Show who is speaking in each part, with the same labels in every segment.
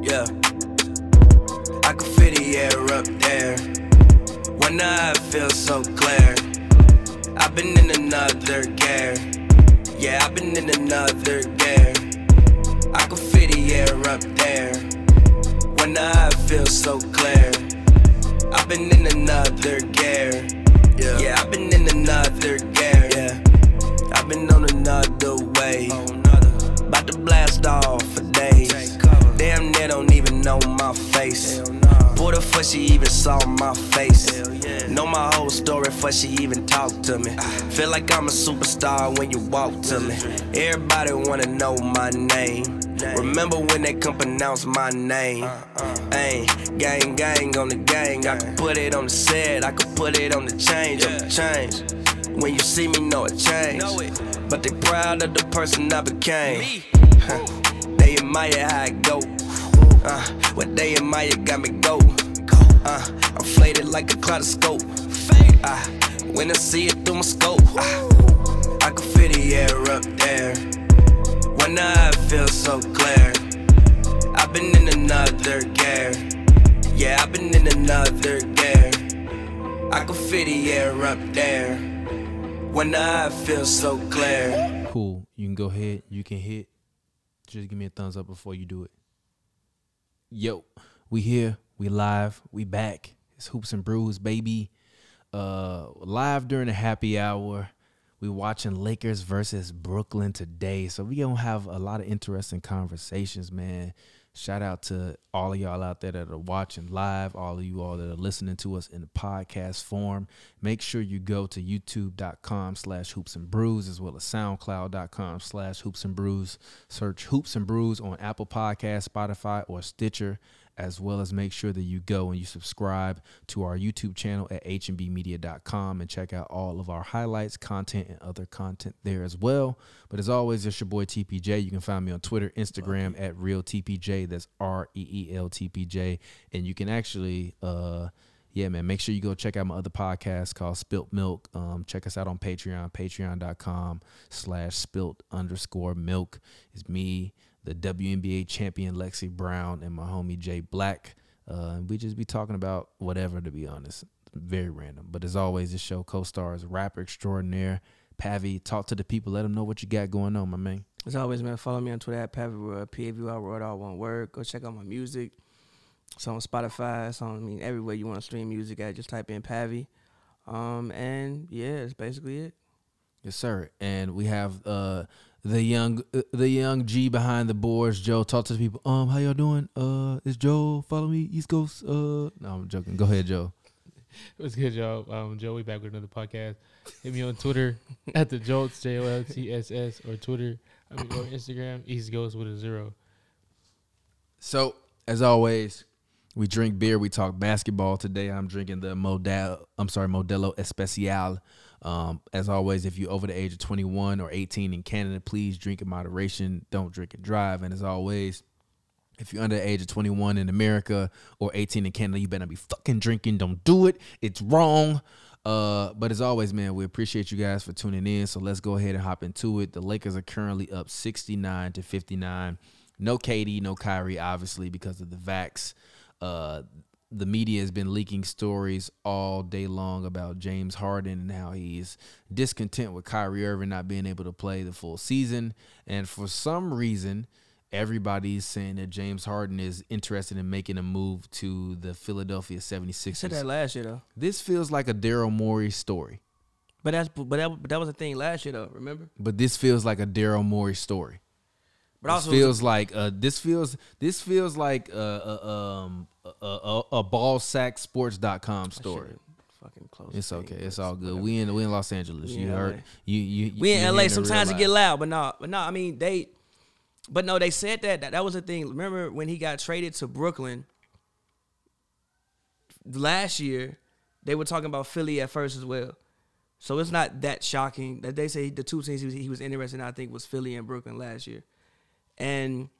Speaker 1: yeah. I could feel the air up there. When I feel so clear, I've been in another gear. Yeah, I've been in another gear. I could feel the air up there. When I feel so clear, I've been in another gear. Yeah, I've been in another gear. Yeah, I've been on another way. About to blast off for days. Damn near don't even know my face. Pulled her for she even saw my face. Know my whole story for she even talked to me. Feel like I'm a superstar when you walk to me. Everybody wanna know my name. Remember when they come pronounce my name? Ayy, gang, gang on the gang. I could put it on the set, I could put it on the change, on the change. When you see me, know it changed. But they proud of the person I became. Huh. They admire how I go. Uh, what they admire got me go. Uh, I'm faded like a kaleidoscope. Uh, when I see it through my scope, uh, I can feel the air up there. When I feel so clear, I've been in another gear. Yeah, I've been in another gear. I can feel the air up there. When I feel so clear.
Speaker 2: Cool. You can go ahead. You can hit. Just give me a thumbs up before you do it. Yo, we here. We live. We back. It's hoops and brews, baby. Uh, live during the happy hour. We watching Lakers versus Brooklyn today, so we gonna have a lot of interesting conversations, man. Shout out to all of y'all out there that are watching live, all of you all that are listening to us in the podcast form. Make sure you go to youtube.com slash hoops and brews as well as soundcloud.com slash hoops and brews. Search hoops and brews on Apple Podcasts, Spotify, or Stitcher, as well as make sure that you go and you subscribe to our YouTube channel at hmbmedia.com and check out all of our highlights, content, and other content there as well. But as always, it's your boy TPJ. You can find me on Twitter, Instagram at RealTPJ. That's R E E L T P J. And you can actually, uh, yeah, man, make sure you go check out my other podcast called Spilt Milk. Um, check us out on Patreon, patreon.com slash spilt underscore milk. It's me, the WNBA champion Lexi Brown, and my homie Jay Black. Uh, we just be talking about whatever, to be honest. Very random. But as always, this show co stars rapper extraordinaire Pavi. Talk to the people, let them know what you got going on, my man.
Speaker 3: As always, man, follow me on Twitter at Pavivworld, P-A-V-I-World, all one word. Go check out my music. It's on Spotify. It's on, I mean, everywhere you want to stream music at. Just type in Pavi. Um, and yeah, that's basically it.
Speaker 2: Yes, sir. And we have uh the young uh, the young G behind the boards, Joe. Talk to the people. Um, how y'all doing? Uh it's Joe. Follow me, East Coast. Uh no, I'm joking. Go ahead, Joe.
Speaker 4: What's good, y'all? Um, Joey back with another podcast. Hit me on Twitter at the Jolts J O L T S S or Twitter I mean, or Instagram East Ghost with a zero.
Speaker 2: So, as always, we drink beer, we talk basketball. Today I'm drinking the Model I'm sorry, Modelo Especial. Um, as always, if you're over the age of 21 or 18 in Canada, please drink in moderation. Don't drink and drive. And as always, if you're under the age of 21 in America or 18 in Canada, you better not be fucking drinking. Don't do it. It's wrong. Uh, but as always, man, we appreciate you guys for tuning in. So let's go ahead and hop into it. The Lakers are currently up 69 to 59. No KD, no Kyrie, obviously, because of the vax. Uh, the media has been leaking stories all day long about James Harden and how he's discontent with Kyrie Irving not being able to play the full season. And for some reason, everybody's saying that James Harden is interested in making a move to the Philadelphia
Speaker 3: I said that
Speaker 2: 76ers.
Speaker 3: last year though,
Speaker 2: This feels like a Daryl Morey story,
Speaker 3: but that's but that, but that was the thing last year though. Remember?
Speaker 2: but this feels like a Daryl Morey story.
Speaker 3: But
Speaker 2: this feels like uh, this feels this feels like a, a, um, a, a, a ballsacksports.com story.
Speaker 3: fucking close.
Speaker 2: It's
Speaker 3: thing,
Speaker 2: okay.
Speaker 3: but
Speaker 2: It's all good. We in we in Los Angeles.
Speaker 3: We
Speaker 2: You
Speaker 3: in LA.
Speaker 2: heard you you.
Speaker 3: we
Speaker 2: you
Speaker 3: in
Speaker 2: hearing
Speaker 3: LA.
Speaker 2: the
Speaker 3: Sometimes
Speaker 2: real
Speaker 3: it get
Speaker 2: life.
Speaker 3: loud, but no, but no. I mean they, but no, they said that, that that was the thing. Remember when he got traded to Brooklyn last year? They were talking about Philly at first as well, so it's not that shocking that they say the two teams he was, he was interested in. I think was Philly and Brooklyn last year, and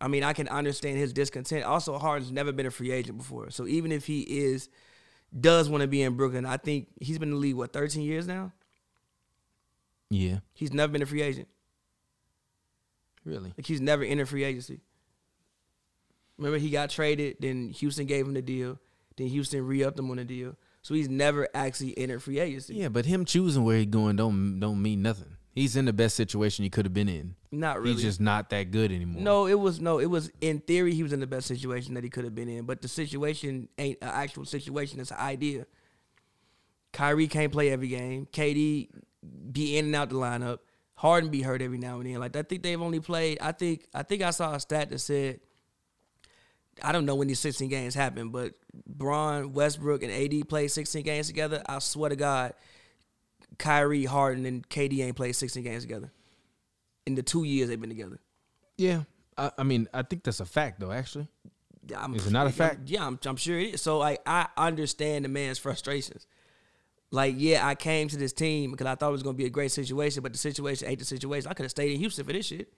Speaker 3: I mean I can understand his discontent. Also, Harden's never been a free agent before, so even if he is does want to be in Brooklyn, I think he's been in the league what 13 years now.
Speaker 2: Yeah.
Speaker 3: He's never been a free agent.
Speaker 2: Really.
Speaker 3: Like he's never entered free agency. Remember, he got traded. Then Houston gave him the deal. Then Houston re-upped him on the deal. So he's never actually entered free agency.
Speaker 2: Yeah, but him choosing where he going don't don't mean nothing. He's in the best situation he could have been in.
Speaker 3: Not really.
Speaker 2: He's just not that good anymore.
Speaker 3: no, it was no, it was in theory he was in the best situation that he could have been in, but the situation ain't an actual situation. It's an idea. Kyrie can't play every game. KD be in and out the lineup. Harden be hurt every now and then. Like I think they've only played. I think I think I saw a stat that said I don't know when these 16 games happen, but Braun, Westbrook, and AD played 16 games together. I swear to God, Kyrie, Harden, and KD ain't played 16 games together in the two years they've been together.
Speaker 2: Yeah, I, I mean, I think that's a fact though. Actually,
Speaker 3: I'm,
Speaker 2: Is it not a
Speaker 3: I'm-
Speaker 2: fact?
Speaker 3: yeah, I'm, I'm sure it is. So like, I understand the man's frustrations. Like, yeah, I came to this team because I thought it was gonna be a great situation, but the situation ain't the situation. I could have stayed in Houston for this shit.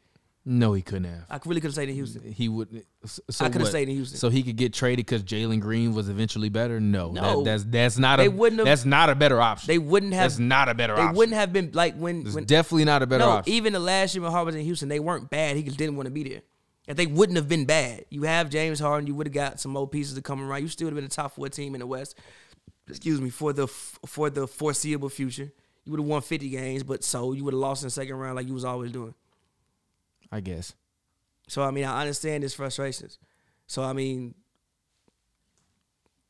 Speaker 2: no, he couldn't have.
Speaker 3: I really could have stayed in Houston.
Speaker 2: He would. So
Speaker 3: I coulda
Speaker 2: what?
Speaker 3: stayed in Houston.
Speaker 2: So he could get traded because Jalen Green was eventually better. No, that-
Speaker 3: No.
Speaker 2: that's that's not a
Speaker 3: They wouldn't have-
Speaker 2: that's not a better option.
Speaker 3: They wouldn't have.
Speaker 2: that's not a better
Speaker 3: they
Speaker 2: option.
Speaker 3: wouldn't have been like when
Speaker 2: It's
Speaker 3: when
Speaker 2: definitely not a better
Speaker 3: no,
Speaker 2: option.
Speaker 3: even the last year when Harden was in Houston, they weren't bad. He just didn't want to be there. If they wouldn't have been bad, you have James Harden, you would have got some more pieces to come around. You still would have been a top four team in the West. Excuse me for the f- for the foreseeable future. You would have won fifty games, but so you would have lost in the second round like you was always doing. e-
Speaker 2: I guess.
Speaker 3: So I mean, I understand his frustrations. So I mean,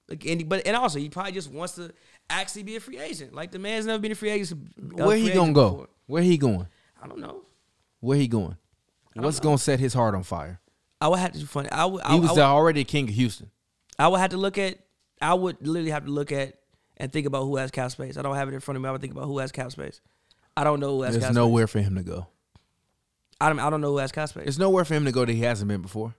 Speaker 3: like, and, but and also he probably just wants to actually be a free agent. Like the man's never been a free agent. a
Speaker 2: Where
Speaker 3: free
Speaker 2: he
Speaker 3: agent
Speaker 2: gonna go?
Speaker 3: before.
Speaker 2: Where he going?
Speaker 3: I don't know.
Speaker 2: Where he going? What's gonna set his heart on fire?
Speaker 3: I would have to be funny. I would. I,
Speaker 2: He
Speaker 3: would-
Speaker 2: was
Speaker 3: I would-
Speaker 2: the already king of Houston.
Speaker 3: I would have to look at. I would literally have to look at and think about who has cap space. I don't have it in front of me. I would think about who has cap space. I don't know who has
Speaker 2: There's
Speaker 3: cap space.
Speaker 2: nowhere for him to go.
Speaker 3: I don't. I don't know who has cap space.
Speaker 2: There's nowhere for him to go that he hasn't been before.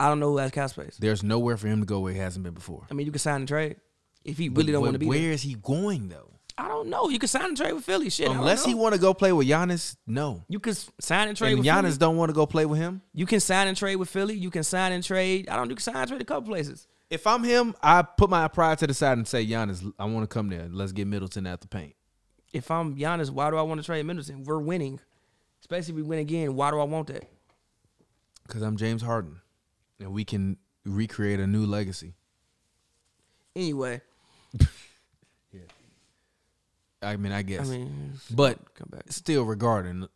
Speaker 3: I don't know who has cap space.
Speaker 2: There's nowhere for him to go where he hasn't been before.
Speaker 3: I mean, you can sign and trade if he really don't want to be
Speaker 2: Where is
Speaker 3: there.
Speaker 2: he going though?
Speaker 3: I don't know. You can sign and trade with Philly. Shit.
Speaker 2: Unless he
Speaker 3: wants.
Speaker 2: want to go play with Giannis, no.
Speaker 3: You can s- sign and trade
Speaker 2: And
Speaker 3: with
Speaker 2: Giannis
Speaker 3: Philly.
Speaker 2: don't want to go play with him.
Speaker 3: You can sign and trade with Philly. You can sign and trade. I don't do sign and trade a couple places.
Speaker 2: If I'm him, I put my pride to the side and say, Giannis, I want to come there. Let's get Middleton out the paint.
Speaker 3: If I'm Giannis, why do I want to trade Middleton? We're winning. Especially if we win again. Why do I want that?
Speaker 2: Because I'm James Harden. And we can recreate a new legacy.
Speaker 3: Anyway,
Speaker 2: I mean, I guess.
Speaker 3: I mean,
Speaker 2: but
Speaker 3: come back.
Speaker 2: still regarding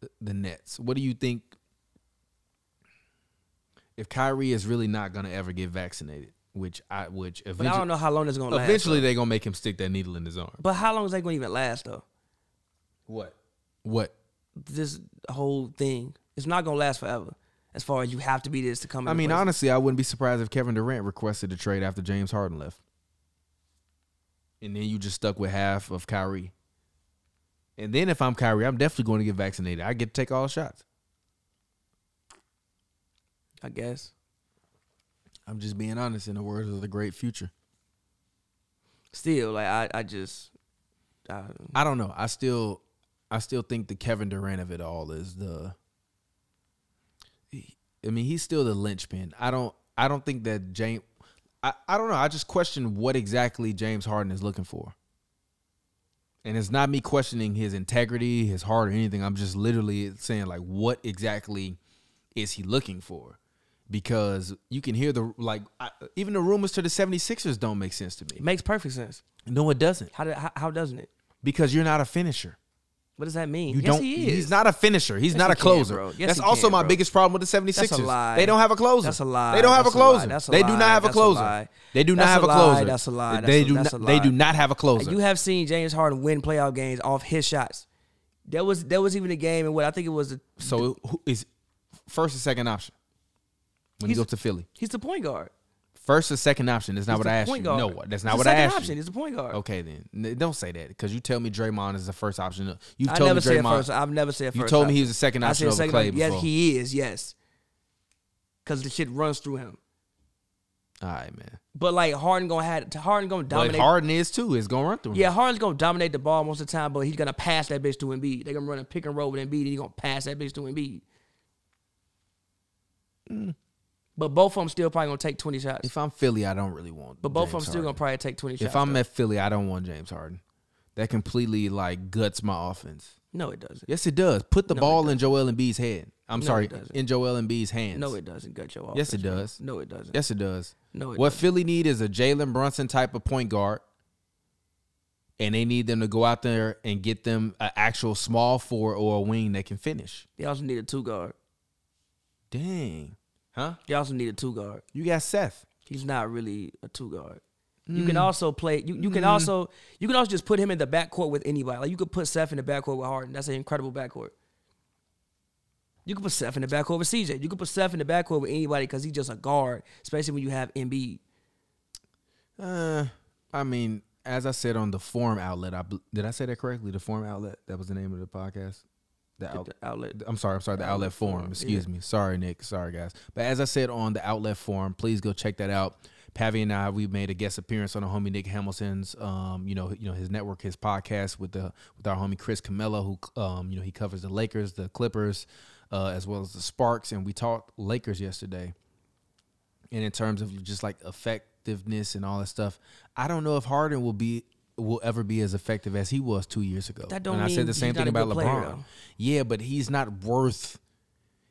Speaker 2: the- the Nets, what do you think if Kyrie is really not gonna ever get vaccinated, which I which
Speaker 3: But
Speaker 2: eventually,
Speaker 3: I don't know how long it's gonna last.
Speaker 2: eventually they're gonna make him stick that needle in his arm.
Speaker 3: But how long is that going to even last, though?
Speaker 2: What? What?
Speaker 3: This whole thing. It's not going to last forever as far as you have to be this to come in.
Speaker 2: I mean,
Speaker 3: place.
Speaker 2: honestly, I wouldn't be surprised if Kevin Durant requested a trade after James Harden left. And then you just stuck with half of Kyrie. And then if I'm Kyrie, I'm definitely going to get vaccinated. I get to take all the shots.
Speaker 3: I guess.
Speaker 2: I'm just being honest in the words of the great future.
Speaker 3: Still, like, I, I just. I,
Speaker 2: I don't know. I still I still think the Kevin Durant of it all is the I mean, he's still the linchpin. I don't I don't think that James I, I don't know. I just question what exactly James Harden is looking for. And it's not me questioning his integrity, his heart, or anything. I'm just literally saying, like, what exactly is he looking for? Because you can hear the, like, I, even the rumors to the 76ers don't make sense to
Speaker 3: it
Speaker 2: me.
Speaker 3: makes perfect sense.
Speaker 2: No, it doesn't.
Speaker 3: How, do, how, how doesn't it?
Speaker 2: Because you're not a finisher.
Speaker 3: What does that mean?
Speaker 2: You
Speaker 3: yes,
Speaker 2: don't.
Speaker 3: he is.
Speaker 2: He's not a finisher. He's
Speaker 3: Yes,
Speaker 2: not
Speaker 3: he
Speaker 2: a
Speaker 3: can,
Speaker 2: closer.
Speaker 3: bro. Yes,
Speaker 2: That's
Speaker 3: he
Speaker 2: also
Speaker 3: can,
Speaker 2: my
Speaker 3: bro.
Speaker 2: biggest problem with the 76ers.
Speaker 3: That's a lie.
Speaker 2: They don't have a closer.
Speaker 3: That's a lie.
Speaker 2: They don't have
Speaker 3: That's a
Speaker 2: a
Speaker 3: lie.
Speaker 2: closer.
Speaker 3: That's a
Speaker 2: they do
Speaker 3: lie.
Speaker 2: not have a
Speaker 3: That's a
Speaker 2: closer.
Speaker 3: lie.
Speaker 2: They do not
Speaker 3: That's
Speaker 2: have
Speaker 3: a
Speaker 2: a
Speaker 3: lie.
Speaker 2: closer.
Speaker 3: That's a lie.
Speaker 2: They
Speaker 3: That's a-
Speaker 2: do
Speaker 3: that's
Speaker 2: not.
Speaker 3: a
Speaker 2: They
Speaker 3: lie.
Speaker 2: do not have a
Speaker 3: Like,
Speaker 2: closer.
Speaker 3: you have seen James Harden win playoff games off his shots. There was there was even a game in what I think it was. A,
Speaker 2: so who is first or second option when he
Speaker 3: He's-
Speaker 2: goes to Philly?
Speaker 3: he's the point guard.
Speaker 2: First or second option? That's not
Speaker 3: He's
Speaker 2: what
Speaker 3: the
Speaker 2: I asked
Speaker 3: point
Speaker 2: you.
Speaker 3: guard.
Speaker 2: No, that's
Speaker 3: He's
Speaker 2: not
Speaker 3: the
Speaker 2: what I
Speaker 3: second
Speaker 2: asked
Speaker 3: option.
Speaker 2: you.
Speaker 3: He's the point guard.
Speaker 2: Okay, then N- don't say that because you tell me Draymond is the first option. You've
Speaker 3: I
Speaker 2: told
Speaker 3: never
Speaker 2: me
Speaker 3: said
Speaker 2: Draymond.
Speaker 3: first. I've never said first.
Speaker 2: you told me
Speaker 3: option.
Speaker 2: he was the second
Speaker 3: I
Speaker 2: option
Speaker 3: said
Speaker 2: over
Speaker 3: second.
Speaker 2: Clay
Speaker 3: option. yes,
Speaker 2: before.
Speaker 3: he is. Yes, because the shit runs through him.
Speaker 2: All right, man.
Speaker 3: But like Harden gonna have Harden gonna
Speaker 2: But
Speaker 3: dominate.
Speaker 2: Harden is too. It's gonna run through. him.
Speaker 3: yeah, Harden's gonna dominate the ball most of the time, but he's gonna pass that bitch to Embiid. They're gonna run a pick and roll with Embiid, and he's gonna pass that bitch to Embiid. But both of them still probably gonna take twenty shots.
Speaker 2: Mm. If I'm Philly, I don't really want.
Speaker 3: but both of them
Speaker 2: James
Speaker 3: still gonna
Speaker 2: Harden.
Speaker 3: probably take twenty shots.
Speaker 2: If I'm
Speaker 3: though.
Speaker 2: at Philly, I don't want James Harden. That completely like guts my offense.
Speaker 3: No, it doesn't.
Speaker 2: Yes, it does. Put the
Speaker 3: No, it
Speaker 2: ball in Joel Embiid's head. I'm
Speaker 3: No,
Speaker 2: sorry,
Speaker 3: it doesn't.
Speaker 2: in Joel Embiid's hands.
Speaker 3: No, it doesn't gut your offense.
Speaker 2: Yes, it
Speaker 3: bro.
Speaker 2: does.
Speaker 3: No, it doesn't.
Speaker 2: Yes, it does.
Speaker 3: No, it
Speaker 2: what
Speaker 3: doesn't.
Speaker 2: Philly need is a Jalen Brunson type of point guard, and they need them to go out there and get them an actual small four or a wing that can finish.
Speaker 3: They also need a two guard.
Speaker 2: Dang, huh?
Speaker 3: They also need a two guard.
Speaker 2: You got Seth.
Speaker 3: He's not really a two guard. You can also play. You, you can also you can also just put him in the backcourt with anybody. Like you could put Seth in the backcourt with Harden. That's an incredible backcourt. You could put Seth in the backcourt with CJ. You could put Seth in the backcourt with anybody because he's just a guard, especially when you have Embiid.
Speaker 2: Uh, I mean, as I said on the Forum outlet, I bel- did I say that correctly? The Forum outlet. That was the name of the podcast. The
Speaker 3: at
Speaker 2: out-
Speaker 3: The outlet.
Speaker 2: I'm sorry, I'm sorry, the
Speaker 3: Outlet
Speaker 2: outlet forum.
Speaker 3: Forum,
Speaker 2: Excuse me. Sorry, Nick. Sorry, guys. But as I said on the outlet forum, please go check that out. Pavi and I, we made a guest appearance on the homie Nick Hamilton's, um, you know, you know his network, his podcast with the with our homie Chris Camello, who, um, you know, he covers the Lakers, the Clippers, uh, as well as the Sparks, and we talked Lakers yesterday. And in terms of just like effectiveness and all that stuff, I don't know if Harden will be will ever be as effective as he was two years ago.
Speaker 3: That don't
Speaker 2: and I
Speaker 3: mean
Speaker 2: said the
Speaker 3: he's
Speaker 2: same
Speaker 3: not
Speaker 2: thing
Speaker 3: a good
Speaker 2: about
Speaker 3: player,
Speaker 2: LeBron.
Speaker 3: though.
Speaker 2: Yeah, but he's not worth.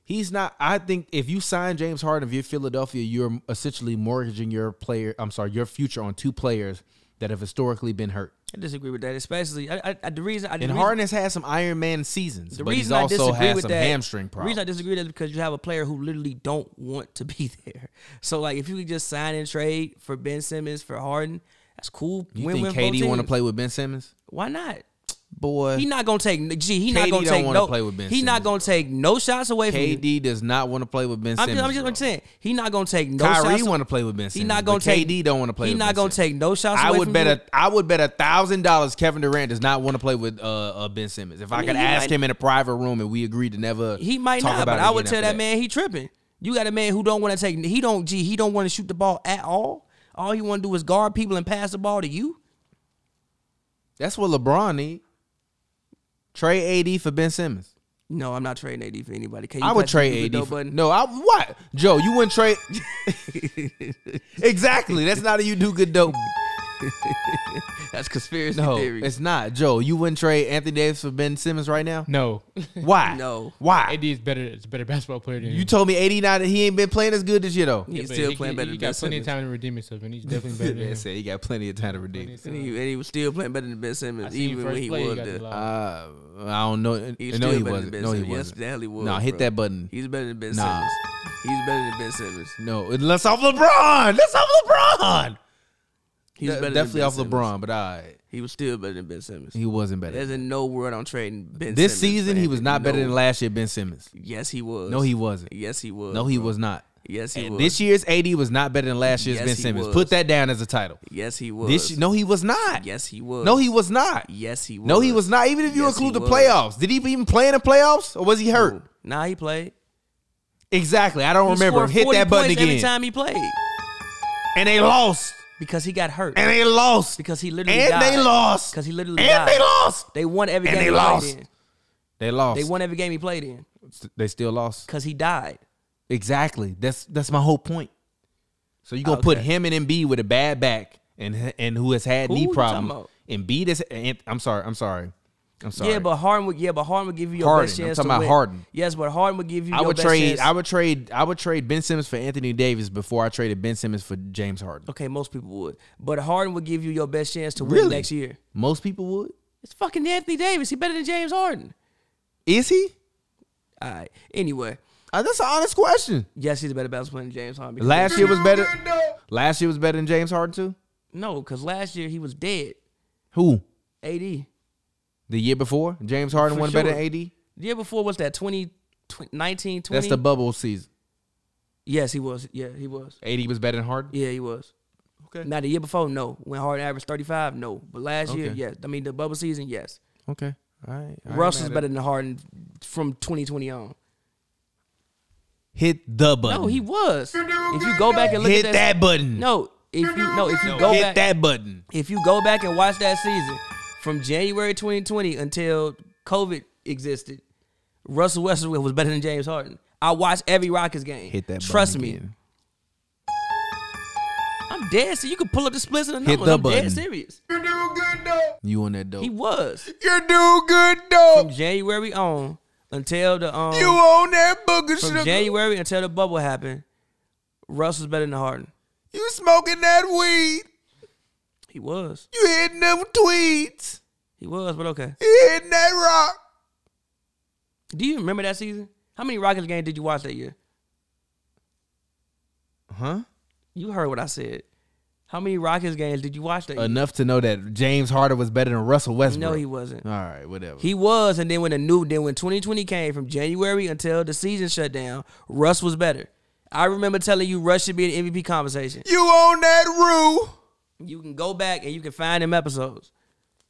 Speaker 2: He's not. I think if you sign James Harden, if you're Philadelphia, you're essentially mortgaging your player. I'm sorry, your future on two players that have historically been hurt.
Speaker 3: I disagree with that, especially I, I, I, the reason. I, the
Speaker 2: And
Speaker 3: reason-
Speaker 2: Harden has had some Iron Man seasons,
Speaker 3: The
Speaker 2: but he's
Speaker 3: reason I
Speaker 2: also
Speaker 3: disagree
Speaker 2: had
Speaker 3: with
Speaker 2: some
Speaker 3: that,
Speaker 2: hamstring
Speaker 3: The reason I
Speaker 2: problems.
Speaker 3: disagree with that is because you have a player who literally don't want to be there. So like, if you could just sign and trade for Ben Simmons for Harden, that's cool.
Speaker 2: You
Speaker 3: Win-win
Speaker 2: think
Speaker 3: for both
Speaker 2: KD want to
Speaker 3: teams.
Speaker 2: play with Ben Simmons?
Speaker 3: Why not?
Speaker 2: Boy,
Speaker 3: He not gonna take. Gee, he
Speaker 2: KD
Speaker 3: not gonna
Speaker 2: don't
Speaker 3: take
Speaker 2: wanna
Speaker 3: no.
Speaker 2: play with Ben
Speaker 3: he not
Speaker 2: Simmons,
Speaker 3: gonna take no shots away from you.
Speaker 2: KD does not want to play with Ben
Speaker 3: I'm
Speaker 2: Simmons.
Speaker 3: just, I'm just
Speaker 2: bro.
Speaker 3: I'm saying he not gonna take no
Speaker 2: Kyrie
Speaker 3: shots.
Speaker 2: want to play with Ben Simmons.
Speaker 3: he not gonna
Speaker 2: but
Speaker 3: take.
Speaker 2: KD don't want to play.
Speaker 3: He
Speaker 2: with
Speaker 3: not
Speaker 2: ben
Speaker 3: gonna
Speaker 2: Simmons.
Speaker 3: take no shots.
Speaker 2: I
Speaker 3: away
Speaker 2: would
Speaker 3: from
Speaker 2: bet
Speaker 3: you.
Speaker 2: a I would bet a thousand dollars Kevin Durant does not want to play with uh, uh Ben Simmons. If I,
Speaker 3: mean,
Speaker 2: could
Speaker 3: he
Speaker 2: ask
Speaker 3: might-
Speaker 2: him in a private room and we agreed to never
Speaker 3: He might
Speaker 2: talk
Speaker 3: not,
Speaker 2: about
Speaker 3: but
Speaker 2: it
Speaker 3: I would
Speaker 2: again
Speaker 3: tell
Speaker 2: after
Speaker 3: that man he tripping. You got a man who don't want to take. He don't. Gee, he don't want to shoot the ball at all. All he want to do is guard people and pass the ball to you.
Speaker 2: That's what LeBron need. Trade AD for Ben Simmons.
Speaker 3: No, I'm not trading AD for anybody. Can you
Speaker 2: I would
Speaker 3: press the
Speaker 2: trade
Speaker 3: Ubedo
Speaker 2: AD. For,
Speaker 3: button?
Speaker 2: no, I what Joe? You wouldn't trade. exactly. That's not a you do good dope.
Speaker 3: that's conspiracy
Speaker 2: No,
Speaker 3: theory.
Speaker 2: it's not Joe. You wouldn't trade Anthony Davis for Ben Simmons right now.
Speaker 4: No,
Speaker 2: Why?
Speaker 3: No.
Speaker 2: Why?
Speaker 4: AD is better. It's a better basketball player than
Speaker 2: You
Speaker 4: him.
Speaker 2: told me 89 that he ain't been playing as good this year though.
Speaker 3: he's
Speaker 4: But
Speaker 3: still
Speaker 4: he-
Speaker 3: playing
Speaker 4: he-
Speaker 3: better
Speaker 4: He
Speaker 3: than Ben
Speaker 4: got plenty of
Speaker 3: Simmons.
Speaker 4: time to redeem himself, and he's definitely better than
Speaker 2: Man
Speaker 4: him.
Speaker 2: said he got plenty of time to redeem.
Speaker 4: Plenty of
Speaker 3: And
Speaker 4: time.
Speaker 3: he, and he was still playing better than Ben
Speaker 4: I
Speaker 3: Simmons,
Speaker 4: seen
Speaker 3: even
Speaker 4: first
Speaker 3: when he
Speaker 4: play,
Speaker 3: was
Speaker 4: got
Speaker 3: there.
Speaker 4: the lob.
Speaker 2: Uh, I don't know.
Speaker 3: He's
Speaker 2: no,
Speaker 3: still better
Speaker 2: he
Speaker 3: than
Speaker 2: wasn't.
Speaker 3: Ben
Speaker 2: No, he
Speaker 3: Simmons. Yes,
Speaker 2: wasn't.
Speaker 3: the hell he was.
Speaker 2: No, hit
Speaker 3: bro.
Speaker 2: that button.
Speaker 3: He's better than Ben
Speaker 2: Nah.
Speaker 3: Simmons. He's better than Ben Simmons.
Speaker 2: No, it- let's off LeBron. Let's off LeBron.
Speaker 3: He's
Speaker 2: De-
Speaker 3: better than
Speaker 2: definitely
Speaker 3: Ben
Speaker 2: off
Speaker 3: Simmons.
Speaker 2: LeBron, but I
Speaker 3: He was still better than Ben Simmons.
Speaker 2: he wasn't better.
Speaker 3: There's in no world I'm trading Ben.
Speaker 2: This
Speaker 3: Simmons
Speaker 2: season,
Speaker 3: for
Speaker 2: he was
Speaker 3: Anthony.
Speaker 2: not better
Speaker 3: No.
Speaker 2: than last year. Ben Simmons.
Speaker 3: Yes, he was.
Speaker 2: No, he wasn't.
Speaker 3: Yes, he was.
Speaker 2: No, he
Speaker 3: bro.
Speaker 2: was not.
Speaker 3: Yes, he
Speaker 2: And
Speaker 3: was.
Speaker 2: This year's AD was not better than last year's
Speaker 3: Yes,
Speaker 2: Ben
Speaker 3: he
Speaker 2: Simmons.
Speaker 3: was.
Speaker 2: Put that down as a title.
Speaker 3: Yes, he was.
Speaker 2: This no, he was not.
Speaker 3: Yes, he was.
Speaker 2: No, he was not.
Speaker 3: Yes, he was.
Speaker 2: No, he was not. Even if you
Speaker 3: Yes,
Speaker 2: include
Speaker 3: he
Speaker 2: the
Speaker 3: was.
Speaker 2: playoffs, did he even play in the playoffs or was he hurt?
Speaker 3: Nah, he played.
Speaker 2: Exactly. I don't
Speaker 3: He
Speaker 2: remember.
Speaker 3: scored
Speaker 2: Hit
Speaker 3: 40
Speaker 2: that button
Speaker 3: points Every
Speaker 2: again.
Speaker 3: time he played,
Speaker 2: And they lost.
Speaker 3: because he got hurt.
Speaker 2: And they lost.
Speaker 3: because he literally
Speaker 2: And
Speaker 3: died.
Speaker 2: they lost.
Speaker 3: Because he literally
Speaker 2: And
Speaker 3: died.
Speaker 2: they lost.
Speaker 3: They won every
Speaker 2: And
Speaker 3: game
Speaker 2: they
Speaker 3: he
Speaker 2: lost.
Speaker 3: played in.
Speaker 2: They lost.
Speaker 3: They won every game he played in.
Speaker 2: They still lost.
Speaker 3: Because he died.
Speaker 2: Exactly. That's that's my whole point. So you're gonna put
Speaker 3: Okay.
Speaker 2: him and Embiid with a bad back and and who has had
Speaker 3: Who
Speaker 2: knee
Speaker 3: you talking
Speaker 2: problems.
Speaker 3: about?
Speaker 2: Embiid is. And, I'm sorry. I'm sorry. I'm sorry.
Speaker 3: Yeah, but Harden would. Yeah, but Harden would give you your
Speaker 2: Harden.
Speaker 3: best
Speaker 2: I'm
Speaker 3: chance.
Speaker 2: talking
Speaker 3: to
Speaker 2: about
Speaker 3: win.
Speaker 2: Harden.
Speaker 3: Yes, but Harden would give you.
Speaker 2: I
Speaker 3: your
Speaker 2: would
Speaker 3: best
Speaker 2: trade.
Speaker 3: Chance.
Speaker 2: I would trade. I would trade Ben Simmons for Anthony Davis before I traded Ben Simmons for James Harden.
Speaker 3: Okay, most people would, but Harden would give you your best chance to win
Speaker 2: Really?
Speaker 3: next year.
Speaker 2: Most people would.
Speaker 3: It's fucking Anthony Davis. He better than James Harden.
Speaker 2: Is he?
Speaker 3: All right. Anyway,
Speaker 2: Uh, that's an honest question.
Speaker 3: yes, he's a better basketball player than James Harden. because-
Speaker 2: Last year was better. Last year was better than James Harden too.
Speaker 3: No, because last year he was dead.
Speaker 2: Who?
Speaker 3: AD. The
Speaker 2: The year before, James Harden
Speaker 3: For
Speaker 2: won better
Speaker 3: sure.
Speaker 2: than AD.
Speaker 3: year before was that 20, 20 19, 20?
Speaker 2: That's the bubble season.
Speaker 3: yes, he was. Yeah, he was.
Speaker 2: AD was better than Harden.
Speaker 3: Yeah, he was.
Speaker 2: Okay.
Speaker 3: Now the year before, no. When Harden averaged thirty five, no. But last year,
Speaker 2: Okay.
Speaker 3: yes. I mean the bubble season, yes.
Speaker 2: Okay. All right. I ain't
Speaker 3: Russ was
Speaker 2: mad at-
Speaker 3: better than Harden from twenty twenty on.
Speaker 2: Hit the button.
Speaker 3: No, he was. If you go back and look
Speaker 2: hit
Speaker 3: at
Speaker 2: that,
Speaker 3: that,
Speaker 2: button.
Speaker 3: no, if you no, if you go
Speaker 2: hit
Speaker 3: back,
Speaker 2: that button.
Speaker 3: if you go back and watch that season from January 2020 until COVID existed, Russell Westbrook was better than James Harden. I watched every Rockets game.
Speaker 2: Hit that.
Speaker 3: Trust
Speaker 2: button
Speaker 3: me.
Speaker 2: again.
Speaker 3: I'm dead. So you could pull up the splits and the
Speaker 2: Hit
Speaker 3: numbers.
Speaker 2: the
Speaker 3: I'm
Speaker 2: button.
Speaker 3: dead serious.
Speaker 2: You on that dope?
Speaker 3: He was
Speaker 1: You're doing good, though.
Speaker 3: from January on until the um
Speaker 1: You on that booger
Speaker 3: from
Speaker 1: sugar.
Speaker 3: January until the bubble happened. Russ was better than Harden.
Speaker 1: You smoking that weed.
Speaker 3: He was.
Speaker 1: You hitting them tweets.
Speaker 3: He was. But okay.
Speaker 1: You hitting that rock.
Speaker 3: Do you remember that season? How many Rockets games did you watch that year?
Speaker 2: huh?
Speaker 3: You heard what I said. How many Rockets games did you watch that year?
Speaker 2: Enough to know that James Harden was better than Russell Westbrook.
Speaker 3: No, he wasn't.
Speaker 2: All right, whatever.
Speaker 3: He was, and then when the new, then when 2020 came from January until the season shut down, Russ was better. I remember telling you Russ should be an MVP conversation.
Speaker 1: You on that roo.
Speaker 3: You can go back and you can find them episodes.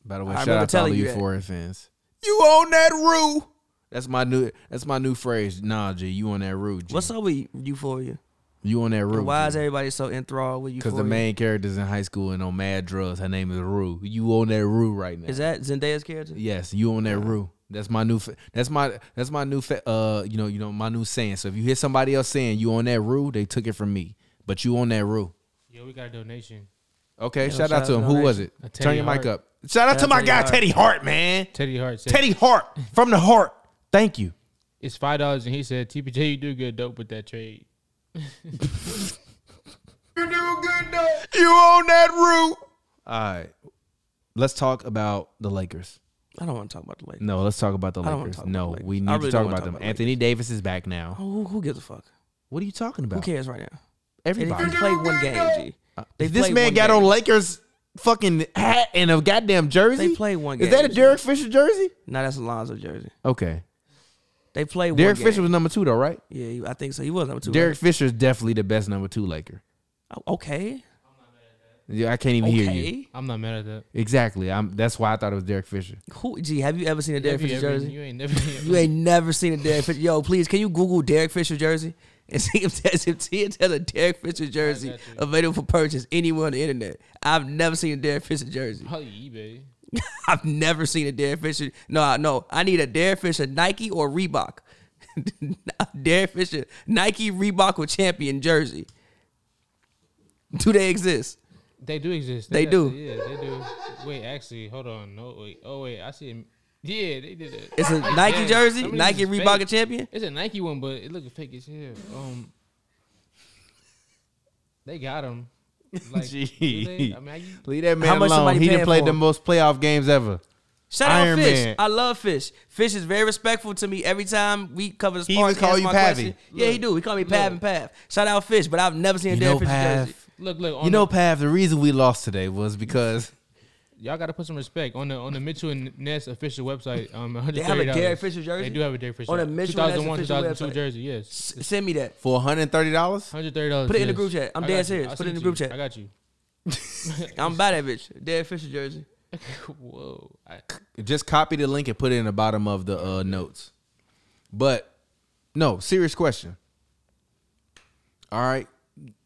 Speaker 2: By the way,
Speaker 3: I
Speaker 2: shout
Speaker 3: remember
Speaker 2: out to all
Speaker 3: telling
Speaker 2: of
Speaker 3: you
Speaker 2: you
Speaker 3: that.
Speaker 2: foreign fans.
Speaker 1: You on that roo.
Speaker 2: That's my new. That's my new phrase. Nah, G, you on that route? G.
Speaker 3: What's up with Euphoria?
Speaker 2: You on that route?
Speaker 3: And why is everybody so enthralled with
Speaker 2: Because
Speaker 3: Euphoria?
Speaker 2: the main character's in high school and on Mad Drugs. Her name is Rue. You on that Rue right now?
Speaker 3: is that Zendaya's character?
Speaker 2: Yes, you on that Rue. That's my new. Fa- that's my. That's my new. Fa- uh, you know, you know, my new saying. So if you hear somebody else saying you on that Rue, they took it from me. But you on that Rue.
Speaker 4: Yo, we got a donation.
Speaker 2: Okay, shout,
Speaker 3: shout
Speaker 2: out
Speaker 3: out
Speaker 2: to him. Who
Speaker 3: donation.
Speaker 2: was it?
Speaker 4: Uh, Teddy
Speaker 2: Turn your mic
Speaker 4: Hart.
Speaker 2: up. Shout out to
Speaker 3: out
Speaker 2: my
Speaker 3: Teddy
Speaker 2: guy
Speaker 3: Hart.
Speaker 2: Teddy Hart, man.
Speaker 4: Teddy Hart said
Speaker 2: Teddy Hart from the heart. Thank you.
Speaker 4: it's five dollars, and he said, "TPJ, you do good dope with that trade."
Speaker 1: You doing good, though. You on that roo.
Speaker 2: All right. Let's talk about the Lakers.
Speaker 3: I don't want to talk about the lady.
Speaker 2: No, let's talk about the
Speaker 3: I don't wanna
Speaker 2: Lakers.
Speaker 3: talk about
Speaker 2: no,
Speaker 3: the Lakers.
Speaker 2: we
Speaker 3: I
Speaker 2: need
Speaker 3: really
Speaker 2: to talk
Speaker 3: don't wanna
Speaker 2: about
Speaker 3: talk
Speaker 2: them.
Speaker 3: about the
Speaker 2: Anthony Davis is back now.
Speaker 3: Who, who gives a fuck?
Speaker 2: What are you talking
Speaker 3: Who
Speaker 2: about?
Speaker 3: cares right now? They
Speaker 2: Everybody.
Speaker 3: didn't play one game, G. They
Speaker 2: Uh, this
Speaker 3: played
Speaker 2: man
Speaker 3: one
Speaker 2: got
Speaker 3: game.
Speaker 2: on Lakers fucking hat and a goddamn jersey.
Speaker 3: They played one
Speaker 2: Is that a
Speaker 3: game,
Speaker 2: Derek Fisher jersey?
Speaker 3: No, that's Alonzo jersey.
Speaker 2: Okay.
Speaker 3: They played
Speaker 2: Derek
Speaker 3: one
Speaker 2: Fisher
Speaker 3: game.
Speaker 2: was number two though, right?
Speaker 3: Yeah, he- I think so. He was number two.
Speaker 2: Derek Fisher is definitely the best number two Laker.
Speaker 3: right? Oh, okay.
Speaker 2: Yeah, I can't even hear you.
Speaker 3: Okay.
Speaker 4: I'm not mad at that.
Speaker 2: Exactly. I'm, that's why I thought it was Derek Fisher.
Speaker 3: Who? G, have you ever seen a Derek
Speaker 4: Have you
Speaker 3: Fisher
Speaker 4: ever-
Speaker 3: jersey?
Speaker 4: You ain't never.
Speaker 3: You ain't never seen a Derek Fisher. Yo, please, can you Google Derek Fisher jersey and see if there's if there's a Derek Fisher jersey
Speaker 4: got you.
Speaker 3: available for purchase anywhere on the internet? I've never seen a Derek Fisher jersey.
Speaker 4: probably eBay.
Speaker 3: I've never seen a Derek Fisher. No, I- no, I need a Derek Fisher Nike or Reebok. Derek Fisher Nike Reebok or Champion jersey. Do they exist?
Speaker 4: They do exist.
Speaker 3: They do.
Speaker 4: actually- Yeah, they do. Wait, actually, hold on. No, wait. Oh wait, I see. Him. Yeah, they did it.
Speaker 3: It's a Nike
Speaker 4: Yeah,
Speaker 3: jersey,
Speaker 4: some of these
Speaker 3: Nike
Speaker 4: is
Speaker 3: Reebok
Speaker 4: fake.
Speaker 3: or Champion.
Speaker 4: It's a Nike one, but it looking fake as hell. Um, they got him. Like, do they? I mean, I,
Speaker 2: Leave that man
Speaker 3: How much
Speaker 2: alone.
Speaker 3: somebody
Speaker 2: He done
Speaker 3: paying
Speaker 2: played
Speaker 3: for
Speaker 2: the
Speaker 3: him?
Speaker 2: most playoff games ever.
Speaker 3: Shout
Speaker 2: Iron
Speaker 3: out Fish.
Speaker 2: Man.
Speaker 3: I love Fish. Fish is very respectful to me every time we cover the
Speaker 2: He
Speaker 3: sport.
Speaker 2: even call
Speaker 3: answer
Speaker 2: you
Speaker 3: my
Speaker 2: Pavy.
Speaker 3: question. Yeah, he do. He call me Pav and Pav. Shout out Fish, but I've never seen a
Speaker 2: You
Speaker 3: Derek
Speaker 2: know,
Speaker 3: Fish
Speaker 2: Pav.
Speaker 3: jersey.
Speaker 4: look, look. On
Speaker 2: You know,
Speaker 4: the-
Speaker 2: Pav, the reason we lost today was because
Speaker 4: y'all got to put some respect on the on the Mitchell and Ness official website. Um,
Speaker 3: They have a
Speaker 4: $130.
Speaker 3: Derek Fisher jersey?
Speaker 4: They do have a Derek Fisher
Speaker 3: On the
Speaker 4: jersey.
Speaker 3: Mitchell and Ness
Speaker 4: 2001,
Speaker 3: official
Speaker 4: 2002
Speaker 3: website.
Speaker 4: jersey. Yes,
Speaker 3: S- Send me that.
Speaker 2: for one hundred thirty dollars,
Speaker 4: hundred thirty dollars.
Speaker 3: Put it in the group chat. I'm dead serious. Put it in the group chat.
Speaker 4: I got you.
Speaker 3: I'm by that bitch. Derek Fisher jersey.
Speaker 4: Whoa. I,
Speaker 2: just copy the link and put it in the bottom of the uh, notes. But no, serious question. All right,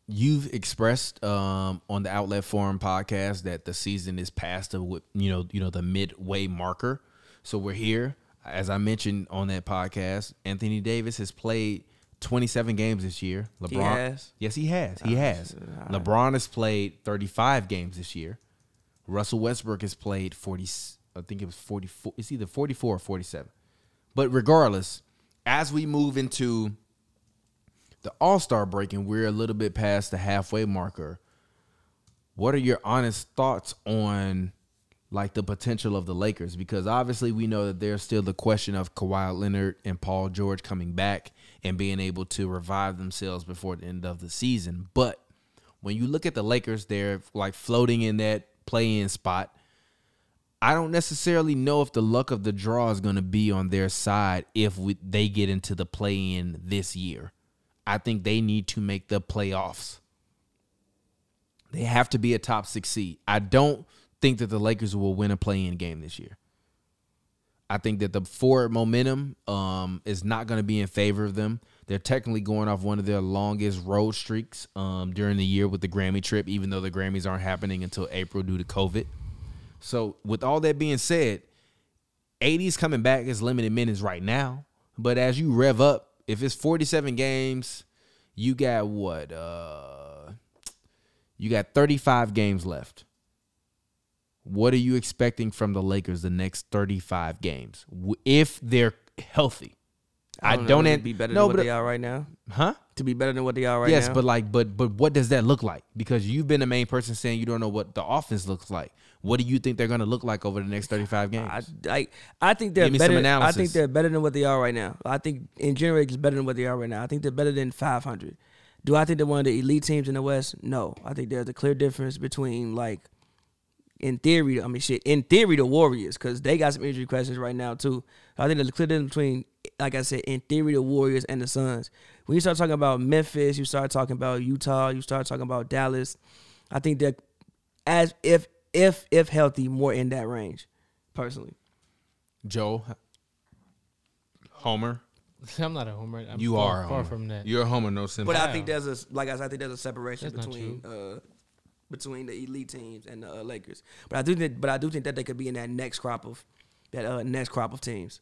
Speaker 2: you've expressed um, on the Outlet Forum podcast that the season is past the wi- you know you know the midway marker, so we're here. As I mentioned on that podcast, Anthony Davis has played 27 games this year. LeBron,
Speaker 3: has.
Speaker 2: yes, he has. He has. LeBron has played 35 games this year. Russell Westbrook has played 40. I think it was 44. It's either 44 or 47. But regardless, as we move into the All Star break and we're a little bit past the halfway marker, what are your honest thoughts on like the potential of the Lakers? Because obviously we know that there's still the question of Kawhi Leonard and Paul George coming back and being able to revive themselves before the end of the season. But when you look at the Lakers, they're like floating in that play in spot. I don't necessarily know if the luck of the draw is going to be on their side if we, they get into the play in this year. I think they need to make the playoffs. They have to be a top six seed. I don't think that the Lakers will win a play in game this year. I think that the forward momentum um, is not going to be in favor of them. They're technically going off one of their longest road streaks um, during the year with the Grammy trip, even though the Grammys aren't happening until April due to COVID. So, with all that being said, 80's coming back as limited minutes right now. But as you rev up, if it's 47 games, you got what? Uh You got 35 games left. What are you expecting from the Lakers the next 35 games W- if they're healthy? I don't,
Speaker 3: know,
Speaker 2: an-
Speaker 3: to be better
Speaker 2: no,
Speaker 3: than
Speaker 2: but-
Speaker 3: what they are right now.
Speaker 2: huh?
Speaker 3: To be better than what they are right
Speaker 2: yes,
Speaker 3: now.
Speaker 2: but like, but but what does that look like? Because you've been the main person saying you don't know what the offense looks like. What do you think they're going to look like over the next 35 games?
Speaker 3: I like I think they're
Speaker 2: Give me some
Speaker 3: better. I
Speaker 2: analysis.
Speaker 3: think they're better than what they are right now. I think in general it's better than what they are right now. I think they're better than 500. Do I think they're one of the elite teams in the West? No, I think there's a clear difference between like in theory. I mean, shit. In theory, the Warriors because they got some injury questions right now too. I think there's a clear difference between like I said, in theory, the Warriors and the Suns. When you start talking about Memphis, you start talking about Utah, you start talking about Dallas. I think they're as if if if healthy more in that range, personally.
Speaker 2: Joe, Homer,
Speaker 4: I'm not a homer. I'm
Speaker 2: you
Speaker 4: far,
Speaker 2: are a
Speaker 4: far
Speaker 2: homer.
Speaker 4: from that.
Speaker 2: You're a Homer, no simple.
Speaker 3: But I
Speaker 4: Wow.
Speaker 3: think there's a like I said, I think there's a separation
Speaker 4: That's not
Speaker 3: between uh between the elite teams and the uh, Lakers. But I do think but I do think that they could be in that next crop of that uh, next crop of teams.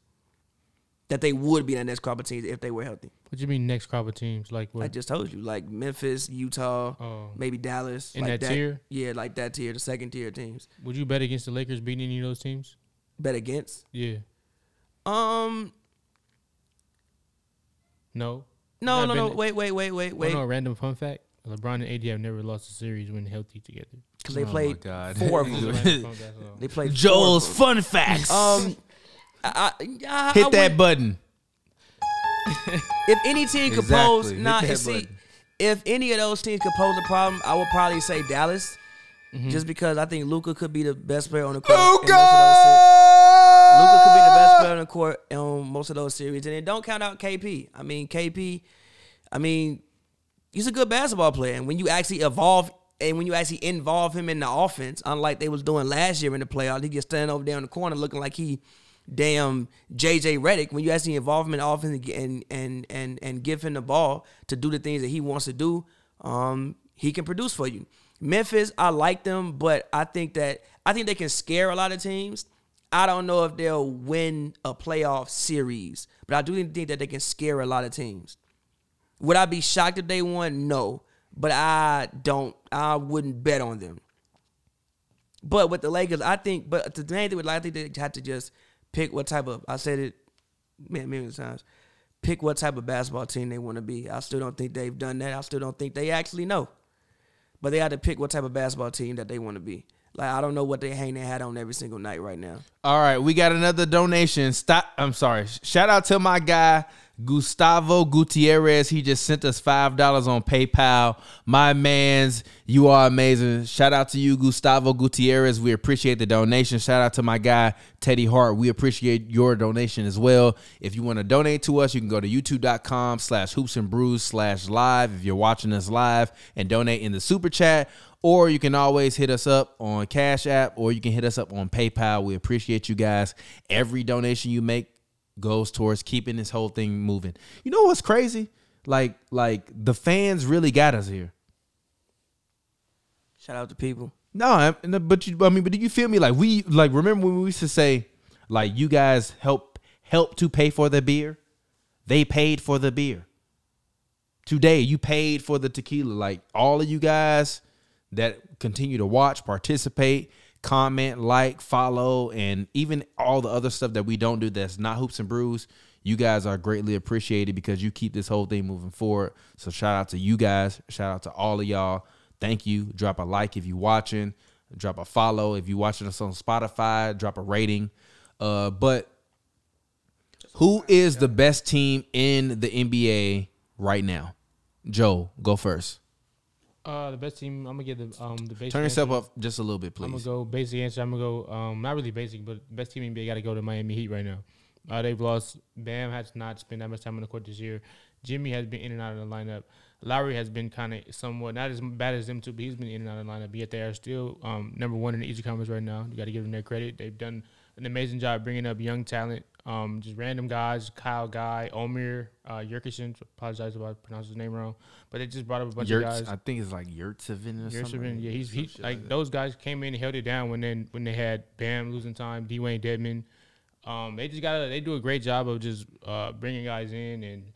Speaker 3: That they would be in that next crop of teams if they were healthy.
Speaker 4: What you mean next crop of teams? Like
Speaker 3: I
Speaker 4: what?
Speaker 3: just told you, like Memphis, Utah,
Speaker 4: Oh.
Speaker 3: maybe Dallas,
Speaker 4: In
Speaker 3: like
Speaker 4: that tier?
Speaker 3: Yeah, like that tier, the second tier teams.
Speaker 4: Would you bet against the Lakers beating any of those teams?
Speaker 3: Bet against.
Speaker 4: Yeah.
Speaker 3: Um,
Speaker 4: No.
Speaker 3: no,
Speaker 4: Not
Speaker 3: no, no.
Speaker 4: betting-
Speaker 3: Wait, wait, wait, wait,
Speaker 4: Wait.
Speaker 3: wait.
Speaker 4: No, random fun fact. LeBron and AD have never lost a series when healthy together.
Speaker 3: Because they
Speaker 2: Oh my
Speaker 3: played
Speaker 2: God.
Speaker 3: four of
Speaker 4: Just a
Speaker 3: them.
Speaker 4: random fun fact, that's all.
Speaker 3: they played
Speaker 2: Joel's
Speaker 3: Four
Speaker 2: fun facts.
Speaker 3: of them. Um, I, I, I,
Speaker 2: Hit
Speaker 3: I
Speaker 2: that
Speaker 3: would-
Speaker 2: button.
Speaker 3: If any team could
Speaker 2: Exactly.
Speaker 3: pose,
Speaker 2: Hit
Speaker 3: nah,
Speaker 2: that
Speaker 3: and see,
Speaker 2: button.
Speaker 3: if any of those teams could pose a problem, I would probably say Dallas,
Speaker 2: Mm-hmm.
Speaker 3: just because I think Luca could be the best player on the court. Luca. Luca could be the best player on the court on most of those series, and then don't count out KP. I mean, KP, I mean, he's a good basketball player, and when you actually evolve. And when you actually involve him in the offense, unlike they was doing last year in the playoffs, he just standing over there in the corner looking like he damn JJ Reddick. When you actually involve him in the offense and and and and, and give him the ball to do the things that he wants to do, um, he can produce for you. Memphis, I like them, but I think that I think they can scare a lot of teams. I don't know if they'll win a playoff series, but I do think that they can scare a lot of teams. Would I be shocked if they won? No, but I don't. I wouldn't bet on them. But with the Lakers, I think. But the main thing with I think they have to just pick what type of. I said it man, millions of times. Pick what type of basketball team they want to be. I still don't think they've done that. I still don't think they actually know. But they had to pick what type of basketball team that they want to be. Like I don't know what they hang their hat on every single night right now.
Speaker 2: All right, we got another donation. Stop. I'm sorry. Shout out to my guy Gustavo Gutierrez. He just sent us five dollars on PayPal. My man's, you are amazing. Shout out to you, Gustavo Gutierrez. We appreciate the donation. Shout out to my guy Teddy Hart. We appreciate your donation as well. If you want to donate to us, you can go to youtube.com slash hoops and brews slash live if you're watching us live and donate in the super chat or you can always hit us up on Cash App or you can hit us up on PayPal. We appreciate you guys. Every donation you make goes towards keeping this whole thing moving. You know what's crazy? Like like the fans really got us here.
Speaker 3: Shout out to people.
Speaker 2: No, I- no, but you I mean, but do you feel me? Like we like remember when we used to say like you guys help help to pay for the beer? They paid for the beer. Today you paid for the tequila. Like all of you guys that continue to watch, participate, comment, like, follow, and even all the other stuff that we don't do that's not hoops and brews. You guys are greatly appreciated because you keep this whole thing moving forward. So shout out to you guys. Shout out to all of y'all. Thank you. Drop a like if you're watching. Drop a follow if you're watching us on Spotify. Drop a rating. Uh, but who is the best team in the NBA right now? Joe, go first.
Speaker 4: Uh, the best team. I'm gonna get the um the basic.
Speaker 2: Turn
Speaker 4: answer.
Speaker 2: yourself up just a little bit,
Speaker 4: I'm gonna
Speaker 2: please.
Speaker 4: go basic answer. I'm gonna go um not really basic, but best team in NBA got to go to Miami Heat right now. Uh, they've lost. Bam has not spent that much time on the court this year. Jimmy has been in and out of the lineup. Lowry has been kind of somewhat not as bad as them two, but he's been in and out of the lineup. Yet they are still um number one in the Eastern Conference right now. You got to give them their credit. They've done an amazing job bringing up young talent. Um, just random guys, Kyle Guy, Omir, uh, Jurkison. Apologize if I pronounced his name wrong, but they just brought up a bunch of
Speaker 2: Yurts,
Speaker 4: guys.
Speaker 2: I think it's like Yurtsevin or
Speaker 4: Gershwin,
Speaker 2: something.
Speaker 4: yeah, he's he, like those guys came in and held it down when then when they had Bam losing time, Dwayne Deadman. Um, they just got to they do a great job of just uh, bringing guys in and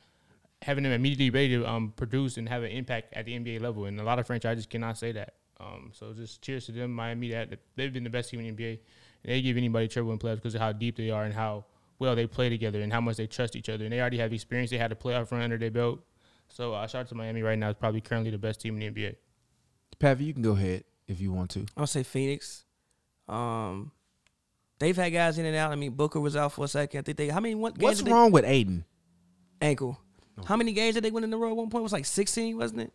Speaker 4: having them immediately ready to um, produce and have an impact at the NBA level. And a lot of franchises cannot say that. Um, so just cheers to them, Miami. That they've been the best team in the NBA. And they give anybody trouble in playoffs because of how deep they are and how well they play together and how much they trust each other. And they already have experience. They had a playoff run under their belt. So uh, shout out to Miami right now. It's probably currently the best team in the NBA.
Speaker 2: Pavi, you can go ahead if you want to.
Speaker 3: I'll say Phoenix. Um, they've had guys in and out. I mean, Booker was out for a second. I think they. How many? What? games
Speaker 2: What's
Speaker 3: did they-
Speaker 2: wrong with Aiden?
Speaker 3: ankle. How many games did they win in a row? At one point, it was like sixteen, wasn't it?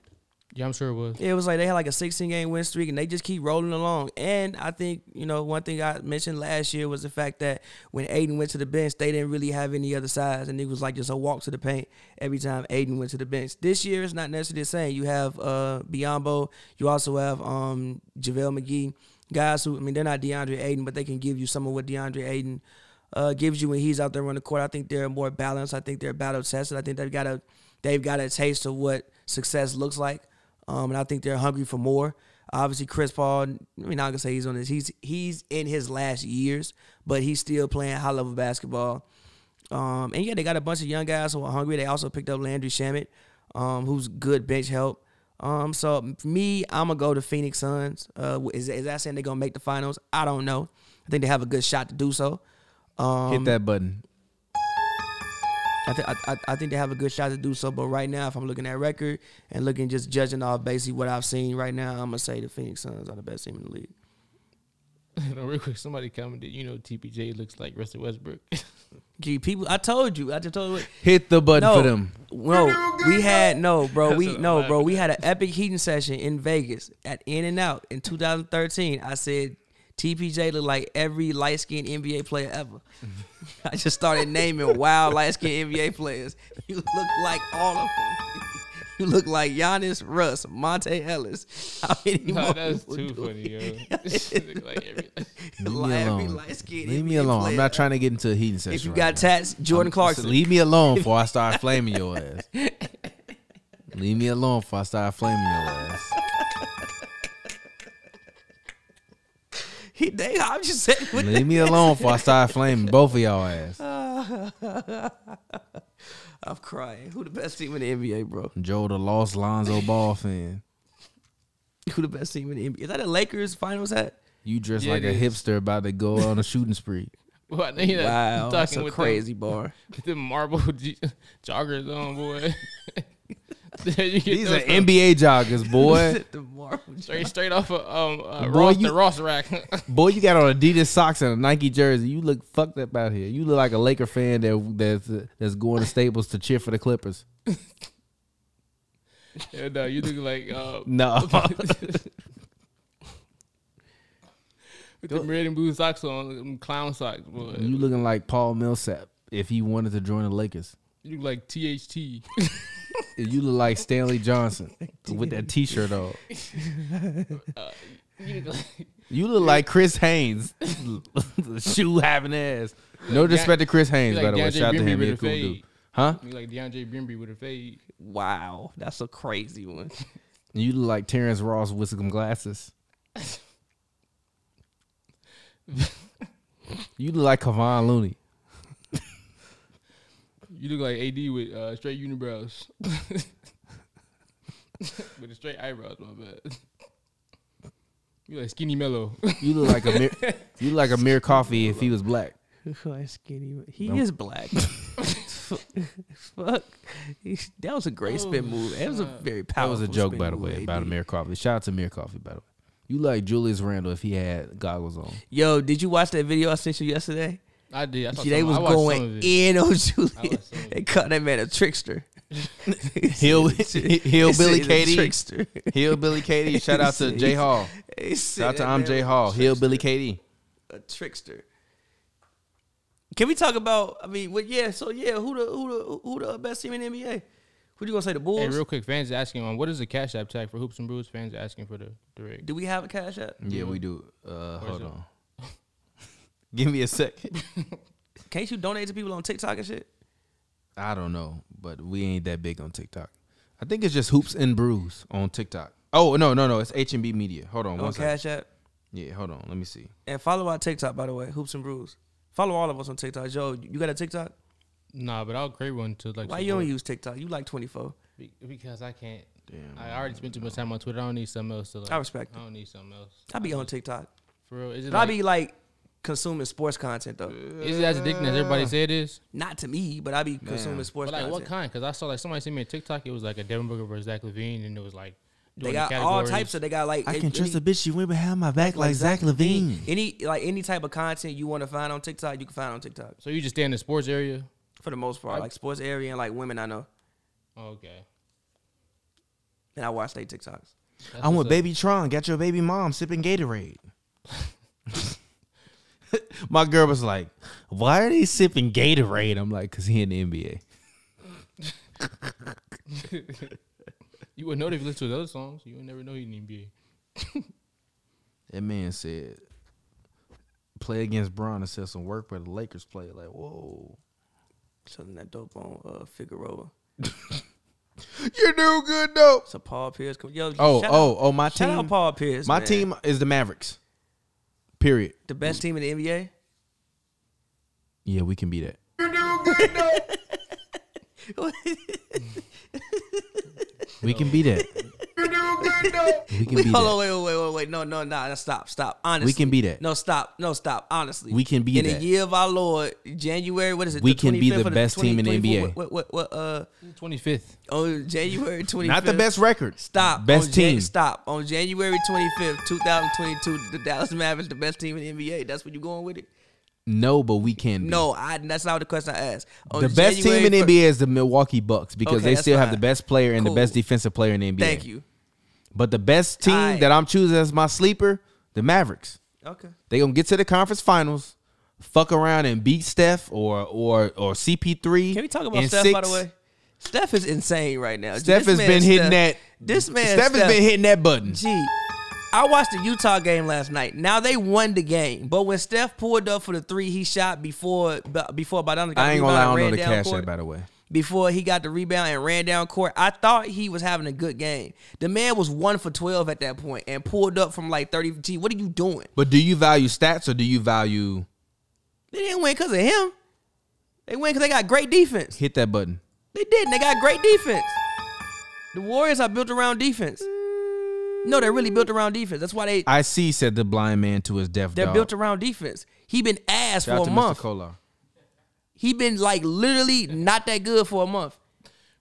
Speaker 4: Yeah, I'm sure it was.
Speaker 3: Yeah, it was like they had like a sixteen game win streak, and they just keep rolling along. And I think you know one thing I mentioned last year was the fact that when Aiden went to the bench, they didn't really have any other size, and it was like just a walk to the paint every time Aiden went to the bench. This year, it's not necessarily the same. You have uh Biombo, you also have um JaVale McGee, guys who I mean they're not DeAndre Aiden, but they can give you some of what DeAndre Aiden uh, gives you when he's out there on the court. I think they're more balanced. I think they're battle tested. I think they've got a they've got a taste of what success looks like, um, and I think they're hungry for more. Obviously, Chris Paul. I mean, I can say he's on his he's he's in his last years, but he's still playing high level basketball. Um, and yeah, they got a bunch of young guys who are hungry. They also picked up Landry Shamit, um, who's good bench help. Um, so for me, I'm gonna go to Phoenix Suns. Uh, is, is that saying they're gonna make the finals? I don't know. I think they have a good shot to do so. Um,
Speaker 2: Hit that button.
Speaker 3: I, th- I, I- I think they have a good shot to do so. But right now, if I'm looking at record and looking just judging off basically what I've seen right now, I'm gonna say the Phoenix Suns are the best team in the league.
Speaker 4: no, real quick, somebody commented, you know, TPJ looks like Russell Westbrook.
Speaker 3: Gee, people, I told you, I just told you.
Speaker 2: Hit the button
Speaker 3: No,
Speaker 2: for them.
Speaker 3: no, we had no, bro.
Speaker 4: That's
Speaker 3: We
Speaker 4: what I'm
Speaker 3: no, bro.
Speaker 4: laughing
Speaker 3: We had an epic heating session in Vegas at In and Out in 2013. I said TPJ looked like every light skinned NBA player ever. I just started naming wild light skinned NBA players. You look like all of them. You look like Giannis, Russ, Monte Ellis. How many
Speaker 4: Nah,
Speaker 3: more
Speaker 4: that's
Speaker 3: people
Speaker 4: too
Speaker 3: do it?
Speaker 4: funny, yo. like every,
Speaker 2: Leave me
Speaker 3: Like every
Speaker 2: alone.
Speaker 3: light-skinned
Speaker 2: Leave me
Speaker 3: NBA
Speaker 2: alone. I'm
Speaker 3: player.
Speaker 2: not trying to get into a heating session.
Speaker 3: If you
Speaker 2: right
Speaker 3: got
Speaker 2: now.
Speaker 3: tats, Jordan
Speaker 2: So
Speaker 3: Clarkson.
Speaker 2: leave me alone before I start flaming your ass. leave me alone before I start flaming your ass.
Speaker 3: He, they, I'm just saying. what
Speaker 2: Leave me alone before I start flaming both of y'all ass.
Speaker 3: I'm crying. Who the best team in the NBA, bro?
Speaker 2: Joe the lost Lonzo Ball fan.
Speaker 3: Who the best team in the NBA? Is that a Lakers finals hat?
Speaker 2: You dressed
Speaker 4: Yeah,
Speaker 2: like a
Speaker 4: it is.
Speaker 2: hipster about to go on a shooting spree.
Speaker 4: well, I know you're
Speaker 3: Wow,
Speaker 4: talking
Speaker 3: that's a
Speaker 4: with
Speaker 3: crazy bar.
Speaker 4: Them, them marble j- joggers on, boy. You get
Speaker 2: These are
Speaker 4: those from-
Speaker 2: NBA joggers, boy.
Speaker 3: the Marvel
Speaker 4: Straight, straight off of um, uh,
Speaker 2: Boy,
Speaker 4: Ross,
Speaker 2: you-
Speaker 4: the Ross rack.
Speaker 2: Boy, you got on Adidas socks and a Nike jersey. You look fucked up out here. You look like a Laker fan that that's that's going to Staples to cheer for the Clippers.
Speaker 4: yeah, no, you look like uh,
Speaker 2: No,
Speaker 4: with them red and blue socks on, them clown socks, boy.
Speaker 2: you looking like Paul Millsap if he wanted to join the Lakers.
Speaker 4: You look like THT.
Speaker 2: You look like Stanley Johnson with that T-shirt on.
Speaker 4: Uh, you look like
Speaker 2: You look like Chris Haynes, shoe having ass. No disrespect to Chris Haynes,
Speaker 4: like
Speaker 2: by the way.
Speaker 4: DeAndre
Speaker 2: Shout out to
Speaker 4: Brimby
Speaker 2: him,
Speaker 4: with
Speaker 2: he a
Speaker 4: a
Speaker 2: cool dude.
Speaker 4: fade.
Speaker 2: Huh?
Speaker 4: you look like DeAndre Brimby with a fade.
Speaker 3: Wow, that's a crazy one.
Speaker 2: You look like Terrence Ross with some glasses. you look like Kavon Looney.
Speaker 4: You look like AD with uh, straight unibrows. with the straight eyebrows, my bad. You like skinny mellow.
Speaker 2: You look like a Amir, you look like Amir Coffee if he was black.
Speaker 3: skinny. He is black. Fuck. He- That was a great
Speaker 4: Oh,
Speaker 3: spin move. That was a very
Speaker 2: That
Speaker 3: powerful.
Speaker 2: was a joke,
Speaker 3: spin
Speaker 2: by the
Speaker 3: move,
Speaker 2: way,
Speaker 3: AD.
Speaker 2: about Amir Coffee. Shout out to Amir Coffee, by the way. You look like Julius Randle if he had goggles on.
Speaker 3: Yo, did you watch that video I sent you yesterday?
Speaker 4: I did. I saw
Speaker 3: See, they
Speaker 4: some-
Speaker 3: was
Speaker 4: I watched some
Speaker 3: going
Speaker 4: of it.
Speaker 3: in on
Speaker 4: I
Speaker 3: Julian.
Speaker 4: watched some of
Speaker 3: They called that man a trickster.
Speaker 2: Hill,
Speaker 3: Billy
Speaker 2: hillbilly Katie,
Speaker 3: trickster.
Speaker 2: hillbilly Katie. Shout out to J Hall.
Speaker 3: They said
Speaker 2: Shout out to
Speaker 3: that
Speaker 2: I'm
Speaker 3: man
Speaker 2: J
Speaker 3: was a
Speaker 2: Hall,
Speaker 3: trickster.
Speaker 2: hillbilly Katie.
Speaker 3: a trickster. Can we talk about? I mean, well, yeah. So yeah, who the who the who the best team in the NBA? Who you gonna say the Bulls?
Speaker 4: Hey, real quick, fans asking on what is the cash app tag for hoops and brews? Fans asking for the direct.
Speaker 3: Do we have a cash app?
Speaker 2: Yeah, we do. Uh,
Speaker 4: Where's
Speaker 2: hold
Speaker 4: it?
Speaker 2: on. Give me a second.
Speaker 3: Can't you donate to people on TikTok and shit?
Speaker 2: I don't know, but we ain't that big on TikTok. I think it's just hoops and brews on TikTok. Oh no, no, no! It's H and B Media. Hold on,
Speaker 3: On
Speaker 2: one second.
Speaker 3: cash app
Speaker 2: Yeah, hold on. Let me see.
Speaker 3: and follow our TikTok by the way, hoops and brews. Follow all of us on TikTok. Yo, you got a TikTok?
Speaker 4: Nah, but I'll create one to like.
Speaker 3: Why you
Speaker 4: support-
Speaker 3: don't use TikTok? You like twenty four.
Speaker 4: Be- Because I can't.
Speaker 2: Damn.
Speaker 4: I already spent too much time on Twitter. I don't need something else to like.
Speaker 3: I respect
Speaker 4: I don't need something else.
Speaker 3: I be on TikTok,
Speaker 4: For real, is it
Speaker 3: but I
Speaker 4: like,
Speaker 3: be like consuming sports content though.
Speaker 4: is it as addicting as everybody say it is?
Speaker 3: Not to me, but I be consuming sports
Speaker 4: But like,
Speaker 3: content.
Speaker 4: what kind? Because I saw like somebody sent me a TikTok. It was like a Devin Booker versus Zach Levine, and it was like
Speaker 3: They
Speaker 4: doing the
Speaker 3: got all
Speaker 4: categories.
Speaker 3: types of. They got like
Speaker 2: I
Speaker 3: it-
Speaker 2: can trust a bitch. She went behind my back like Zach
Speaker 3: any,
Speaker 2: Levine.
Speaker 3: any like any type of content you want to find on TikTok, you can find on TikTok
Speaker 4: So you just stay in the sports area?
Speaker 3: for the most part. Like sports area and like women I know,
Speaker 4: Oh, okay.
Speaker 3: and I watch they TikToks.
Speaker 4: That's
Speaker 2: I'm
Speaker 4: what's
Speaker 2: with
Speaker 4: up.
Speaker 2: Baby Tron. Got your baby mom sipping Gatorade. My girl was like, "Why are they sipping Gatorade?" I'm like, "Cause he in the NBA."
Speaker 4: You would know if you listen to his other songs. You would never know he in the NBA.
Speaker 2: That man said, "Play against Bron and said some work where the Lakers play." Like, whoa,
Speaker 3: Selling that dope on uh, Figueroa.
Speaker 2: you do good though.
Speaker 3: So Paul Pierce, come- yo,
Speaker 2: Oh,
Speaker 3: shout
Speaker 2: oh,
Speaker 3: out,
Speaker 2: oh, my
Speaker 3: shout
Speaker 2: team.
Speaker 3: out Paul Pierce,
Speaker 2: my
Speaker 3: man.
Speaker 2: team is the Mavericks. Period.
Speaker 3: the best team in the NBA.
Speaker 2: Yeah, we can be that. We can be that. We can
Speaker 3: Wait,
Speaker 2: be
Speaker 3: hold on,
Speaker 2: that.
Speaker 3: wait, wait, wait, wait, no, no, nah, nah, stop, stop. Honestly,
Speaker 2: can be that.
Speaker 3: No, stop, no, stop. Honestly,
Speaker 2: We can be
Speaker 3: in
Speaker 2: that.
Speaker 3: the year of our Lord, January. What is it?
Speaker 2: We can be
Speaker 3: 25th
Speaker 2: the
Speaker 3: or
Speaker 2: best team in the
Speaker 3: 24th?
Speaker 2: NBA.
Speaker 3: What, what, what, uh,
Speaker 4: Twenty fifth.
Speaker 3: on January twenty.
Speaker 2: Not the best record.
Speaker 3: Stop.
Speaker 2: Best
Speaker 3: on Jan-
Speaker 2: team.
Speaker 3: stop. On January 25th, 2022, the Dallas Mavericks, the best team in the NBA. That's what you going with it?
Speaker 2: No, but we can. Be.
Speaker 3: No, I, that's not the question I asked. On
Speaker 2: the best team in
Speaker 3: January
Speaker 2: the
Speaker 3: fir-
Speaker 2: NBA is the Milwaukee Bucks because
Speaker 3: Okay,
Speaker 2: they
Speaker 3: that's
Speaker 2: still have the
Speaker 3: fine.
Speaker 2: best player and the best
Speaker 3: Cool.
Speaker 2: defensive player in the NBA.
Speaker 3: Thank you.
Speaker 2: But the best team
Speaker 3: Aight.
Speaker 2: that I'm choosing as my sleeper, the Mavericks.
Speaker 3: Okay.
Speaker 2: They gonna get to the conference finals, fuck around and beat Steph or or or CP3.
Speaker 3: Can we talk about
Speaker 2: in
Speaker 3: Steph, by
Speaker 2: six.
Speaker 3: the way? Steph is insane right now.
Speaker 2: Steph
Speaker 3: This
Speaker 2: has
Speaker 3: man
Speaker 2: been hitting
Speaker 3: Steph-
Speaker 2: that.
Speaker 3: This man
Speaker 2: Steph, has been hitting that button.
Speaker 3: Gee, I watched the Utah game last night. Now they won the game, but when Steph pulled up for the three he shot before before Bogdanovich got
Speaker 2: I ain't
Speaker 3: the
Speaker 2: gonna lie, I
Speaker 3: rebound
Speaker 2: don't
Speaker 3: and
Speaker 2: know
Speaker 3: ran
Speaker 2: the
Speaker 3: down
Speaker 2: cash
Speaker 3: court,
Speaker 2: app by the way.
Speaker 3: before he got the rebound and ran down court. I thought he was having a good game. The man was one for twelve at that point and pulled up from like thirty. Gee, what are you doing?
Speaker 2: But do you value stats or do you value
Speaker 3: They didn't win because of him. They win because they got great defense.
Speaker 2: hit that button?
Speaker 3: They didn't. They got great defense. The Warriors are built around defense. No, they're really built around defense. That's why they
Speaker 2: I see, said the blind man to his deaf
Speaker 3: they're
Speaker 2: dog.
Speaker 3: built around defense. He been ass
Speaker 2: Shout
Speaker 3: for
Speaker 2: out to
Speaker 3: a
Speaker 2: Mr.
Speaker 3: month.
Speaker 2: Kolar.
Speaker 3: He been like literally not that good for a month.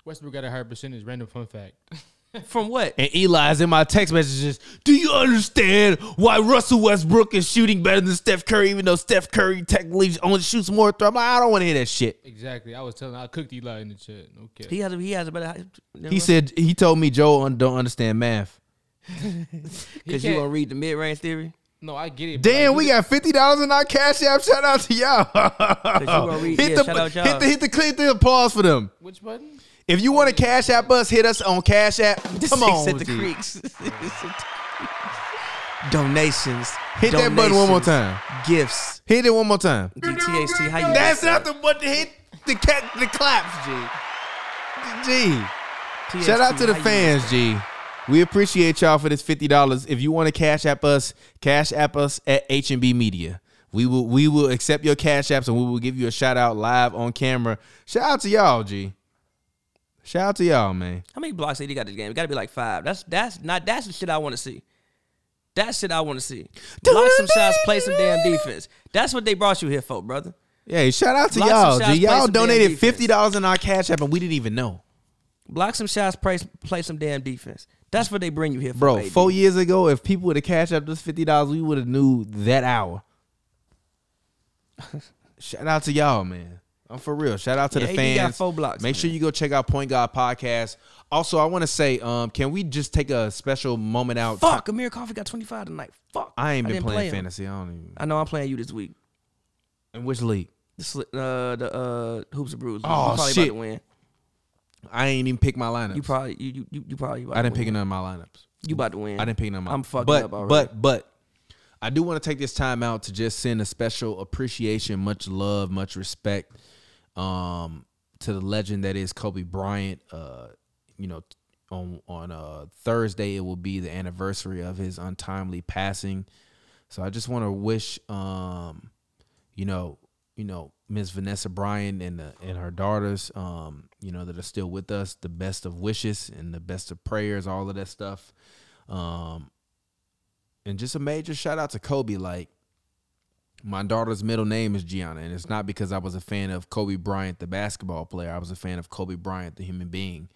Speaker 4: Westbrook got a higher percentage. Random fun fact.
Speaker 3: From what?
Speaker 2: And Eli's in my text messages. Do you understand why Russell Westbrook is shooting better than Steph Curry, even though Steph Curry technically only shoots more? Th- I'm like, I don't want to hear that shit.
Speaker 4: exactly. I was telling. I cooked Eli in the chat. Okay.
Speaker 3: He has a, he has a better.
Speaker 2: He said he told me Joe un- don't understand math.
Speaker 3: because you
Speaker 4: can't-
Speaker 3: gonna read the mid range theory.
Speaker 4: no, I get it. but,
Speaker 2: Damn,
Speaker 4: like,
Speaker 2: we got fifty dollars in our cash app. Shout out to
Speaker 3: you
Speaker 2: y'all.
Speaker 3: gonna read-
Speaker 2: hit, the,
Speaker 3: yeah, shout out y'all.
Speaker 2: hit the hit the click the applause for them.
Speaker 4: Which button?
Speaker 2: If you want to cash app us, hit us on cash app. Come on,
Speaker 3: at the
Speaker 2: with it.
Speaker 3: creeks. Donations.
Speaker 2: hit that button one more time.
Speaker 3: Gifts.
Speaker 2: Hit it one more time.
Speaker 3: The THT. How you?
Speaker 2: That's not the button. to Hit the cat the claps, G. G.
Speaker 3: THT,
Speaker 2: Shout out to the
Speaker 3: how you-
Speaker 2: fans, G. We appreciate y'all for this fifty dollars. If you want to cash app us, cash app us at H and B Media. We will we will accept your cash apps and we will give you a shout out live on camera. Shout out to y'all, G. Shout out to y'all, man.
Speaker 3: How many blocks did he got this game? It got to be like five. That's that's not that's the shit I want to see. That shit I want to see. Block some shots, play some damn defense. That's what they brought you here for, brother.
Speaker 2: Yeah, shout out to
Speaker 3: Lots of
Speaker 2: y'all,
Speaker 3: shots,
Speaker 2: G.
Speaker 3: play
Speaker 2: Y'all
Speaker 3: some damn
Speaker 2: donated
Speaker 3: defense.
Speaker 2: fifty dollars in our cash app and we didn't even know,
Speaker 3: Block some shots, play, play some damn defense. That's what they bring you here for,
Speaker 2: bro.
Speaker 3: baby.
Speaker 2: Four years ago, if people would have cashed up this fifty dollars, we would have knew that hour. shout out to y'all, man. I'm for real. Shout out to
Speaker 3: Yeah,
Speaker 2: the
Speaker 3: AD
Speaker 2: fans.
Speaker 3: got four blocks,
Speaker 2: Make sure you go check out Point God Podcast. Also, I want to say, um, can we just take a special moment out?
Speaker 3: Fuck, Amir Coffee got 25 tonight. Fuck.
Speaker 2: I ain't been
Speaker 3: didn't
Speaker 2: playing
Speaker 3: play him.
Speaker 2: fantasy. I don't even.
Speaker 3: I know I'm playing you this week.
Speaker 2: In which league?
Speaker 3: The, sli- uh, the uh, Hoops of Brews.
Speaker 2: Oh,
Speaker 3: you probably
Speaker 2: shit.
Speaker 3: about to win.
Speaker 2: I ain't even pick my lineups.
Speaker 3: You probably, you, you- you, you probably about
Speaker 2: I
Speaker 3: to
Speaker 2: didn't pick
Speaker 3: win.
Speaker 2: none of my lineups.
Speaker 3: You about to win.
Speaker 2: I didn't pick none of my.
Speaker 3: I'm fucking
Speaker 2: but,
Speaker 3: up already.
Speaker 2: But but I do want to take this time out to just send a special appreciation, much love, much respect, um, to the legend that is Kobe Bryant. Uh, you know, on on uh Thursday it will be the anniversary of his untimely passing. So I just want to wish um, you know, you know Miss Vanessa Bryan and the, and her daughters, um, you know that are still with us. The best of wishes and the best of prayers, all of that stuff. Um, and just a major shout out to Kobe. Like my daughter's middle name is Gianna, and it's not because I was a fan of Kobe Bryant, the basketball player. I was a fan of Kobe Bryant, the human being,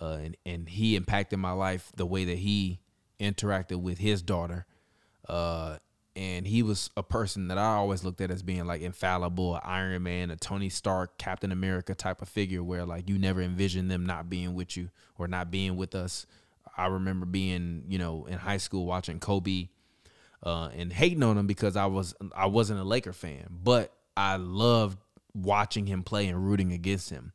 Speaker 2: uh, and and he impacted my life the way that he interacted with his daughter. Uh, and he was a person that I always looked at as being like infallible, a Iron Man, a Tony Stark, Captain America type of figure, where like you never envision them not being with you or not being with us. I remember being, you know, in high school watching Kobe uh, and hating on him because I was I wasn't a Laker fan, but I loved watching him play and rooting against him.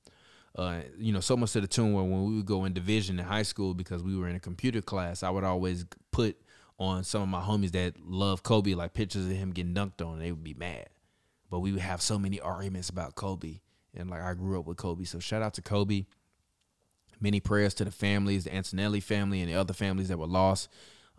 Speaker 2: Uh, you know, so much to the tune where when we would go in division in high school because we were in a computer class, I would always put on some of my homies that love Kobe like pictures of him getting dunked on. And they would be mad, but we would have so many arguments about Kobe. And like I grew up with Kobe, so shout out to Kobe. Many prayers to the families, the Antonelli family, and the other families that were lost.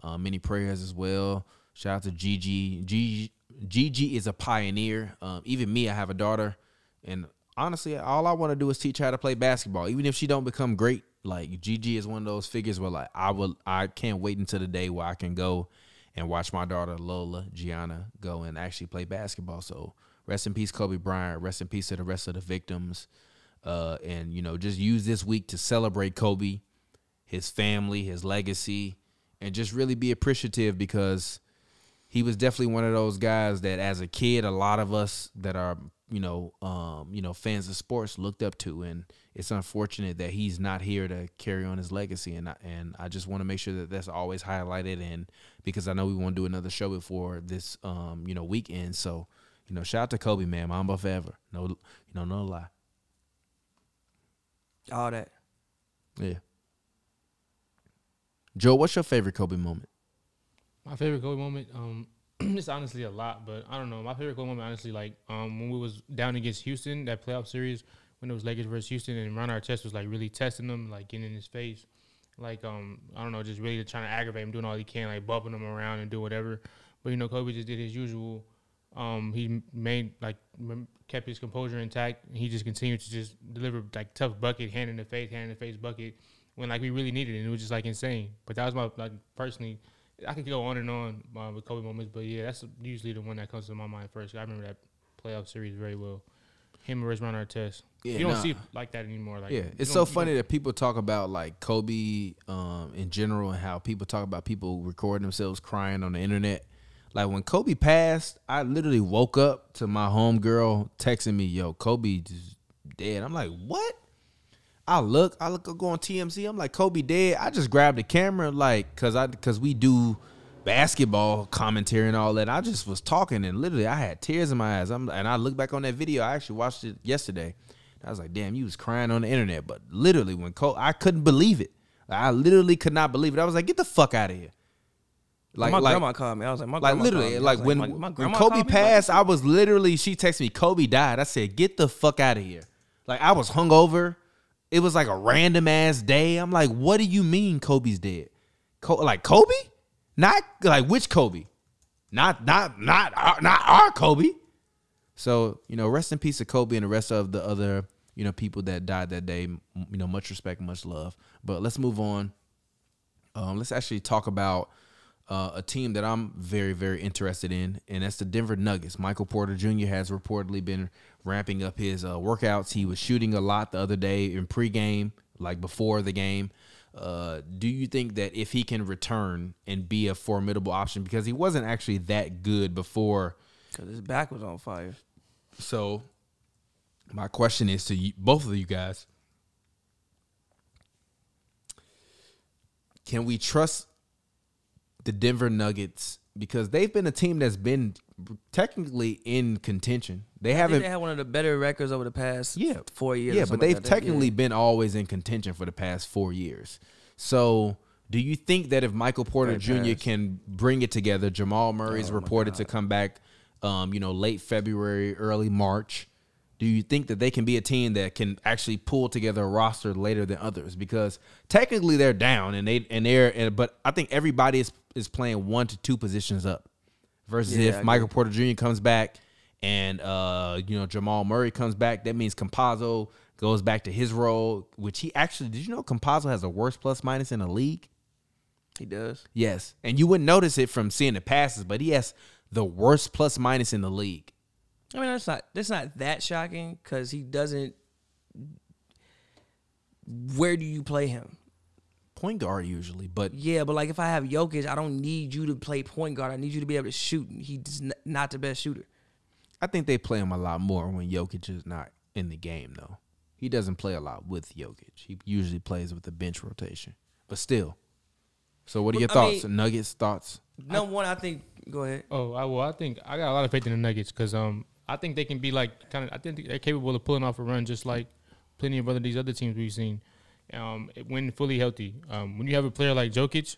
Speaker 2: Uh, many prayers as well. Shout out to Gigi. Gigi, Gigi is a pioneer. Um, even me, I have a daughter, and honestly, all I want to do is teach her how to play basketball. Even if she don't become great, like Gigi is one of those figures where like I will, I can't wait until the day where I can go and watch my daughter Lola Gianna go and actually play basketball. So rest in peace, Kobe Bryant. Rest in peace to the rest of the victims. Uh, and you know, just use this week to celebrate Kobe, his family, his legacy, and just really be appreciative because he was definitely one of those guys that as a kid a lot of us that are you know um you know fans of sports looked up to and it's unfortunate that he's not here to carry on his legacy and I, and I just want to make sure that that's always highlighted and because I know we want to do another show before this um you know weekend so you know shout out to Kobe man Mamba forever no you know no lie
Speaker 3: All that.
Speaker 2: yeah Joe what's your favorite Kobe moment
Speaker 4: My favorite Kobe moment, um, it's honestly a lot, but I don't know. My favorite Kobe moment, honestly, like um, when we was down against Houston that playoff series when it was Lakers versus Houston, and Ron Artest was like really testing them, like getting in his face, like um, I don't know, just really trying to aggravate him, doing all he can, like bumping him around and do whatever. But you know, Kobe just did his usual. Um, he made like rem- kept his composure intact. And he just continued to just deliver like tough bucket, hand in the face, hand in the face bucket when like we really needed it. And it was just like insane. But that was my like personally, I could go on and on uh, with Kobe moments, but yeah, that's usually the one that comes to my mind first. I remember that playoff series very well. Him versus Ron Artest.
Speaker 2: Yeah,
Speaker 4: you don't
Speaker 2: nah.
Speaker 4: see it like that anymore. Like
Speaker 2: Yeah,
Speaker 4: you
Speaker 2: it's
Speaker 4: don't-
Speaker 2: so
Speaker 4: you
Speaker 2: funny
Speaker 4: don't-
Speaker 2: that people talk about like Kobe um, in general and how people talk about people recording themselves crying on the internet. Like when Kobe passed, I literally woke up to my homegirl texting me, "Yo, Kobe just dead." I'm like, "What?" I look, I look, I go on TMZ. I'm like, Kobe dead. I just grabbed the camera, like, cause I, cause we do basketball commentary and all that. I just was talking, and literally, I had tears in my eyes. I'm, and I look back on that video. I actually watched it yesterday. I was like, damn, you was crying on the internet, but literally, when Kobe, I couldn't believe it. I literally could not believe it. I was like, get the fuck out of here. Like,
Speaker 3: my
Speaker 2: like,
Speaker 3: grandma called me. I was like, my
Speaker 2: like
Speaker 3: grandma
Speaker 2: literally,
Speaker 3: called me. I
Speaker 2: like
Speaker 3: was
Speaker 2: when,
Speaker 3: my- my
Speaker 2: when
Speaker 3: grandma
Speaker 2: Kobe
Speaker 3: called me, like,
Speaker 2: passed, I was literally she texted me, Kobe died. I said, get the fuck out of here. Like I was hungover. It was like a random ass day. I'm like, what do you mean Kobe's dead? Co- like Kobe? Not like which Kobe? Not not not our, not our Kobe. So you know, rest in peace to Kobe and the rest of the other you know people that died that day. M- You know, much respect, much love. But let's move on. Um, let's actually talk about uh, a team that I'm very, very interested in, and that's the Denver Nuggets. Michael Porter Jr. has reportedly been ramping up his uh, workouts. He was shooting a lot the other day in pregame, like before the game. Uh, do you think that if he can return and be a formidable option, because he wasn't actually that good before
Speaker 3: Cause his back was on fire.
Speaker 2: so, my question is to you, both of you guys: Can we trust the Denver Nuggets because they've been a team that's been technically in contention? They
Speaker 3: I think
Speaker 2: haven't,
Speaker 3: they had one of the better records over the past
Speaker 2: yeah,
Speaker 3: four years. or
Speaker 2: Yeah, but
Speaker 3: something
Speaker 2: they've
Speaker 3: like that. Yeah.
Speaker 2: technically been always in contention for the past four years. So. Do you think that if Michael Porter Jr.
Speaker 3: Great pass.
Speaker 2: can bring it together, Jamal
Speaker 3: Oh,
Speaker 2: Murray's reported to come back, um, you know, late February, early March. Do you think that they can be a team that can actually pull together a roster later than others? Because technically they're down and they and they're and, but I think everybody is is playing one to two positions up. Versus
Speaker 3: Yeah, I
Speaker 2: if
Speaker 3: agree.
Speaker 2: Michael Porter Jr. comes back and uh, you know Jamal Murray comes back. That means Compazzo goes back to his role, which he actually did. You know Compazzo has a worst plus minus in the league.
Speaker 3: He does.
Speaker 2: Yes, and you wouldn't notice it from seeing the passes, but he has the worst plus minus in the league.
Speaker 3: I mean, that's not that's not that shocking because he doesn't. Where do you play him?
Speaker 2: Point guard usually, but
Speaker 3: Yeah, but like if I have Jokic, I don't need you to play point guard. I need you to be able to shoot. and He's n- not the best shooter.
Speaker 2: I think they play him a lot more when Jokic is not in the game, though. He doesn't play a lot with Jokic. He usually plays with the bench rotation. But still. So what are
Speaker 3: But,
Speaker 2: your
Speaker 3: I
Speaker 2: thoughts?
Speaker 3: mean-
Speaker 2: Nuggets thoughts?
Speaker 3: Number one, I think. Go ahead.
Speaker 4: Oh, I well, I think I got a lot of faith in the Nuggets because um, I think they can be like kind of. I think they're capable of pulling off a run, just like plenty of other these other teams we've seen. Um, when fully healthy, um, when you have a player like Jokic,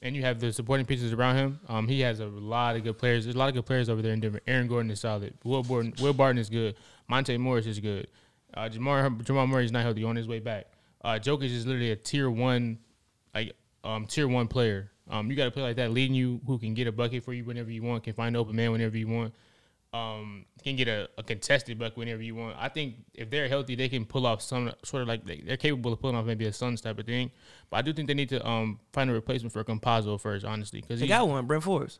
Speaker 4: and you have the supporting pieces around him, um, he has a lot of good players. There's a lot of good players over there in Denver. Aaron Gordon is solid. Will Barton, Will Barton is good. Monte Morris is good. Uh, Jamal Jamal Murray is not healthy on his way back. Uh, Jokic is literally a tier one like um tier one player. Um, you got to play like that, leading you who can get a bucket for you whenever you want, can find an open man whenever you want, um, can get a, a contested bucket whenever you want. I think if they're healthy, they can pull off some sort of like they, they're capable of pulling off maybe a Suns type of thing. But I do think they need to um find a replacement for Compazzo first, honestly, because
Speaker 3: They got one, Brent Forbes,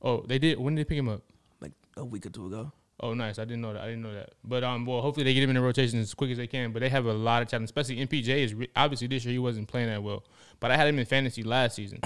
Speaker 4: oh they did when did they pick him up?
Speaker 3: like a week or two ago.
Speaker 4: Oh, nice. I didn't know that. I didn't know that. But um, well, hopefully they get him in the rotation as quick as they can. But they have a lot of talent, especially MPJ is re- obviously this year he wasn't playing that well. But I had him in fantasy last season,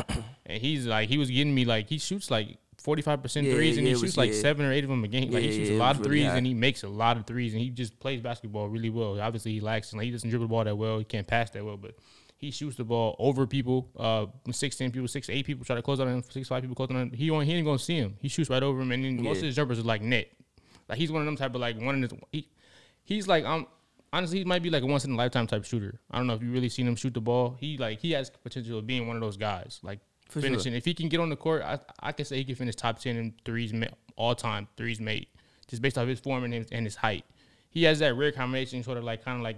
Speaker 4: and he's like he was getting me like he shoots like forty five percent
Speaker 3: Yeah,
Speaker 4: threes, and
Speaker 3: yeah,
Speaker 4: he
Speaker 3: it
Speaker 4: shoots
Speaker 3: was-
Speaker 4: like
Speaker 3: yeah.
Speaker 4: seven or eight of them a game. Like
Speaker 3: Yeah,
Speaker 4: he shoots
Speaker 3: yeah,
Speaker 4: a
Speaker 3: it
Speaker 4: lot of
Speaker 3: was really
Speaker 4: threes,
Speaker 3: high.
Speaker 4: and he makes a lot of threes, and he just plays basketball really well. Obviously he lacks, like he doesn't dribble the ball that well. He can't pass that well, but. He shoots the ball over people, uh, six ten people, six eight people try to close out on him, six five people close out on him. He on, he ain't gonna see him. He shoots right over him, and then most of his jumpers are like net. Like he's one of them type of like one of his. He, he's like um honestly he might be like a once in a lifetime type shooter. I don't know if you really seen him shoot the ball. He like he has potential of being one of those guys like
Speaker 3: For sure.
Speaker 4: finishing. If he can get on the court, I I can say he can finish top ten in threes ma- all time threes made just based off his form and his, and his height. He has that rare combination, sort of like kind of like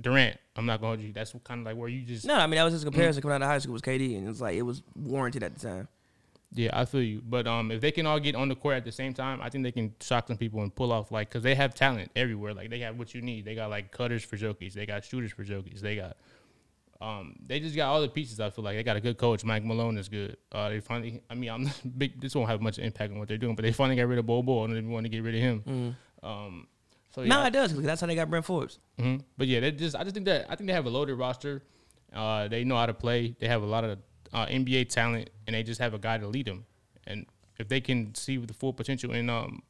Speaker 4: Durant. I'm not gonna hold you. That's kind of like where you just
Speaker 3: No, I mean that was his comparison coming out of high school was KD, and it's like it was warranted at the time.
Speaker 4: Yeah, I feel you. But um, if they can all get on the court at the same time, I think they can shock some people and pull off like because they have talent everywhere. Like they have what you need. They got like cutters for Jokic. They got shooters for Jokic. They got um, they just got all the pieces. I feel like they got a good coach. Mike Malone is good. Uh, they finally. I mean, I'm not big. This won't have much impact on what they're doing, but they finally got rid of Bo Bo and they want to get rid of him. Um, so yeah,
Speaker 3: No,
Speaker 4: I-
Speaker 3: it does because that's how they got Brent Forbes.
Speaker 4: hmm But yeah, they just I just think that I think they have a loaded roster. Uh, they know how to play. They have a lot of uh, NBA talent, and they just have a guy to lead them. And if they can see the full potential in um,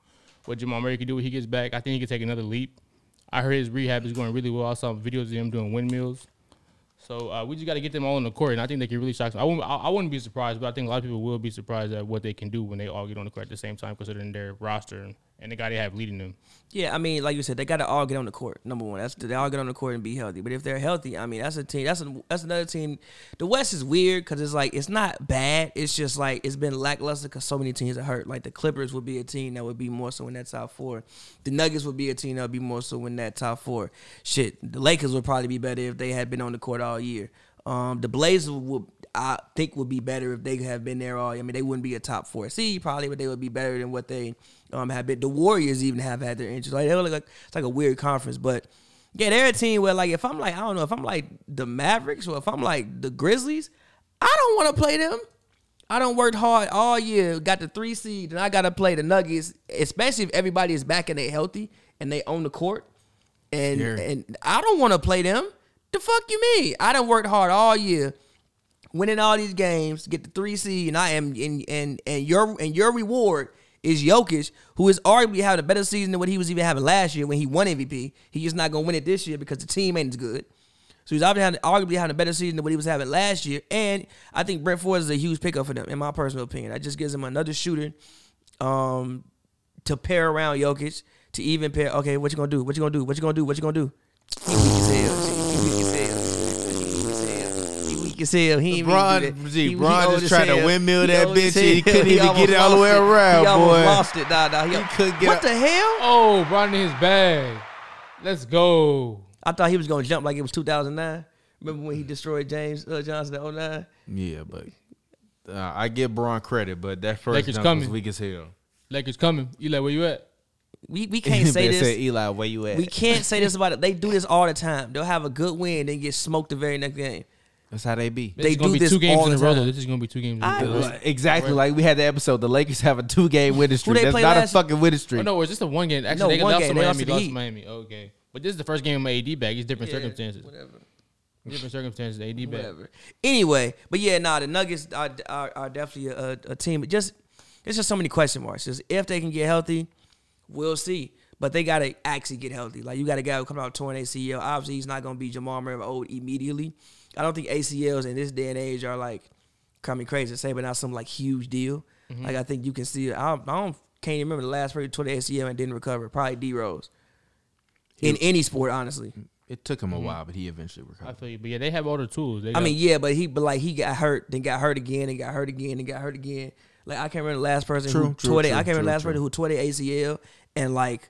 Speaker 4: what Jamal Murray can do when he gets back, I think he can take another leap. I heard his rehab is going really well. I saw videos of him doing windmills. So uh, we just got to get them all on the court, and I think they can really shock. Some. I wouldn't, I, I wouldn't be surprised, but I think a lot of people will be surprised at what they can do when they all get on the court at the same time, considering their roster and the guy they have leading them.
Speaker 3: Yeah, I mean, like you said, they got to all get on the court. Number one, that's they all get on the court and be healthy. But if they're healthy, I mean, that's a team. That's a, that's another team. The West is weird because it's like it's not bad. It's just like it's been lackluster because so many teams are hurt. Like the Clippers would be a team that would be more so in that top four. The Nuggets would be a team that would be more so in that top four. Shit, the Lakers would probably be better if they had been on the court all year. Um, the Blazers would, I think, would be better if they have been there all. I mean, they wouldn't be a top four seed probably, but they would be better than what they um have been. The Warriors even have had their injuries. Like they look like it's like a weird conference, but yeah, they're a team where like if I'm like I don't know if I'm like the Mavericks or if I'm like the Grizzlies, I don't want to play them. I don't worked hard all year, got the three seed, and I gotta play the Nuggets, especially if everybody is back and they healthy and they own the court and
Speaker 2: Yeah.
Speaker 3: and I don't want to play them. The fuck you mean? I done worked hard all year, winning all these games, get the three seed, and I am and and and your and your reward is Jokic, who is arguably having a better season than what he was even having last year when he won MVP. He's just not gonna win it this year because the team ain't as good. So he's obviously having, arguably having a better season than what he was having last year. And I think Brent Forbes is a huge pickup for them, in my personal opinion. That just gives him another shooter um, to pair around Jokic, to even pair. Okay, what you gonna do? What you gonna do? What you gonna do? What you gonna do? He weak as hell. He weak as hell. He weak as hell. He weak as hell. He ain't
Speaker 2: Bron-
Speaker 3: even do that.
Speaker 2: gee,
Speaker 3: He- he
Speaker 2: Bron
Speaker 3: old
Speaker 2: just
Speaker 3: as
Speaker 2: tried to
Speaker 3: hell.
Speaker 2: windmill
Speaker 3: He
Speaker 2: that
Speaker 3: old as
Speaker 2: bitch and he
Speaker 3: hell.
Speaker 2: couldn't even
Speaker 3: almost
Speaker 2: get it all the way
Speaker 3: lost it.
Speaker 2: around,
Speaker 3: He
Speaker 2: boy.
Speaker 3: almost lost it. Nah, nah. He,
Speaker 2: couldn't get
Speaker 3: What
Speaker 2: up.
Speaker 3: the hell?
Speaker 4: Oh, brought in his bag. Let's go.
Speaker 3: I thought he was gonna jump like it was 2009. Remember when he destroyed James uh, Johnson in 09?
Speaker 2: Yeah, but uh, I give Braun credit, but that first
Speaker 4: Lakers
Speaker 2: dunk was
Speaker 4: coming.
Speaker 2: weak as hell.
Speaker 4: Lakers coming. Eli, where you at?
Speaker 3: we, we can't say
Speaker 2: They
Speaker 3: this.
Speaker 2: said, Eli, where you at?
Speaker 3: we can't say this about it. They do this all the time. They'll have a good win, then get smoked the very next game.
Speaker 2: That's how they be.
Speaker 3: They
Speaker 4: is gonna
Speaker 3: do
Speaker 4: be
Speaker 3: this
Speaker 4: two games
Speaker 3: all
Speaker 4: in a
Speaker 3: the
Speaker 4: row.
Speaker 3: time.
Speaker 4: Though. This is gonna be two games.
Speaker 3: I-
Speaker 4: in a row.
Speaker 3: Right.
Speaker 2: Exactly like we had the episode. The Lakers have a two game winning streak.
Speaker 3: they
Speaker 2: That's
Speaker 3: play
Speaker 2: not a
Speaker 3: last-
Speaker 2: fucking winning streak.
Speaker 4: Oh, no, it's just a one game.
Speaker 3: No,
Speaker 4: Actually, they
Speaker 3: one
Speaker 4: lost
Speaker 3: game.
Speaker 4: to
Speaker 3: They
Speaker 4: Miami.
Speaker 3: lost to the
Speaker 4: lost to
Speaker 3: Heat.
Speaker 4: Miami. Okay, but this is the first game with AD back. It's different
Speaker 3: Yeah,
Speaker 4: circumstances.
Speaker 3: Whatever.
Speaker 4: Different circumstances. AD back.
Speaker 3: Whatever. Anyway, but yeah, nah, the Nuggets are, are, are definitely a, a- a team. It Just it's just so many question marks. Just if they can get healthy, we'll see. But they gotta actually get healthy. Like you got a guy who come out torn ACL. Obviously, he's not gonna be Jamal Murray of old immediately. I don't think ACLs in this day and age are like call me crazy to say, but not some like huge deal. Like I think you can see. I don't, I don't can't even remember the last person who tore the ACL and didn't recover. Probably D Rose. In any sport, honestly.
Speaker 2: It took him
Speaker 3: Mm-hmm.
Speaker 2: a while, but he eventually recovered.
Speaker 4: I feel you, but yeah, they have all the tools. They
Speaker 3: I
Speaker 4: got-
Speaker 3: mean, yeah, but he, but like he got hurt, then got hurt again, and got hurt again, and got hhurt again. Like I can't remember the last person who
Speaker 2: True, true,
Speaker 3: tore. They,
Speaker 2: true,
Speaker 3: I can't remember
Speaker 2: true,
Speaker 3: the last
Speaker 2: true.
Speaker 3: person who tore their ACL, and like,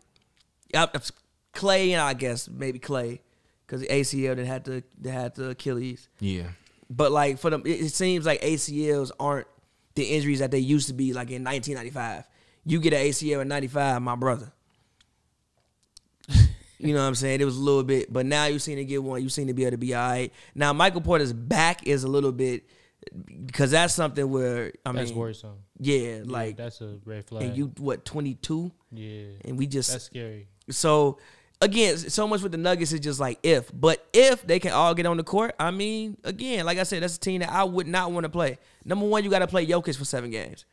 Speaker 3: I, I- Clay and I guess maybe Clay, because the ACL that had to that had to Achilles.
Speaker 2: yeah,
Speaker 3: But like for them, it, it seems like ACLs aren't the injuries that they used to be. Like in 1995, you get an ACL in '95, my brother. you know what I'm saying? It was a little bit, but now you seem to get one. You seem to be able to be all right. Now Michael Porter's back is a little bit because that's something where I
Speaker 4: that's
Speaker 3: mean,
Speaker 4: worrisome.
Speaker 3: yeah,
Speaker 4: Yeah,
Speaker 3: like
Speaker 4: that's a red flag.
Speaker 3: and you what 22,
Speaker 4: yeah,
Speaker 3: and we just
Speaker 4: that's scary.
Speaker 3: so again, so much with the Nuggets is just like if, but if they can all get on the court, I mean, again, like I said, that's a team that I would not want to play. Number one, you got to play Jokic for seven games.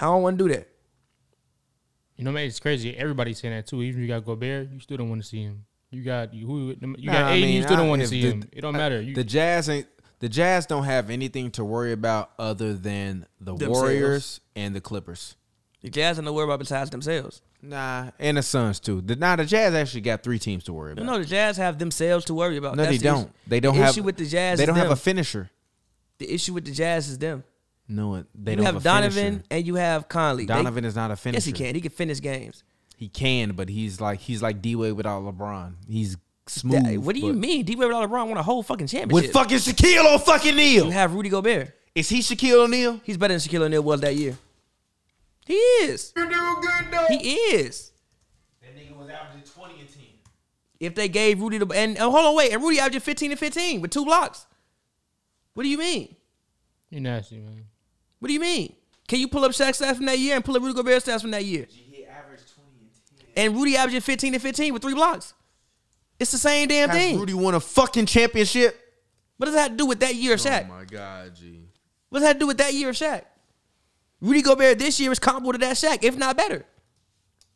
Speaker 3: I don't want to do that.
Speaker 4: You know, man, it's crazy. Everybody's saying that too. Even if you got Gobert, you still don't want to see him. You got you who you got
Speaker 2: Nah, I
Speaker 4: Aiden,
Speaker 2: mean,
Speaker 4: you still don't
Speaker 2: I-
Speaker 4: want to
Speaker 2: if
Speaker 4: see
Speaker 2: the-
Speaker 4: him. It don't matter. You,
Speaker 2: the Jazz ain't. The Jazz don't have anything to worry about other than the
Speaker 3: Themselves.
Speaker 2: Warriors and the Clippers.
Speaker 3: The Jazz don't know where about besides themselves.
Speaker 2: Nah, and the Suns too. The, nah, the Jazz actually got three teams to worry
Speaker 3: No,
Speaker 2: about.
Speaker 3: no, the Jazz have themselves to worry about.
Speaker 2: No,
Speaker 3: That's
Speaker 2: they
Speaker 3: the
Speaker 2: don't.
Speaker 3: issue.
Speaker 2: They don't
Speaker 3: the
Speaker 2: have
Speaker 3: issue with the Jazz.
Speaker 2: They
Speaker 3: is
Speaker 2: don't have
Speaker 3: them.
Speaker 2: a finisher.
Speaker 3: the issue with the Jazz is them.
Speaker 2: No, it- they
Speaker 3: You
Speaker 2: don't
Speaker 3: have,
Speaker 2: have a
Speaker 3: Donovan
Speaker 2: finisher.
Speaker 3: and you have Conley. They-
Speaker 2: Donovan is not a finisher.
Speaker 3: yes, he can. He can finish games.
Speaker 2: He can, but he's like he's like D Wade without LeBron. He's smooth.
Speaker 3: That- what do you
Speaker 2: but-
Speaker 3: mean? D. Wade without LeBron won a whole fucking championship.
Speaker 2: With fucking Shaquille on fucking
Speaker 3: you
Speaker 2: Neal.
Speaker 3: have Rudy Gobert.
Speaker 2: Is he Shaquille O'Neal?
Speaker 3: He's better than Shaquille O'Neal was that year. He is. You're doing good though. He is.
Speaker 2: That nigga was averaging twenty and ten.
Speaker 3: If they gave Rudy the and oh, hold on, wait, and Rudy averaged 15 and 15 with two blocks. What do you mean?
Speaker 4: you nasty man.
Speaker 3: What do you mean? Can you pull up Shaq's stats from that year and pull up Rudy Gobert's stats from that year?
Speaker 2: He averaged twenty and ten.
Speaker 3: And Rudy averaged 15 and 15 with three blocks. It's the same damn
Speaker 2: Has
Speaker 3: thing.
Speaker 2: Rudy won a fucking championship?
Speaker 3: What does that have to do with that year of Shaq?
Speaker 2: Oh my god, G.
Speaker 3: What does that have to do with that year of Shaq? Rudy Gobert this year is comparable to that Shaq, if not better.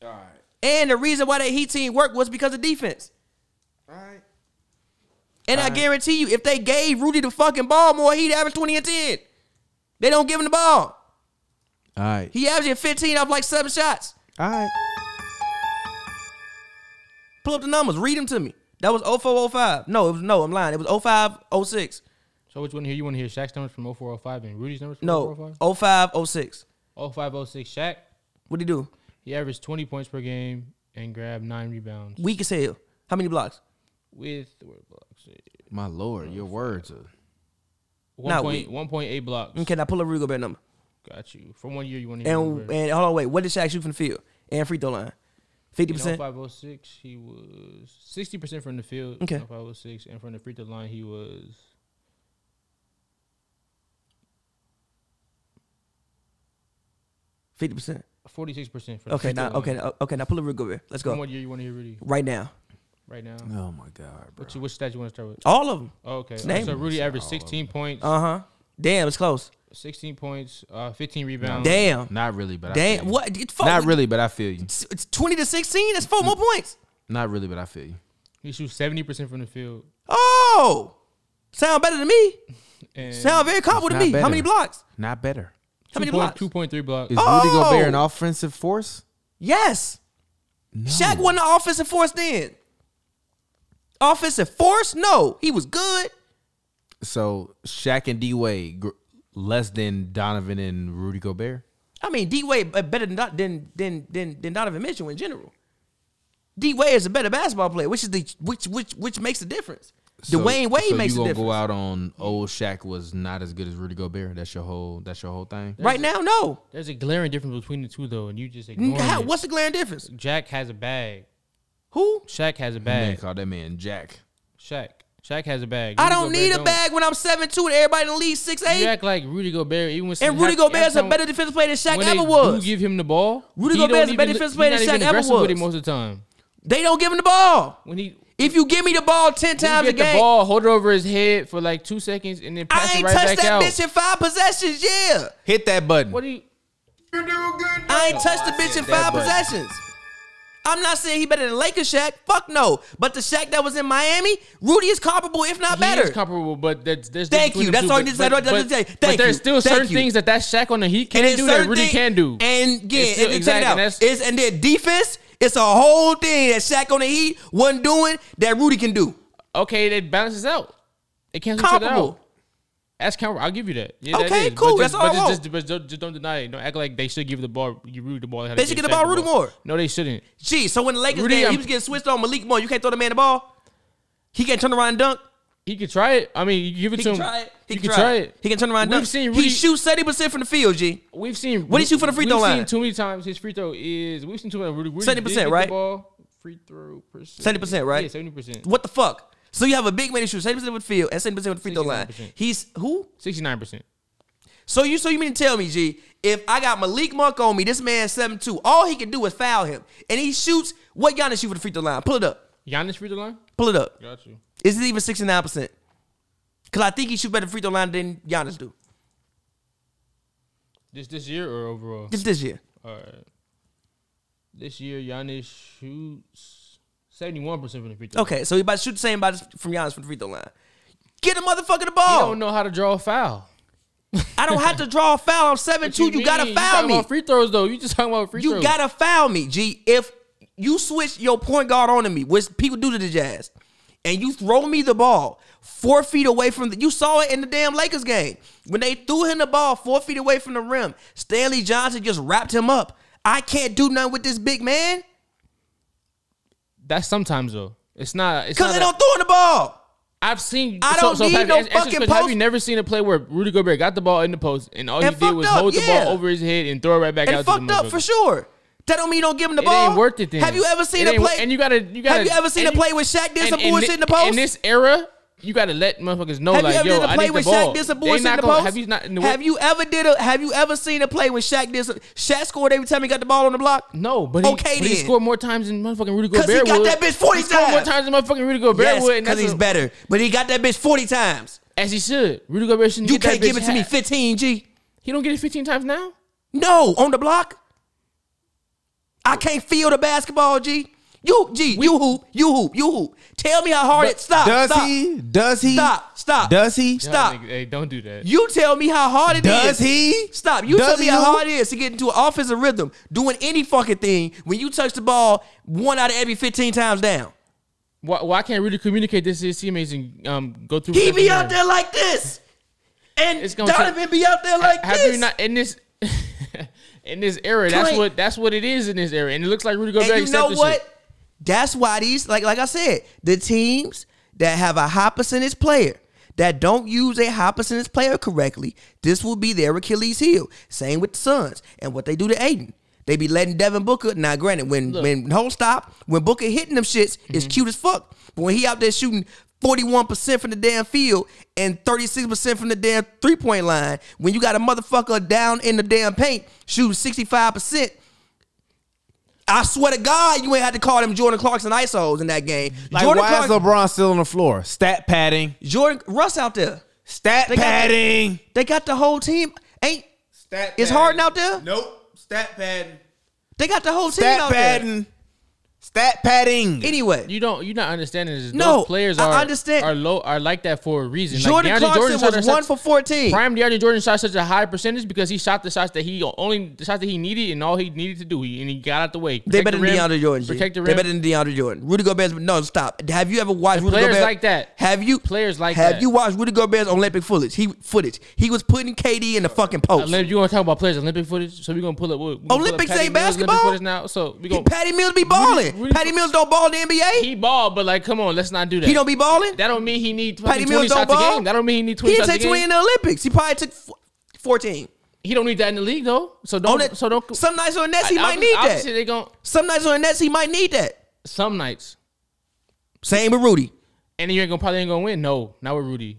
Speaker 2: All right,
Speaker 3: And the reason why that Heat team worked was because of defense.
Speaker 2: all right.
Speaker 3: And I guarantee you, if they gave Rudy the fucking ball more, he'd average 20 and 10. They don't give him the ball.
Speaker 2: All right,
Speaker 3: He averaged 15 off like seven shots.
Speaker 2: all right.
Speaker 3: Pull up the numbers, read them to me. That was 0405. No, it was no, I'm lying. It was 0506.
Speaker 4: So which one here? You want to hear Shaq's numbers from 0405 and Rudy's numbers from
Speaker 3: No, 0506.
Speaker 4: 05? 0506 Shaq,
Speaker 3: What'd he do?
Speaker 4: he averaged 20 points per game and grabbed nine rebounds
Speaker 3: Weak as hell. How many blocks?
Speaker 4: with where the blocks. at?
Speaker 2: My lord, your words are.
Speaker 4: One
Speaker 3: Not
Speaker 4: point-
Speaker 3: weak.
Speaker 4: 1.8 blocks.
Speaker 3: Okay, now pull up Rudy Gobert number.
Speaker 4: Got you. For one year, you want to hear
Speaker 3: And
Speaker 4: Gobert.
Speaker 3: and hold on, wait. What did Shaq shoot from the field? And free throw line. 50%.
Speaker 4: 0506, he was 60% from the field.
Speaker 3: Okay.
Speaker 4: 0506, and oh from the free throw line, he was.
Speaker 3: Fifty percent.
Speaker 4: Forty-six percent.
Speaker 3: Okay, now okay, now- okay. Now pull up Rudy Gobert. Let's
Speaker 4: From
Speaker 3: go
Speaker 4: what year you want to hear Rudy
Speaker 3: right now.
Speaker 4: right now?
Speaker 2: Oh my god, bro.
Speaker 4: What you, which stat you want to start with?
Speaker 3: All of them.
Speaker 4: Oh, okay.
Speaker 3: Name
Speaker 4: So
Speaker 3: them.
Speaker 4: Rudy averaged sixteen points,
Speaker 3: Uh huh. Damn, it's close.
Speaker 4: sixteen points, uh, fifteen rebounds.
Speaker 3: Damn.
Speaker 2: Not really, but I feel
Speaker 3: Damn,
Speaker 2: you.
Speaker 3: what? It's four,
Speaker 2: Not really, Hmm. but I feel you.
Speaker 3: It's, it's twenty to sixteen. That's four more points.
Speaker 2: Not really, but I feel you.
Speaker 4: He shoots seventy percent from the field.
Speaker 3: Oh, sound better than me.
Speaker 4: And
Speaker 3: Sound very comparable to
Speaker 2: not
Speaker 3: me. How
Speaker 2: better.
Speaker 3: many blocks?
Speaker 2: Not better.
Speaker 3: How many blocks?
Speaker 4: Two point three blocks.
Speaker 2: Is Rudy
Speaker 3: Oh!
Speaker 2: Gobert an offensive force?
Speaker 3: Yes. Shaq won the offensive force then. Offensive force? No, he was good.
Speaker 2: So Shaq and D Wade gr- less than Donovan and Rudy Gobert.
Speaker 3: I mean, D Wade uh, better than Don- than than than, than Donovan Mitchell in general. D Wade is a better basketball player, which is the which which which makes the difference. Dwayne Wade
Speaker 2: so
Speaker 3: makes a
Speaker 2: you gonna go
Speaker 3: difference.
Speaker 2: out on old Shaq was not as good as Rudy Gobert. That's your whole. That's your whole thing.
Speaker 3: Right now, no.
Speaker 4: There's a glaring difference between the two though, and you just
Speaker 3: N-
Speaker 4: ignore
Speaker 3: How,
Speaker 4: it.
Speaker 3: what's the glaring difference?
Speaker 4: Jack has a bag.
Speaker 3: Who?
Speaker 4: Shaq has a
Speaker 2: Man,
Speaker 4: bag.
Speaker 2: call that man Jack.
Speaker 4: Shaq. Shaq has a bag.
Speaker 3: I
Speaker 4: Rudy
Speaker 3: don't
Speaker 4: Gobert
Speaker 3: need a bag when I'm seven two and everybody in the league six
Speaker 4: You
Speaker 3: eight.
Speaker 4: act like Rudy Gobert, even when
Speaker 3: And Rudy Gobert's a better defensive player than Shaq
Speaker 4: when they
Speaker 3: ever
Speaker 4: do
Speaker 3: was.
Speaker 4: give him the ball.
Speaker 3: Rudy
Speaker 4: he don't
Speaker 3: Gobert's a
Speaker 4: even
Speaker 3: better
Speaker 4: look-
Speaker 3: defensive
Speaker 4: he
Speaker 3: player
Speaker 4: not
Speaker 3: than
Speaker 4: even
Speaker 3: Shaq ever
Speaker 4: aggressive with it
Speaker 3: was.
Speaker 4: most of the time.
Speaker 3: They don't give him the ball.
Speaker 4: When he
Speaker 3: If you give me the ball ten times
Speaker 4: get
Speaker 3: a game,
Speaker 4: the ball, hold it over his head for like two seconds, and then pass
Speaker 3: I ain't
Speaker 4: it right
Speaker 3: touched
Speaker 4: back
Speaker 3: that
Speaker 4: out.
Speaker 3: bitch in five possessions. Yeah,
Speaker 2: Hit that button.
Speaker 4: What do you?
Speaker 3: I ain't touched the bitch in five
Speaker 2: that button.
Speaker 3: possessions. I'm not saying he better than Lakers Shaq. Fuck no. But the Shaq that was in Miami, Rudy is comparable, if not
Speaker 4: He
Speaker 3: better.
Speaker 4: is comparable, but that's there's
Speaker 3: Thank
Speaker 4: difference
Speaker 3: you.
Speaker 4: between
Speaker 3: That's
Speaker 4: the two,
Speaker 3: all
Speaker 4: but-
Speaker 3: you said.
Speaker 4: but-
Speaker 3: That's what I
Speaker 4: but-
Speaker 3: said. Thank
Speaker 4: But there's
Speaker 3: you.
Speaker 4: still
Speaker 3: Thank
Speaker 4: certain
Speaker 3: you.
Speaker 4: things that that Shaq on the Heat
Speaker 3: And
Speaker 4: can't
Speaker 3: it's
Speaker 4: do that
Speaker 3: certain
Speaker 4: Rudy
Speaker 3: thing-
Speaker 4: can do.
Speaker 3: And yeah,
Speaker 4: It's still-
Speaker 3: and then
Speaker 4: exactly,
Speaker 3: check it out.
Speaker 4: and that's-
Speaker 3: It's, and then defense, it's a whole thing that Shaq on the Heat wasn't doing that Rudy can do.
Speaker 4: okay, that balances out. It cancels each other
Speaker 3: Comparable.
Speaker 4: out. That's comparable. I'll give you that. Yeah, that
Speaker 3: Okay,
Speaker 4: is. But
Speaker 3: cool.
Speaker 4: just-
Speaker 3: That's all
Speaker 4: but
Speaker 3: I
Speaker 4: just, just, but just, just don't deny it. Don't act like they should give the ball. You Rudy the ball.
Speaker 3: They should get the ball Rudy more.
Speaker 4: No, they shouldn't.
Speaker 3: Gee, so when the Lakers
Speaker 4: Rudy,
Speaker 3: game,
Speaker 4: I'm-
Speaker 3: he was getting switched on Malik Moore. You can't throw the man the ball. He can't turn around and dunk.
Speaker 4: He could try it. I mean, you give it
Speaker 3: He
Speaker 4: to
Speaker 3: can
Speaker 4: him.
Speaker 3: try it. He
Speaker 4: You
Speaker 3: can try it. He can turn around and
Speaker 4: We've
Speaker 3: dunk.
Speaker 4: seen
Speaker 3: He
Speaker 4: Rudy-
Speaker 3: shoots 70% from the field, G.
Speaker 4: We've seen.
Speaker 3: What did he shoot for the free throw
Speaker 4: we've
Speaker 3: line?
Speaker 4: Seen too many times his free throw is. We've seen too many. Rudy, Rudy
Speaker 3: 70%,
Speaker 4: did get
Speaker 3: right?
Speaker 4: The ball, free throw percent.
Speaker 3: 70%, right?
Speaker 4: Yeah, seventy percent.
Speaker 3: What the fuck? So you have a big man that shoots 70% from the field and 70% from the free throw line.
Speaker 4: 69%.
Speaker 3: He's who?
Speaker 4: Sixty nine percent.
Speaker 3: So you so you mean to tell me, G, if I got Malik Monk on me, this man 7'2, all he can do is foul him. And he shoots what Giannis shoot for the free throw line. Pull it up.
Speaker 4: Giannis free throw line.
Speaker 3: Pull it up.
Speaker 4: Got you.
Speaker 3: Is it even 69%? Because I think he shoots better free throw line than Giannis do.
Speaker 4: This this year or overall?
Speaker 3: Just this year.
Speaker 4: All right. This year, Giannis shoots seventy one percent from the free throw.
Speaker 3: Okay, so he about to shoot the same about from Giannis from the free throw line. Get a motherfucker the
Speaker 4: He
Speaker 3: ball.
Speaker 4: don't know how to draw a fowl.
Speaker 3: I don't have to draw a foul. I'm 7
Speaker 4: What
Speaker 3: 2. You, gotta
Speaker 4: mean?
Speaker 3: foul
Speaker 4: talking
Speaker 3: me.
Speaker 4: About free throws though. You just talking about free
Speaker 3: You
Speaker 4: throws.
Speaker 3: gotta foul me, G. If you switch your point guard onto me, which people do to the Jazz, and you throw me the ball four feet away from the, you saw it in the damn Lakers game when they threw him the ball four feet away from the rim. Stanley Johnson just wrapped him up. I can't do nothing with this big man
Speaker 4: That's sometimes though. It's not. It's
Speaker 3: because they
Speaker 4: not. a-
Speaker 3: don't throw him the ball.
Speaker 4: I've seen.
Speaker 3: I don't need
Speaker 4: have,
Speaker 3: no
Speaker 4: ask- ask this
Speaker 3: fucking
Speaker 4: question. Have
Speaker 3: post-
Speaker 4: you never seen a play where Rudy Gobert got the ball in the post and all
Speaker 3: And
Speaker 4: he did
Speaker 3: fucked
Speaker 4: was
Speaker 3: up,
Speaker 4: hold the
Speaker 3: yeah.
Speaker 4: ball over his head and throw it right back
Speaker 3: And
Speaker 4: out? to
Speaker 3: fucked
Speaker 4: the
Speaker 3: up for
Speaker 4: motherfucker?
Speaker 3: sure. That don't mean don't give him the
Speaker 4: It
Speaker 3: ball.
Speaker 4: ain't worth it. Then
Speaker 3: Have you ever seen
Speaker 4: It
Speaker 3: a
Speaker 4: ain't wor-
Speaker 3: play?
Speaker 4: And you gotta. You gotta.
Speaker 3: have you ever seen a
Speaker 4: and you-
Speaker 3: play where Shaq did
Speaker 4: and-
Speaker 3: some
Speaker 4: and
Speaker 3: bullshit
Speaker 4: thi-
Speaker 3: in the post?
Speaker 4: In this era, you gotta let motherfuckers know.
Speaker 3: Have
Speaker 4: like,
Speaker 3: you ever
Speaker 4: yo,
Speaker 3: did a
Speaker 4: I
Speaker 3: play
Speaker 4: need
Speaker 3: with
Speaker 4: the ball.
Speaker 3: Shaq did some
Speaker 4: They
Speaker 3: bullshit in
Speaker 4: not
Speaker 3: the
Speaker 4: gonna-
Speaker 3: post?
Speaker 4: Have you not?
Speaker 3: Have you ever did a Have you ever seen a play when Shaq did some? Shaq scored every time he got the ball on the block.
Speaker 4: No, but he,
Speaker 3: Okay
Speaker 4: but he
Speaker 3: then.
Speaker 4: scored more times than motherfucking Rudy
Speaker 3: 'Cause he
Speaker 4: Gobert
Speaker 3: got
Speaker 4: would.
Speaker 3: that bitch 40
Speaker 4: He scored more
Speaker 3: times.
Speaker 4: times than motherfucking Rudy Gobert
Speaker 3: Yes,
Speaker 4: would. and
Speaker 3: because he's
Speaker 4: that's a-
Speaker 3: better. But he got that bitch forty times.
Speaker 4: As he should. Rudy Gobert shouldn't
Speaker 3: You
Speaker 4: get that
Speaker 3: can't give
Speaker 4: bitch
Speaker 3: it to me
Speaker 4: half.
Speaker 3: fifteen, G.
Speaker 4: He don't get it 15 times now?
Speaker 3: No, on the block. I can't feel the basketball, G. You, G, you hoop, you hoop, you hoop. Tell me how hard
Speaker 4: But
Speaker 3: it. Stop.
Speaker 2: Does
Speaker 3: stop,
Speaker 2: he? Does he?
Speaker 3: Stop. Stop.
Speaker 2: Does he?
Speaker 3: Stop.
Speaker 4: Y'all niggas- Hey, don't do that.
Speaker 3: You tell me how hard it is.
Speaker 2: Does he?
Speaker 3: Stop. You
Speaker 2: Does
Speaker 3: tell me
Speaker 2: he
Speaker 3: how
Speaker 2: hoop?
Speaker 3: hard it is to get into an offensive rhythm, doing any fucking thing when you touch the ball one out of every 15 times down.
Speaker 4: Why, why can't Rudy communicate this to his teammates and um, go through?
Speaker 3: He
Speaker 4: with
Speaker 3: be
Speaker 4: that
Speaker 3: out there like this. And
Speaker 4: It's gonna
Speaker 3: Donovan be out there like
Speaker 4: Have
Speaker 3: this.
Speaker 4: you not in this in this era? That's
Speaker 3: Clay-
Speaker 4: what that's what it is in this era, and it looks like Rudy Gobert.
Speaker 3: and you know
Speaker 4: accepted
Speaker 3: what?
Speaker 4: Shit.
Speaker 3: That's why these, like, like I said, the teams that have a high percentage player that don't use a high percentage player correctly, this will be their Achilles heel. Same with the Suns and what they do to Aiden. They be letting Devin Booker. Now, granted, when
Speaker 4: Look. Mm-hmm.
Speaker 3: when whole stop, when Booker hitting them shits, it's cute as fuck. But when he out there shooting. 41% from the damn field and 36% from the damn three point line. When you got a motherfucker down in the damn paint shooting 65%, I swear to God, you ain't had to call them Jordan Clarkson ISOs in that game.
Speaker 2: Like,
Speaker 3: Jordan
Speaker 2: why
Speaker 3: Clarkson,
Speaker 2: is LeBron still on the floor? Stat padding.
Speaker 3: Jordan Russ out there.
Speaker 2: Stat
Speaker 3: They got the-
Speaker 2: padding.
Speaker 3: They got the whole team. Ain't
Speaker 2: Stat
Speaker 3: It's Harden out there?
Speaker 2: Nope. Stat padding.
Speaker 3: they got the whole team
Speaker 2: Stat
Speaker 3: out there?
Speaker 2: padding. Stat padding.
Speaker 3: Anyway,
Speaker 4: You don't. You're not understanding. Is
Speaker 3: No,
Speaker 4: those players
Speaker 3: I
Speaker 4: are
Speaker 3: understand.
Speaker 4: are low are like that for a reason.
Speaker 3: Jordan
Speaker 4: like DeAndre
Speaker 3: Clarkson
Speaker 4: Jordan shot
Speaker 3: was
Speaker 4: such-
Speaker 3: one for fourteen.
Speaker 4: Prime DeAndre Jordan shot such a high percentage because he shot the shots that he only the shots that he needed and all he needed to do. He, and he got out the way.
Speaker 3: they
Speaker 4: Protect
Speaker 3: better
Speaker 4: the
Speaker 3: than
Speaker 4: rim,
Speaker 3: DeAndre Jordan. G.
Speaker 4: Protect the
Speaker 3: They
Speaker 4: rim.
Speaker 3: better than DeAndre Jordan. Rudy Gobert's no stop. Have you ever watched Rudy
Speaker 4: players
Speaker 3: Gobert
Speaker 4: like that.
Speaker 3: Have you
Speaker 4: Players like
Speaker 3: have
Speaker 4: that.
Speaker 3: you watched Rudy Gobert's Olympic footage? He footage. He was putting KD in the fucking post.
Speaker 4: Olymp- Uh, you want to talk about players Olympic footage? So we're gonna pull up. We're, we gonna pull up
Speaker 3: Olympics
Speaker 4: Patty
Speaker 3: ain't
Speaker 4: Mills Olympic
Speaker 3: basketball?
Speaker 4: footage now. So we
Speaker 3: He-
Speaker 4: gonna
Speaker 3: Patty Mills be balling. balling.
Speaker 4: Really-
Speaker 3: Patty Mills don't ball in the NBA. He,
Speaker 4: He balled, but like, come on, let's not do that.
Speaker 3: don't be balling.
Speaker 4: That don't mean he need
Speaker 3: Patty
Speaker 4: fucking
Speaker 3: Mills
Speaker 4: twenty
Speaker 3: don't
Speaker 4: shots
Speaker 3: ball.
Speaker 4: a game. That don't mean he need
Speaker 3: he
Speaker 4: twenty
Speaker 3: didn't
Speaker 4: shots a
Speaker 3: take
Speaker 4: game.
Speaker 3: twenty in the Olympics. He probably took f- fourteen.
Speaker 4: He don't need that in the league though. So
Speaker 3: On
Speaker 4: don't.
Speaker 3: that,
Speaker 4: Oh, so don't.
Speaker 3: some nights on the Nets he
Speaker 4: Obvi-
Speaker 3: might need that.
Speaker 4: Obviously, they going
Speaker 3: Some nights on the Nets he might need that.
Speaker 4: some nights,
Speaker 3: Same with Rudy.
Speaker 4: and you ain't gonna probably ain't gonna win. No, not with Rudy.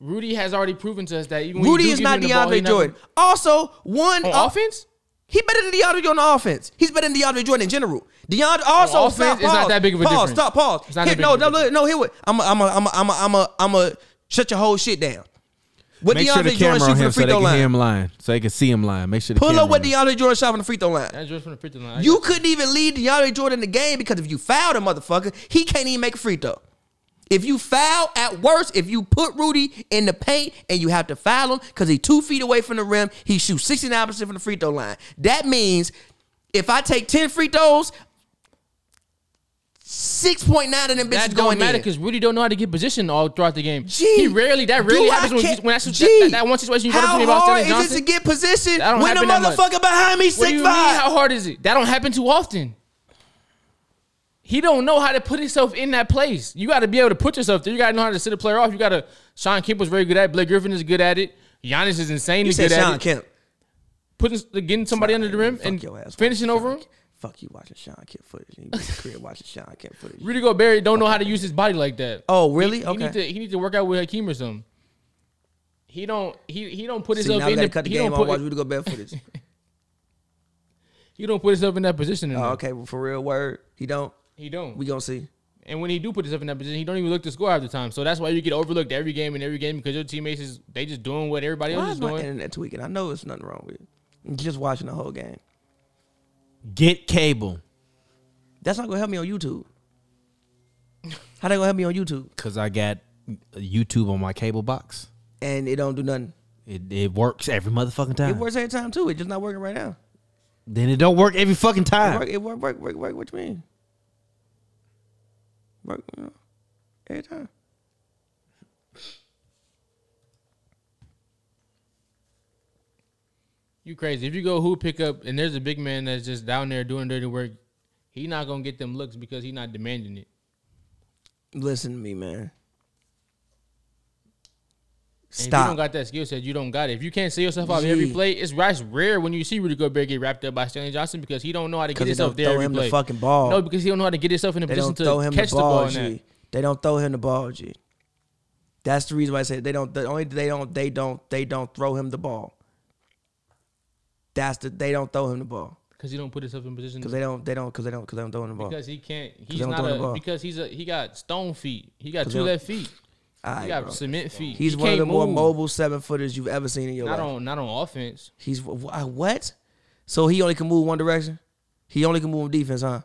Speaker 4: Rudy has already proven to us that even when
Speaker 3: Rudy
Speaker 4: you do
Speaker 3: is
Speaker 4: give
Speaker 3: not
Speaker 4: him the ball, he
Speaker 3: DeAndre
Speaker 4: not-
Speaker 3: Jordan. Also, one
Speaker 4: on
Speaker 3: uh,
Speaker 4: offense.
Speaker 3: He better than DeAndre Jordan on offense. He's better than DeAndre Jordan in general. DeAndre also
Speaker 4: On offense,
Speaker 3: stop,
Speaker 4: it's not
Speaker 3: pause,
Speaker 4: that big of a
Speaker 3: pause,
Speaker 4: difference.
Speaker 3: Stop. Pause.
Speaker 4: It's not
Speaker 3: Here-
Speaker 4: that big
Speaker 3: no,
Speaker 4: of a
Speaker 3: no, no, no. Here what? I'm. I'm. I'm. I'm. I'm. I'm. I'm. I'm. Shut your whole shit down. What DeAndre
Speaker 2: Make sure the
Speaker 3: Jordan
Speaker 2: camera
Speaker 3: shoot
Speaker 2: on
Speaker 3: from
Speaker 2: him
Speaker 3: the
Speaker 2: so
Speaker 3: free
Speaker 2: they
Speaker 3: throw
Speaker 2: can
Speaker 3: line.
Speaker 2: hear him lying, so they can see him lying. Make sure the
Speaker 3: Pull
Speaker 2: camera
Speaker 3: up what
Speaker 2: on him.
Speaker 3: DeAndre Jordan shot from the free throw line.
Speaker 4: That's Jordan from the free throw line. I
Speaker 3: You
Speaker 4: guess.
Speaker 3: couldn't even lead DeAndre Jordan in the game because if you fouled a motherfucker, he can't even make a free throw. If you foul at worst, if you put Rudy in the paint and you have to foul him because he's two feet away from the rim, he shoots 69% from the free throw line. That means if I take 10 free throws, 6.9 of them bitches
Speaker 4: That
Speaker 3: going
Speaker 4: don't matter
Speaker 3: in.
Speaker 4: because Rudy don't know how to get positioned all throughout the game.
Speaker 3: Gee,
Speaker 4: he rarely that
Speaker 3: do
Speaker 4: rarely
Speaker 3: I
Speaker 4: happens when,
Speaker 3: ca-
Speaker 4: you, when that's,
Speaker 3: Gee,
Speaker 4: that, that one situation you brought up to me about
Speaker 3: How hard
Speaker 4: Stanley
Speaker 3: is it
Speaker 4: Johnson.
Speaker 3: to get position
Speaker 4: That don't
Speaker 3: when the
Speaker 4: happen that much.
Speaker 3: motherfucker behind me
Speaker 4: What do
Speaker 3: six
Speaker 4: you mean? How
Speaker 3: five?
Speaker 4: hard is it? That don't happen too often. He don't know how to put himself in that place. You got to be able to put yourself there. You got to know how to sit a player off. You got to. Sean Kemp was very good at. it. Blake Griffin is good at it. Giannis is insanely
Speaker 3: He said
Speaker 4: good
Speaker 3: Sean
Speaker 4: at it.
Speaker 3: Kemp.
Speaker 4: Putting getting somebody under the rim
Speaker 3: Fuck
Speaker 4: and
Speaker 3: your ass,
Speaker 4: finishing
Speaker 3: watching
Speaker 4: over
Speaker 3: Sean
Speaker 4: him.
Speaker 3: Kemp. Fuck you watching Sean Kemp footage. You in the crib watching Sean Kemp footage.
Speaker 4: Rudy Gobert don't know how to use his body like that.
Speaker 3: Oh, really?
Speaker 4: He
Speaker 3: okay.
Speaker 4: need to he need to work out with Hakeem or something. He don't he he don't put
Speaker 3: See,
Speaker 4: himself
Speaker 3: now we
Speaker 4: in
Speaker 3: gotta
Speaker 4: the,
Speaker 3: cut the
Speaker 4: he
Speaker 3: game
Speaker 4: don't
Speaker 3: off. Watch
Speaker 4: put,
Speaker 3: Rudy Gobert footage.
Speaker 4: he don't put himself in that position.
Speaker 3: oh,
Speaker 4: enough.
Speaker 3: okay, well, for real word, he don't.
Speaker 4: He don't.
Speaker 3: We gonna see.
Speaker 4: and when he do put himself in that position, he don't even look to score half the time. So that's why you get overlooked every game and every game because your teammates is they just doing what everybody
Speaker 3: Why
Speaker 4: else
Speaker 3: is
Speaker 4: is
Speaker 3: my
Speaker 4: doing.
Speaker 3: internet tweaking? I know it's nothing wrong with it. I'm just watching the whole game.
Speaker 2: Get cable
Speaker 3: That's not gonna help me on YouTube. How they gonna help me on YouTube?
Speaker 2: because I got YouTube on my cable box.
Speaker 3: And it don't do nothing.
Speaker 2: It, it works every motherfucking
Speaker 4: Ah.
Speaker 2: time.
Speaker 3: It works every time too. It's just not working right now.
Speaker 2: Then it don't work every fucking
Speaker 3: It
Speaker 4: Ah.
Speaker 2: time.
Speaker 3: work, it work, work, work, work. What you mean? Work you know, every time.
Speaker 4: You crazy. If you go who pick up and there's a big man that's just down there doing dirty work, he not gonna get them looks because he not demanding it.
Speaker 3: Listen to me, man.
Speaker 4: And If you don't
Speaker 3: Stop.
Speaker 4: got that skill set, you don't got it. If you can't see yourself out of every
Speaker 3: Gee.
Speaker 4: play, it's that's rare when you see Rudy Gobert get wrapped up by Stanley Johnson because he don't know how to get
Speaker 3: Because they
Speaker 4: himself
Speaker 3: don't
Speaker 4: there
Speaker 3: throw
Speaker 4: every
Speaker 3: him
Speaker 4: play.
Speaker 3: the fucking ball.
Speaker 4: No, because he don't know how to get himself in a
Speaker 3: they
Speaker 4: position
Speaker 3: don't
Speaker 4: to
Speaker 3: throw him
Speaker 4: catch
Speaker 3: the ball.
Speaker 4: in that.
Speaker 3: G. They don't throw him the ball. G. That's the reason why I said they don't. The only they don't. They don't. They don't throw him the ball. That's the. They don't throw him the ball
Speaker 4: Because he don't put himself in position
Speaker 3: because they don't. They don't. Because they don't. Because they don't throw him the ball.
Speaker 4: because he can't.
Speaker 3: they
Speaker 4: He's
Speaker 3: don't
Speaker 4: not
Speaker 3: throw the
Speaker 4: a
Speaker 3: ball.
Speaker 4: because he's a he got stone feet. He got
Speaker 3: 'Cause
Speaker 4: two
Speaker 3: they don't-
Speaker 4: left feet.
Speaker 3: All
Speaker 4: He
Speaker 3: right,
Speaker 4: got
Speaker 3: bro.
Speaker 4: cement feet.
Speaker 3: He's
Speaker 4: He
Speaker 3: one of
Speaker 4: can't
Speaker 3: the more
Speaker 4: move.
Speaker 3: mobile seven footers you've ever seen in your
Speaker 4: Not
Speaker 3: life.
Speaker 4: on not on offense.
Speaker 3: He's wh- I- what? So he only can move one direction. He only can move defense, huh?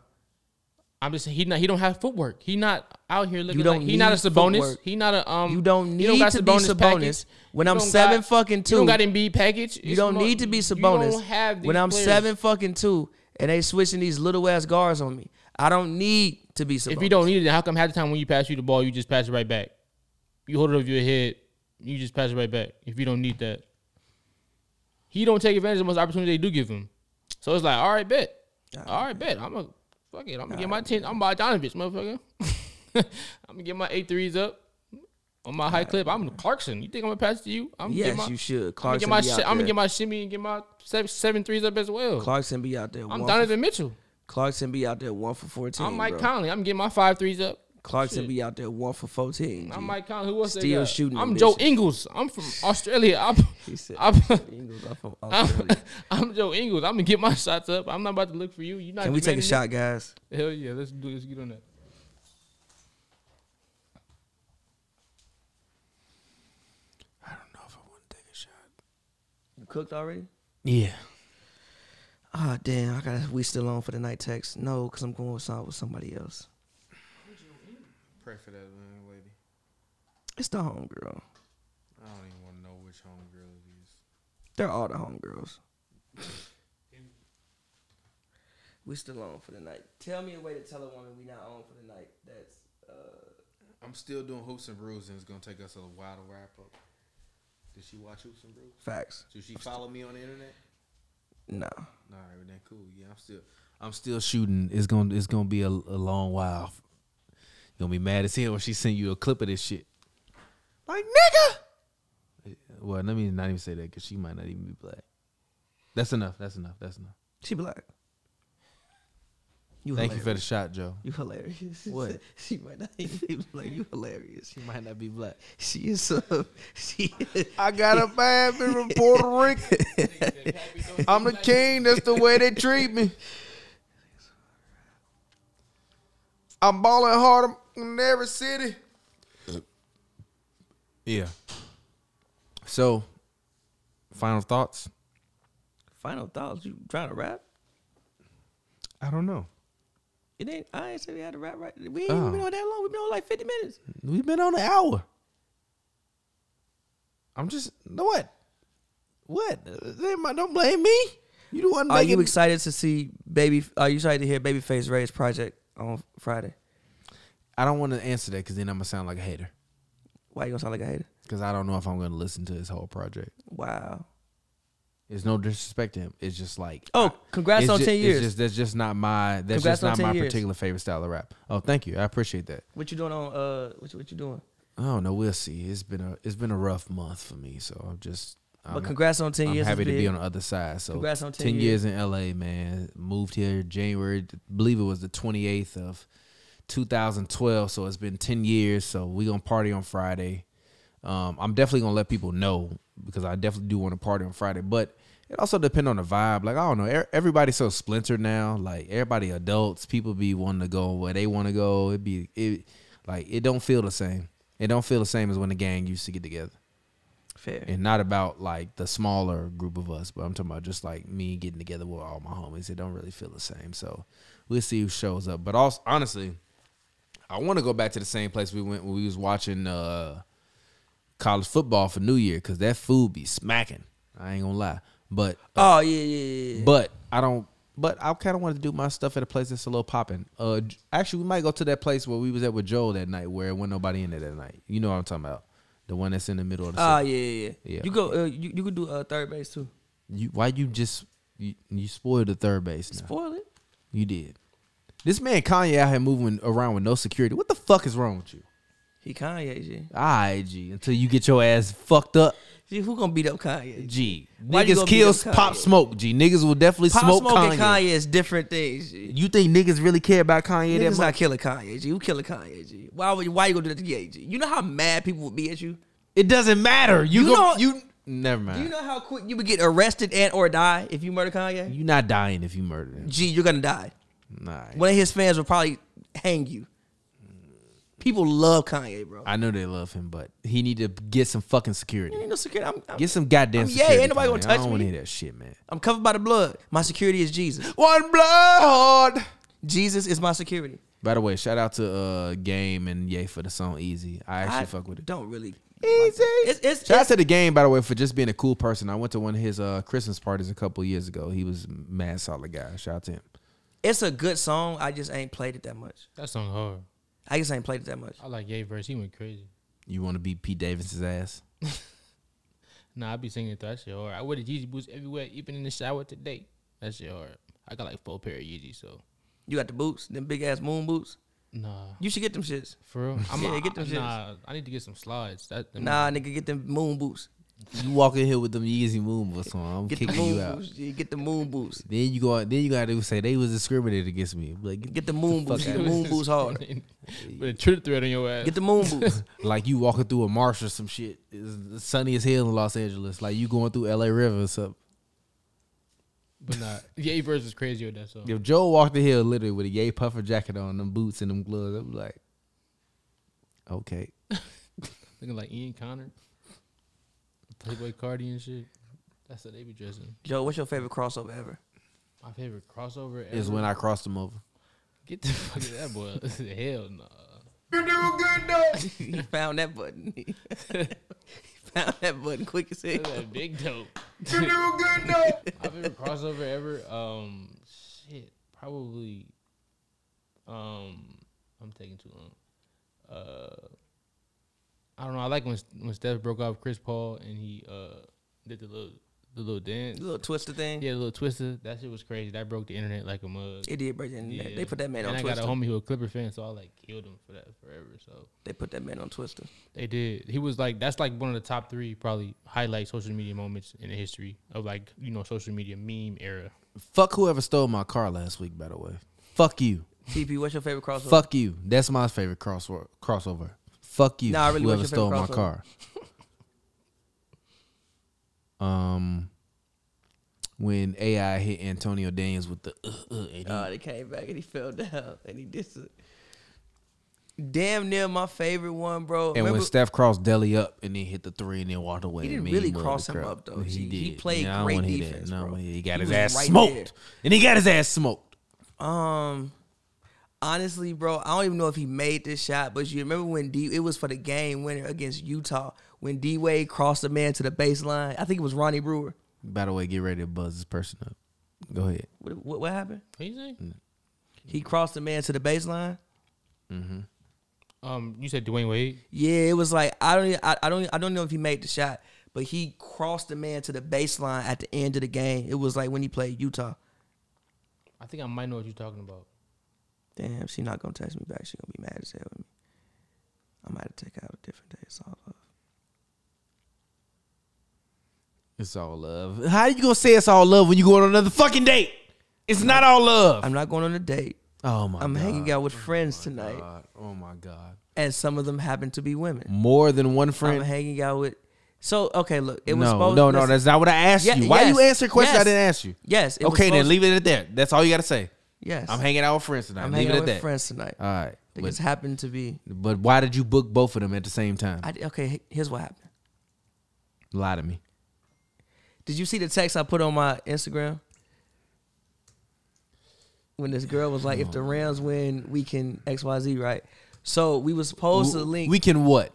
Speaker 4: I'm just saying he not he don't have footwork. He not out here looking.
Speaker 3: You don't
Speaker 4: like, he not a
Speaker 3: need
Speaker 4: Sabonis.
Speaker 3: footwork.
Speaker 4: He not a um.
Speaker 3: You don't
Speaker 4: he don't
Speaker 3: need
Speaker 4: got
Speaker 3: to be
Speaker 4: Sabonis
Speaker 3: Sabonis
Speaker 4: package.
Speaker 3: when
Speaker 4: You
Speaker 3: I'm
Speaker 4: don't
Speaker 3: seven
Speaker 4: got-
Speaker 3: fucking
Speaker 4: You
Speaker 3: two.
Speaker 4: don't got Embiid package.
Speaker 3: You
Speaker 4: It's
Speaker 3: don't
Speaker 4: mo-
Speaker 3: need to be
Speaker 4: you
Speaker 3: Sabonis.
Speaker 4: don't have these
Speaker 3: when I'm
Speaker 4: players.
Speaker 3: seven fucking two and they switching these little ass guards on me, I don't need to be Sabonis.
Speaker 4: If you don't need it, then how come half the time when you pass you the ball, you just pass it right back? You hold it over your head, you just pass it right back. If you don't need that, he don't take advantage of most opportunity they do give him. So it's like, all right, bet, all right, bet. I'm a fuck it. I'm gonna get my ten. I'm Bogdanovich, motherfucker. I'm gonna get my eight threes up on my high clip. I'm Clarkson. You think I'm gonna pass it to you? I'm
Speaker 3: yes, you should.
Speaker 4: I'm gonna
Speaker 3: Clarkson
Speaker 4: get my.
Speaker 3: be
Speaker 4: shi-
Speaker 3: out
Speaker 4: I'm gonna
Speaker 3: there.
Speaker 4: get my shimmy and get my seven, seven threes up as well.
Speaker 3: Clarkson be out there.
Speaker 4: I'm
Speaker 3: one
Speaker 4: Donovan Mitchell.
Speaker 3: for- Clarkson be out there one for fourteen.
Speaker 4: I'm Mike
Speaker 3: bro.
Speaker 4: Conley. I'm getting my five threes up.
Speaker 3: Clarkson be out there one for fourteen. G.
Speaker 4: I'm Mike Conley. Who else? they
Speaker 3: Still
Speaker 4: got?
Speaker 3: shooting
Speaker 4: I'm
Speaker 3: them
Speaker 4: Joe
Speaker 3: bitches.
Speaker 4: Ingles. I'm from Australia. I'm,
Speaker 3: He said-
Speaker 4: I'm,
Speaker 3: Ingles off of
Speaker 4: I'm,
Speaker 3: Australia.
Speaker 4: I'm Joe Ingles. I'm gonna get my shots up. I'm not about to look for you. You not.
Speaker 3: Can we take a
Speaker 4: demanding
Speaker 3: shot, guys?
Speaker 4: it. Hell yeah, let's do. Let's get on that.
Speaker 3: You cooked already?
Speaker 2: Yeah.
Speaker 3: Ah, damn. I got to we still on for the night text. No, because I'm going with, some, with somebody else.
Speaker 5: Pray for that man, lady.
Speaker 3: It's the homegirl.
Speaker 5: I don't even want to know which homegirl it is.
Speaker 3: They're all the homegirls. we still on for the night. Tell me a way to tell a woman we not on for the night. That's uh,
Speaker 5: I'm still doing hoops and brews, and it's gonna take us a while to wrap up. Did she watch hoops and brews?
Speaker 3: facts.
Speaker 5: Did she follow me on the internet?
Speaker 3: No.
Speaker 5: Nah, everything cool. Yeah, I'm still.
Speaker 2: I'm still shooting. It's gonna it's gonna be a, a long while. You're gonna be mad as hell when she send you a clip of this shit.
Speaker 3: Like nigga.
Speaker 2: Well, let me not even say that because she might not even be black. That's enough. That's enough. That's enough.
Speaker 3: She black. You
Speaker 2: Thank
Speaker 3: hilarious.
Speaker 2: you for the shot, Joe.
Speaker 3: You hilarious.
Speaker 2: What?
Speaker 3: she might not even like you hilarious.
Speaker 2: She might not be black.
Speaker 3: She is so she is
Speaker 6: I got a baby from Puerto Rico. I'm the king. That's the way they treat me. I'm balling hard in every city.
Speaker 2: Yeah. So, final thoughts.
Speaker 3: final thoughts. You trying to rap?
Speaker 2: I don't know.
Speaker 3: It ain't I ain't say we had to rap right. We ain't
Speaker 2: Oh.
Speaker 3: been on that long. We've been on like fifty minutes.
Speaker 2: We've been on an hour. I'm just no what, what? Uh, they might- Don't blame me. You the one
Speaker 3: Are
Speaker 2: making.
Speaker 3: you excited to see baby are you excited to hear Babyface Ray's project on Friday?
Speaker 2: I don't want to answer that because then I'm gonna sound like a hater.
Speaker 3: Why you gonna sound like a hater?
Speaker 2: Because I don't know if I'm gonna listen to his whole project.
Speaker 3: Wow.
Speaker 2: It's no disrespect to him. It's just like
Speaker 3: Oh, congrats
Speaker 2: it's
Speaker 3: on
Speaker 2: ju-
Speaker 3: ten years.
Speaker 2: It's just that's just not my that's
Speaker 3: Congrats
Speaker 2: just
Speaker 3: on
Speaker 2: not
Speaker 3: 10
Speaker 2: my
Speaker 3: years.
Speaker 2: particular favorite style of rap. Oh, thank you. I appreciate that.
Speaker 3: what you doing on uh what you, what you doing?
Speaker 2: I don't know. Oh, We'll see. It's been a it's been a rough month for me. So I'm just. I'm,
Speaker 3: but congrats on 10
Speaker 2: I'm
Speaker 3: years.
Speaker 2: happy
Speaker 3: is
Speaker 2: to
Speaker 3: big.
Speaker 2: be on the other side. So
Speaker 3: Congrats on 10
Speaker 2: years. in LA, man. Moved here January, believe it was the 28th of 2012. So it's been 10 years. So we gonna party on Friday. Um, I'm definitely gonna let people know because I definitely do want to party on Friday. But it also depend on the vibe. Like I don't know, er- everybody's so splintered now. Like everybody adults, people be wanting to go where they want to go. It be it like it don't feel the same. It don't feel the same as when the gang used to get together
Speaker 3: Fair.
Speaker 2: and not about like the smaller group of us, but I'm talking about just like me getting together with all my homies. It don't really feel the same. So we'll see who shows up. But also honestly, I want to go back to the same place we went when we was watching uh college football for New Year because that food be smacking. I ain't gonna lie, but
Speaker 3: Oh yeah, yeah, yeah, yeah.
Speaker 2: but I don't. But I kind of wanted to do my stuff at a place that's a little popping. Uh, j- actually, we might go to that place where we was at with Joel that night, where it wasn't nobody in there that night. You know what I'm talking about? The one that's in the middle of the.
Speaker 3: Oh
Speaker 2: city.
Speaker 3: yeah, yeah, yeah.
Speaker 2: Yeah.
Speaker 3: You go. Uh, you you could do uh, third base too.
Speaker 2: You why you just you, you spoiled the third base now.
Speaker 3: Spoil it.
Speaker 2: you did. This man Kanye out here moving around with no security. What the fuck is wrong with you?
Speaker 3: He Kanye. G.
Speaker 2: I G until you get your ass fucked up.
Speaker 3: G, who gonna beat up Kanye?
Speaker 2: G
Speaker 3: Why you
Speaker 2: niggas
Speaker 3: gonna
Speaker 2: kill
Speaker 3: beat up
Speaker 2: pop
Speaker 3: Kanye?
Speaker 2: smoke. G niggas will definitely
Speaker 3: Pop
Speaker 2: smoke,
Speaker 3: Smoke,
Speaker 2: Kanye.
Speaker 3: and Kanye is different things. G.
Speaker 2: You think niggas really care about Kanye that
Speaker 3: Niggas
Speaker 2: much?
Speaker 3: not killing Kanye. G. Who killing Kanye? G. Why would you, why you gonna do that to Kanye? G? You know how mad people would be at you.
Speaker 2: It doesn't matter. You
Speaker 3: You
Speaker 2: go,
Speaker 3: know-
Speaker 2: you never mind.
Speaker 3: Do
Speaker 2: You
Speaker 3: you know how quick you would get arrested and or die if you murder Kanye?
Speaker 2: are not dying if you murder him.
Speaker 3: G. You're gonna die.
Speaker 2: Nah.
Speaker 3: One of his fans will probably hang you. People love Kanye, bro.
Speaker 2: I know they love him, but he need to get some fucking security.
Speaker 3: ain't no security. I'm, I'm,
Speaker 2: Get some goddamn
Speaker 3: I'm- yeah,
Speaker 2: security.
Speaker 3: ain't nobody gonna
Speaker 2: Kanye. I
Speaker 3: touch
Speaker 2: don't wanna
Speaker 3: me.
Speaker 2: hear that shit, man.
Speaker 3: I'm covered by the blood. My security is Jesus.
Speaker 2: One blood.
Speaker 3: Jesus is my security.
Speaker 2: By the way, shout out to uh Game and Ye for the song Easy. I actually
Speaker 3: I
Speaker 2: fuck with it.
Speaker 3: Don't really.
Speaker 2: Easy.
Speaker 3: It's, it's,
Speaker 2: Shout out
Speaker 3: it's-
Speaker 2: to the game, by the way, for just being a cool person. I went to one of his uh Christmas parties a couple years ago. He was a mad solid guy. Shout out to him.
Speaker 3: it's a good song. I just ain't played it that much.
Speaker 4: That song hard.
Speaker 3: I just ain't played it that much.
Speaker 4: I like Ye verse. He went crazy.
Speaker 2: You want to beat Pete Davidson's ass?
Speaker 4: Nah, I be singing through that shit hard. I wear the Yeezy boots everywhere, even in the shower today. That shit hard. I got like four pair of Yeezy, so
Speaker 3: You got the boots, them big ass moon boots.
Speaker 4: nah.
Speaker 3: You should get them shits.
Speaker 4: For real, I'm
Speaker 3: Yeah, get them shits.
Speaker 4: Nah, I need to get some slides. That, them-
Speaker 3: Nah, nigga, get them moon boots.
Speaker 2: You walk in here with them Yeezy Moon boots on. I'm
Speaker 3: Get the
Speaker 2: kicking
Speaker 3: moon
Speaker 2: you out.
Speaker 3: boots. G. Get the moon boots.
Speaker 2: Then you go. out- Then you gotta do- say they was discriminated against me. Like get
Speaker 3: Get the moon boots. Get the moon boots hard.
Speaker 4: with a trigger thread on your ass.
Speaker 3: Get the moon boots.
Speaker 2: like you walking through a marsh or some shit. It's sunny as hell in Los Angeles. Like you going through L.A. River or something.
Speaker 4: but nah, Ye verse is crazy with that song.
Speaker 2: If Joe walked the hill literally with a yay puffer jacket on, them boots and them gloves, I'm like, okay.
Speaker 4: Looking like Ian Connor, Playboy Cardi and shit. That's what they be dressing.
Speaker 3: Joe, what's your favorite crossover ever?
Speaker 4: My favorite crossover ever.
Speaker 2: Is when I crossed them over.
Speaker 4: get the fuck out of that boy. Hell no.
Speaker 3: He found that button. he found that button quick as hell.
Speaker 4: That's that big dope. My favorite crossover ever. Um, shit, probably. Um, I'm taking too long. Uh, I don't know. I like when when Steph broke off Chris Paul and he uh did the little the little dance.
Speaker 3: little twister thing.
Speaker 4: Yeah, the little twister. That shit was crazy. That broke the internet like a mug.
Speaker 3: It did break the internet.
Speaker 4: Yeah.
Speaker 3: They put that man
Speaker 4: and
Speaker 3: on
Speaker 4: I
Speaker 3: Twister.
Speaker 4: got a homie who a Clipper fan, so I like killed him for that forever. So
Speaker 3: They put that man on Twister.
Speaker 4: they did. He was like that's like one of the top three probably highlight social media moments in the history of like you know social media meme era.
Speaker 2: Fuck whoever stole my car last week. By the way, fuck you.
Speaker 3: TP, what's your favorite crossover?
Speaker 2: Fuck you. That's my favorite crossover. Crossover. Fuck you.
Speaker 3: Nah, I really
Speaker 2: whoever
Speaker 3: what's your
Speaker 2: stole my
Speaker 3: favorite
Speaker 2: car. um, when AI hit Antonio Daniels with the uh, uh, and he-
Speaker 3: Oh, they came back and he fell down and he did it. Damn near my favorite one, bro.
Speaker 2: and
Speaker 3: Remember-
Speaker 2: when Steph crossed Deli up and then hit the three and then walked away.
Speaker 3: He didn't
Speaker 2: man,
Speaker 3: really
Speaker 2: murdered
Speaker 3: cross
Speaker 2: the
Speaker 3: him
Speaker 2: crowd.
Speaker 3: up, though.
Speaker 2: He
Speaker 3: He-
Speaker 2: did.
Speaker 3: he played
Speaker 2: Nah, I don't
Speaker 3: great
Speaker 2: wanna hear
Speaker 3: defense,
Speaker 2: That. No,
Speaker 3: bro.
Speaker 2: he got
Speaker 3: He
Speaker 2: his
Speaker 3: was
Speaker 2: ass
Speaker 3: right
Speaker 2: smoked,
Speaker 3: there.
Speaker 2: and he got his ass smoked.
Speaker 3: Um, honestly, bro, I don't even know if he made this shot, but you remember when D? It was for the game winner against Utah when D Wade crossed the man to the baseline. I think it was Ronnie Brewer.
Speaker 2: By the way, get ready to buzz this person up. Go ahead.
Speaker 3: What what, what happened?
Speaker 4: What you say?
Speaker 6: Mm.
Speaker 3: He crossed the man to the baseline.
Speaker 4: Um, you said Dwayne Wade.
Speaker 3: Yeah, it was like I don't e- I, I don't I don't know if he made the shot, but he crossed the man to the baseline at the end of the game. It was like when he played Utah.
Speaker 4: I think I might know what you're talking about.
Speaker 3: Damn, she not gonna text me back. She gonna be mad as hell with me. I might have to take out a different day. It's all love.
Speaker 2: It's all love. How you gonna say it's all love when you go on another fucking date? It's not all love.
Speaker 3: I'm not going on a date.
Speaker 2: oh my
Speaker 3: I'm
Speaker 2: god.
Speaker 3: hanging out with friends tonight,
Speaker 2: God. Oh my god.
Speaker 3: and some of them happen to be women.
Speaker 2: More than one
Speaker 3: I'm
Speaker 2: friend.
Speaker 3: hanging out with. So okay, look, it was
Speaker 2: No,
Speaker 3: supposed.
Speaker 2: no, no.
Speaker 3: listen,
Speaker 2: That's not what I asked
Speaker 3: Yeah,
Speaker 2: you. Why you
Speaker 3: yes,
Speaker 2: answer questions I
Speaker 3: yes.
Speaker 2: didn't ask you?
Speaker 3: yes. It was
Speaker 2: okay, then
Speaker 3: supposed-
Speaker 2: leave it at that. That's all you gotta say.
Speaker 3: Yes,
Speaker 2: I'm hanging out with friends tonight.
Speaker 3: I'm
Speaker 2: leave
Speaker 3: hanging
Speaker 2: it
Speaker 3: out
Speaker 2: at
Speaker 3: with
Speaker 2: that.
Speaker 3: friends tonight.
Speaker 2: All right.
Speaker 3: They
Speaker 2: But,
Speaker 3: just happened to be.
Speaker 2: but why did you book both of them at the same time?
Speaker 3: I, okay, he- here's what happened.
Speaker 2: Lie to me.
Speaker 3: Did you see the text I put on my Instagram? When this girl was like, "If the Rams win, we can X Y Z." Right. So we was supposed to
Speaker 2: W-
Speaker 3: link.
Speaker 2: We can what?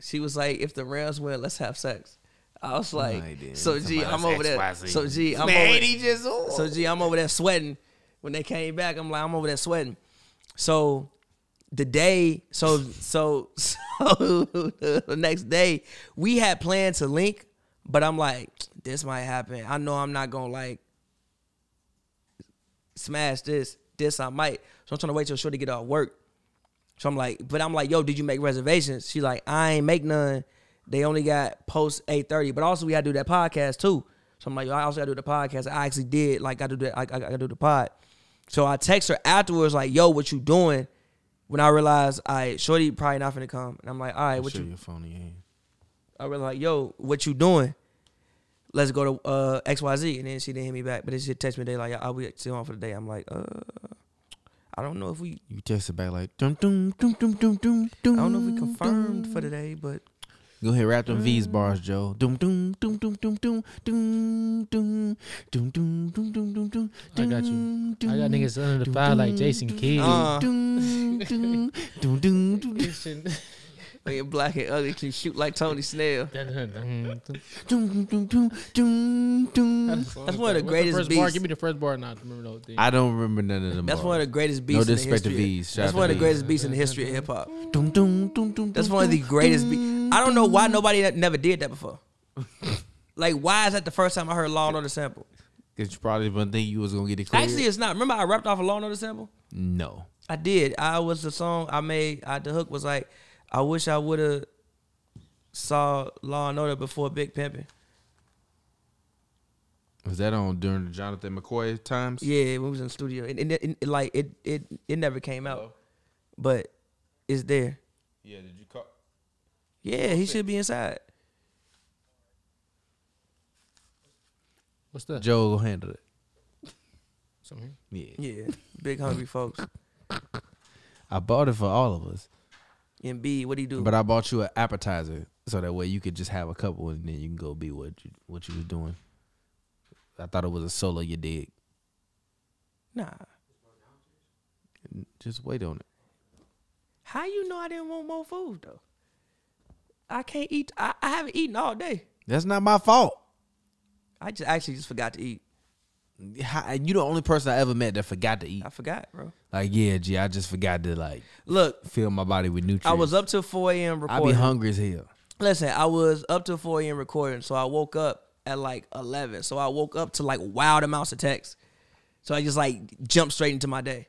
Speaker 3: she was like, "If the Rams win, let's have sex." I was
Speaker 2: he
Speaker 3: like,
Speaker 2: didn't.
Speaker 3: "So G,
Speaker 2: Somebody
Speaker 3: I'm
Speaker 2: said
Speaker 3: over there.
Speaker 2: XYZ.
Speaker 3: So G, I'm
Speaker 2: Man,
Speaker 3: over
Speaker 2: he just- oh.
Speaker 3: So G, I'm over there sweating. When they came back, I'm like, I'm over there sweating. So the day, so so so the next day, we had planned to link, but I'm like, this might happen. I know I'm not gonna like smash this. This I might. So I'm trying to wait till Shorty get off work. So I'm like, but I'm like, yo, did you make reservations? She's like, I ain't make none. They only got post eight thirty. But also we gotta do that podcast too. So I'm like, yo, I also gotta do the podcast. I actually did like I do that. I, I gotta do the pod. So I text her afterwards like, yo, what you doing? When I realized I Shorty probably not finna come, and I'm like, all right, what
Speaker 2: Show
Speaker 3: you?
Speaker 2: your phone in your hand.
Speaker 3: I was like, yo, what you doing? Let's go to uh, XYZ. And then she didn't hit me back. But then she texted me, they like, I'll be still on for the day. I'm like, uh, I don't know if we,
Speaker 2: You text it back like dum dum dum dum dum dum
Speaker 3: I
Speaker 2: dum.
Speaker 3: don't know if we confirmed
Speaker 2: dum.
Speaker 3: for the day, but
Speaker 2: Go ahead, rap them V's bars, Joe. Doom, doom, doom, doom, doom, doom, doom, doom, doom, doom, doom, doom, doom, doom.
Speaker 4: I got you. I got niggas under the fire like Jason Kidd.
Speaker 3: Uh.
Speaker 2: Doom, doom, doom, doom, doom,
Speaker 4: Uh,
Speaker 3: they black and ugly can shoot like Tony Snell.
Speaker 2: doom, doom, doom, doom, doom.
Speaker 3: That's one of the greatest
Speaker 4: first bar?
Speaker 3: beats.
Speaker 4: Give me the first bar. Not remember the whole thing.
Speaker 2: I don't remember none of them.
Speaker 3: That's
Speaker 2: bars.
Speaker 3: one of the greatest beats in the
Speaker 2: disrespect to
Speaker 3: history.
Speaker 2: V's. Shout
Speaker 3: That's
Speaker 2: out
Speaker 3: one
Speaker 2: to
Speaker 3: of the
Speaker 2: V's.
Speaker 3: greatest beats in the history of hip hop.
Speaker 2: Doom, doom, doom, doom,
Speaker 3: That's
Speaker 2: doom,
Speaker 3: one of the
Speaker 2: doom,
Speaker 3: greatest
Speaker 2: doom.
Speaker 3: beats. I don't know why nobody that never did that before. like, why is that the first time I heard Law and Order sample?
Speaker 2: Cause you probably didn't think you was gonna get it clear.
Speaker 3: Actually, it's not. Remember, I rapped off a Law and Order sample.
Speaker 2: no.
Speaker 3: I did. I was the song I made. I, the hook was like, I wish I would have saw Law and Order before Big Pimpin'.
Speaker 2: Was that on during the Jonathan McCoy times?
Speaker 3: Yeah, when we was in the studio, and, and, and, and, like it, it, it never came out, but it's there.
Speaker 5: Yeah, did you call?
Speaker 3: Yeah, he should be inside.
Speaker 4: What's that?
Speaker 2: Joe will handle it.
Speaker 4: Something here?
Speaker 2: Yeah.
Speaker 3: Yeah, big hungry folks.
Speaker 2: I bought it for all of us.
Speaker 3: And B, what do you do?
Speaker 2: But I bought you an appetizer so that way you could just have a couple and then you can go be what you what you was doing. I thought it was a solo you did.
Speaker 3: nah,
Speaker 2: Just wait on it.
Speaker 3: how you know I didn't want more food though? I can't eat. I, I haven't eaten all day.
Speaker 2: That's not my fault.
Speaker 3: I just actually just forgot to eat.
Speaker 2: How- You the only person I ever met that forgot to eat.
Speaker 3: I forgot, bro.
Speaker 2: Like yeah, gee, I just forgot to like
Speaker 3: Look,
Speaker 2: fill my body with nutrients.
Speaker 3: I was up till four a.m.
Speaker 2: I be
Speaker 3: recording.
Speaker 2: hungry as hell.
Speaker 3: Listen, I was up till four a.m. recording, so I woke up at like 11. So I woke up to like wild amounts of text. So I just like jumped straight into my day.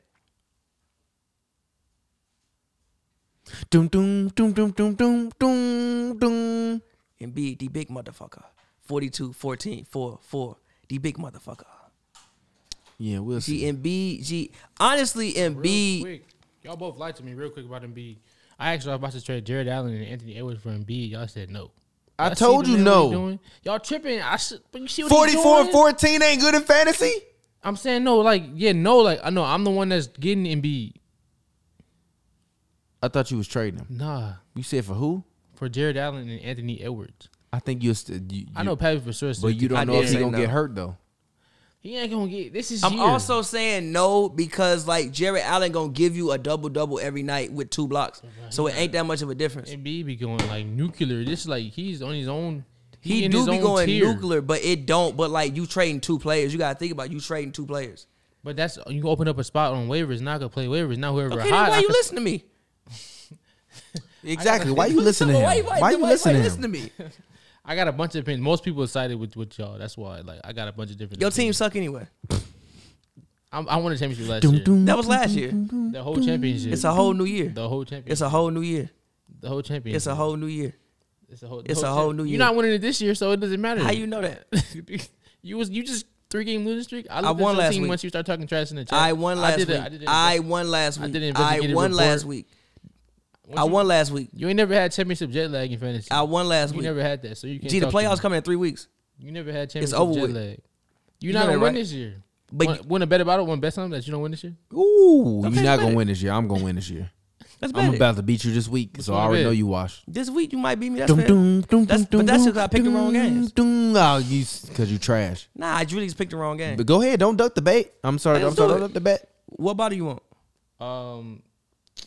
Speaker 2: Doom doom doom doom doom doom doom doom.
Speaker 3: And be the big motherfucker. 42, 14, 4, 4. The big motherfucker.
Speaker 2: Yeah, we'll see.
Speaker 3: G Embiid, G. Honestly,
Speaker 4: Real
Speaker 3: Embiid.
Speaker 4: quick, y'all both lied to me real quick about Embiid. I actually was about to trade Jared Allen and Anthony Edwards for Embiid. Y'all said no.
Speaker 6: I
Speaker 4: Y'all see
Speaker 6: told
Speaker 4: the
Speaker 6: you
Speaker 4: man what
Speaker 6: no.
Speaker 4: he doing? Y'all tripping. I should, but you see what 44
Speaker 6: 44 14 ain't good in fantasy?
Speaker 4: I'm saying no. Like yeah, no. Like I know I'm the one that's getting Embiid.
Speaker 2: I thought you was trading him.
Speaker 4: Nah,
Speaker 2: You said for who?
Speaker 4: for Jared Allen and Anthony Edwards.
Speaker 2: I think you're. St- you,
Speaker 4: I
Speaker 2: you-
Speaker 4: know Pappy for sure.
Speaker 2: but you don't
Speaker 3: I
Speaker 2: know if
Speaker 3: did
Speaker 2: he
Speaker 3: say
Speaker 2: gonna
Speaker 3: no.
Speaker 2: get hurt though.
Speaker 4: He ain't gonna get this. Is
Speaker 3: I'm
Speaker 4: year.
Speaker 3: also saying no because like Jared Allen gonna give you a double double every night with two blocks, so it ain't that much of a difference.
Speaker 4: Embiid be going like nuclear. This is like he's on his own.
Speaker 3: He,
Speaker 4: in
Speaker 3: do
Speaker 4: his
Speaker 3: be
Speaker 4: own
Speaker 3: going
Speaker 4: tier.
Speaker 3: nuclear, but it don't. But like you trading two players, you gotta think about it. you trading two players.
Speaker 4: But that's you can open up a spot on waivers. Now I can play waivers. Now whoever
Speaker 3: Okay,
Speaker 4: hot,
Speaker 3: then
Speaker 4: I
Speaker 3: why you
Speaker 4: could-
Speaker 3: listen to me?
Speaker 2: Exactly. Why you listen to him?
Speaker 3: Why,
Speaker 2: Why you listen to him?
Speaker 3: to me?
Speaker 4: I got a bunch of opinions. Most people are sided with, with y'all. That's why. Like I got a bunch of different.
Speaker 3: Your team
Speaker 4: opinions.
Speaker 3: suck anyway.
Speaker 4: I'm, I won a championship last
Speaker 2: Doom
Speaker 4: year.
Speaker 2: doom.
Speaker 3: That was last year.
Speaker 4: The whole championship.
Speaker 3: It's a whole new year.
Speaker 4: the whole championship.
Speaker 3: It's a whole new year.
Speaker 4: the whole championship.
Speaker 3: It's a whole new year.
Speaker 4: It's a whole.
Speaker 3: it's a whole
Speaker 4: champ-
Speaker 3: new year.
Speaker 4: You're not winning it this year, so it doesn't matter.
Speaker 3: How you know that?
Speaker 4: you was you just three game losing streak. I,
Speaker 3: won
Speaker 4: won
Speaker 3: last
Speaker 4: last team
Speaker 3: week.
Speaker 4: Once you start talking trash in the chat,
Speaker 3: I won last
Speaker 4: did
Speaker 3: week.
Speaker 4: a-
Speaker 3: I,
Speaker 4: did a-
Speaker 3: won last
Speaker 4: I
Speaker 3: week.
Speaker 4: did an
Speaker 3: I,
Speaker 4: investigative
Speaker 3: won last
Speaker 4: report.
Speaker 3: week.
Speaker 4: once
Speaker 3: I
Speaker 4: you-
Speaker 3: won last week.
Speaker 4: You ain't never had championship jet lag in fantasy.
Speaker 3: I won last
Speaker 4: you
Speaker 3: week.
Speaker 4: never had that, so you can't.
Speaker 3: Gee, the
Speaker 4: talk to me.
Speaker 3: playoffs coming in three weeks.
Speaker 4: You never had championship
Speaker 3: over
Speaker 4: jet
Speaker 3: with.
Speaker 4: lag.
Speaker 3: You
Speaker 4: You're not
Speaker 3: know that,
Speaker 4: gonna win
Speaker 3: right?
Speaker 4: this year.
Speaker 3: But
Speaker 4: win, win a better battle, win best time that you don't win this year.
Speaker 2: Ooh,
Speaker 4: Okay,
Speaker 2: you're not
Speaker 4: bet
Speaker 2: gonna
Speaker 4: it.
Speaker 2: win this year. I'm gonna win this year.
Speaker 3: that's
Speaker 2: I'm
Speaker 3: bad.
Speaker 2: about to beat you this week, so
Speaker 4: one
Speaker 2: I
Speaker 4: I
Speaker 2: already
Speaker 4: bet?
Speaker 2: know you washed.
Speaker 3: this week you might beat me. That's
Speaker 2: Doom,
Speaker 3: fair.
Speaker 2: doom, doom,
Speaker 3: That's-
Speaker 2: doom,
Speaker 3: but that's
Speaker 2: doom,
Speaker 3: because I picked the wrong
Speaker 2: doom,
Speaker 3: games.
Speaker 2: Doom. Oh, you because you trash.
Speaker 3: Nah, I really just picked the wrong game.
Speaker 2: But go ahead, don't duck the bait. I'm sorry,
Speaker 3: Let's
Speaker 2: I'm sorry,
Speaker 3: do
Speaker 2: don't
Speaker 3: it.
Speaker 2: duck the bait.
Speaker 3: What body you want?
Speaker 4: Um,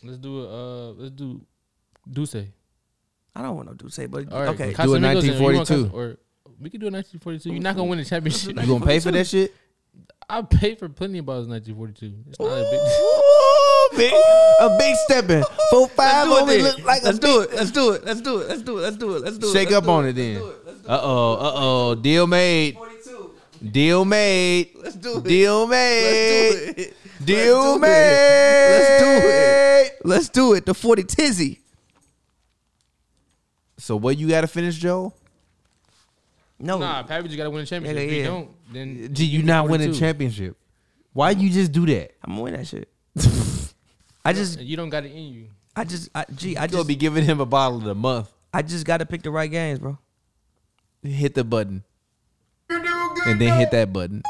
Speaker 4: let's do uh, let's do Duce. All
Speaker 3: I don't want no dude say, but
Speaker 4: right,
Speaker 3: okay.
Speaker 2: Do a
Speaker 4: Casamigos and- you want
Speaker 2: 1942.
Speaker 4: Cas- or we could do a 1942. You're not gonna win the championship.
Speaker 2: You gonna pay for that shit?
Speaker 4: I paid for plenty of balls in 1942. It's not a
Speaker 2: Ooh,
Speaker 4: big.
Speaker 2: big, a big stepping. Four five
Speaker 3: do it
Speaker 2: only
Speaker 3: then.
Speaker 2: look like
Speaker 3: Let's
Speaker 2: a
Speaker 3: do it. Let's do it. Let's do it. Let's do it. Let's do it. Let's do it.
Speaker 2: Shake
Speaker 3: Let's
Speaker 2: up
Speaker 3: do
Speaker 2: on it then. Uh oh, uh oh. Deal made.
Speaker 3: 42.
Speaker 2: Deal made.
Speaker 3: Let's do it.
Speaker 2: Deal
Speaker 3: Let's
Speaker 2: made.
Speaker 3: do it.
Speaker 2: Deal
Speaker 3: Let's do it. Let's do
Speaker 2: made.
Speaker 3: it. Let's do it. The 40 Tizzy.
Speaker 2: So what you gotta finish, Joe?
Speaker 3: No.
Speaker 4: Nah, Pappy just gotta win a championship.
Speaker 3: Nigga,
Speaker 4: If you
Speaker 3: yeah.
Speaker 4: don't, then
Speaker 2: Do you not win a
Speaker 4: 42.
Speaker 2: championship? Why you just do that?
Speaker 3: I'm gonna win that shit. I just,
Speaker 4: you don't got it in you.
Speaker 3: I just, I, gee, I
Speaker 2: I just
Speaker 3: just,
Speaker 2: be giving him a bottle of the month.
Speaker 3: I just gotta pick the right games, bro.
Speaker 2: Hit the button. And then hit that button.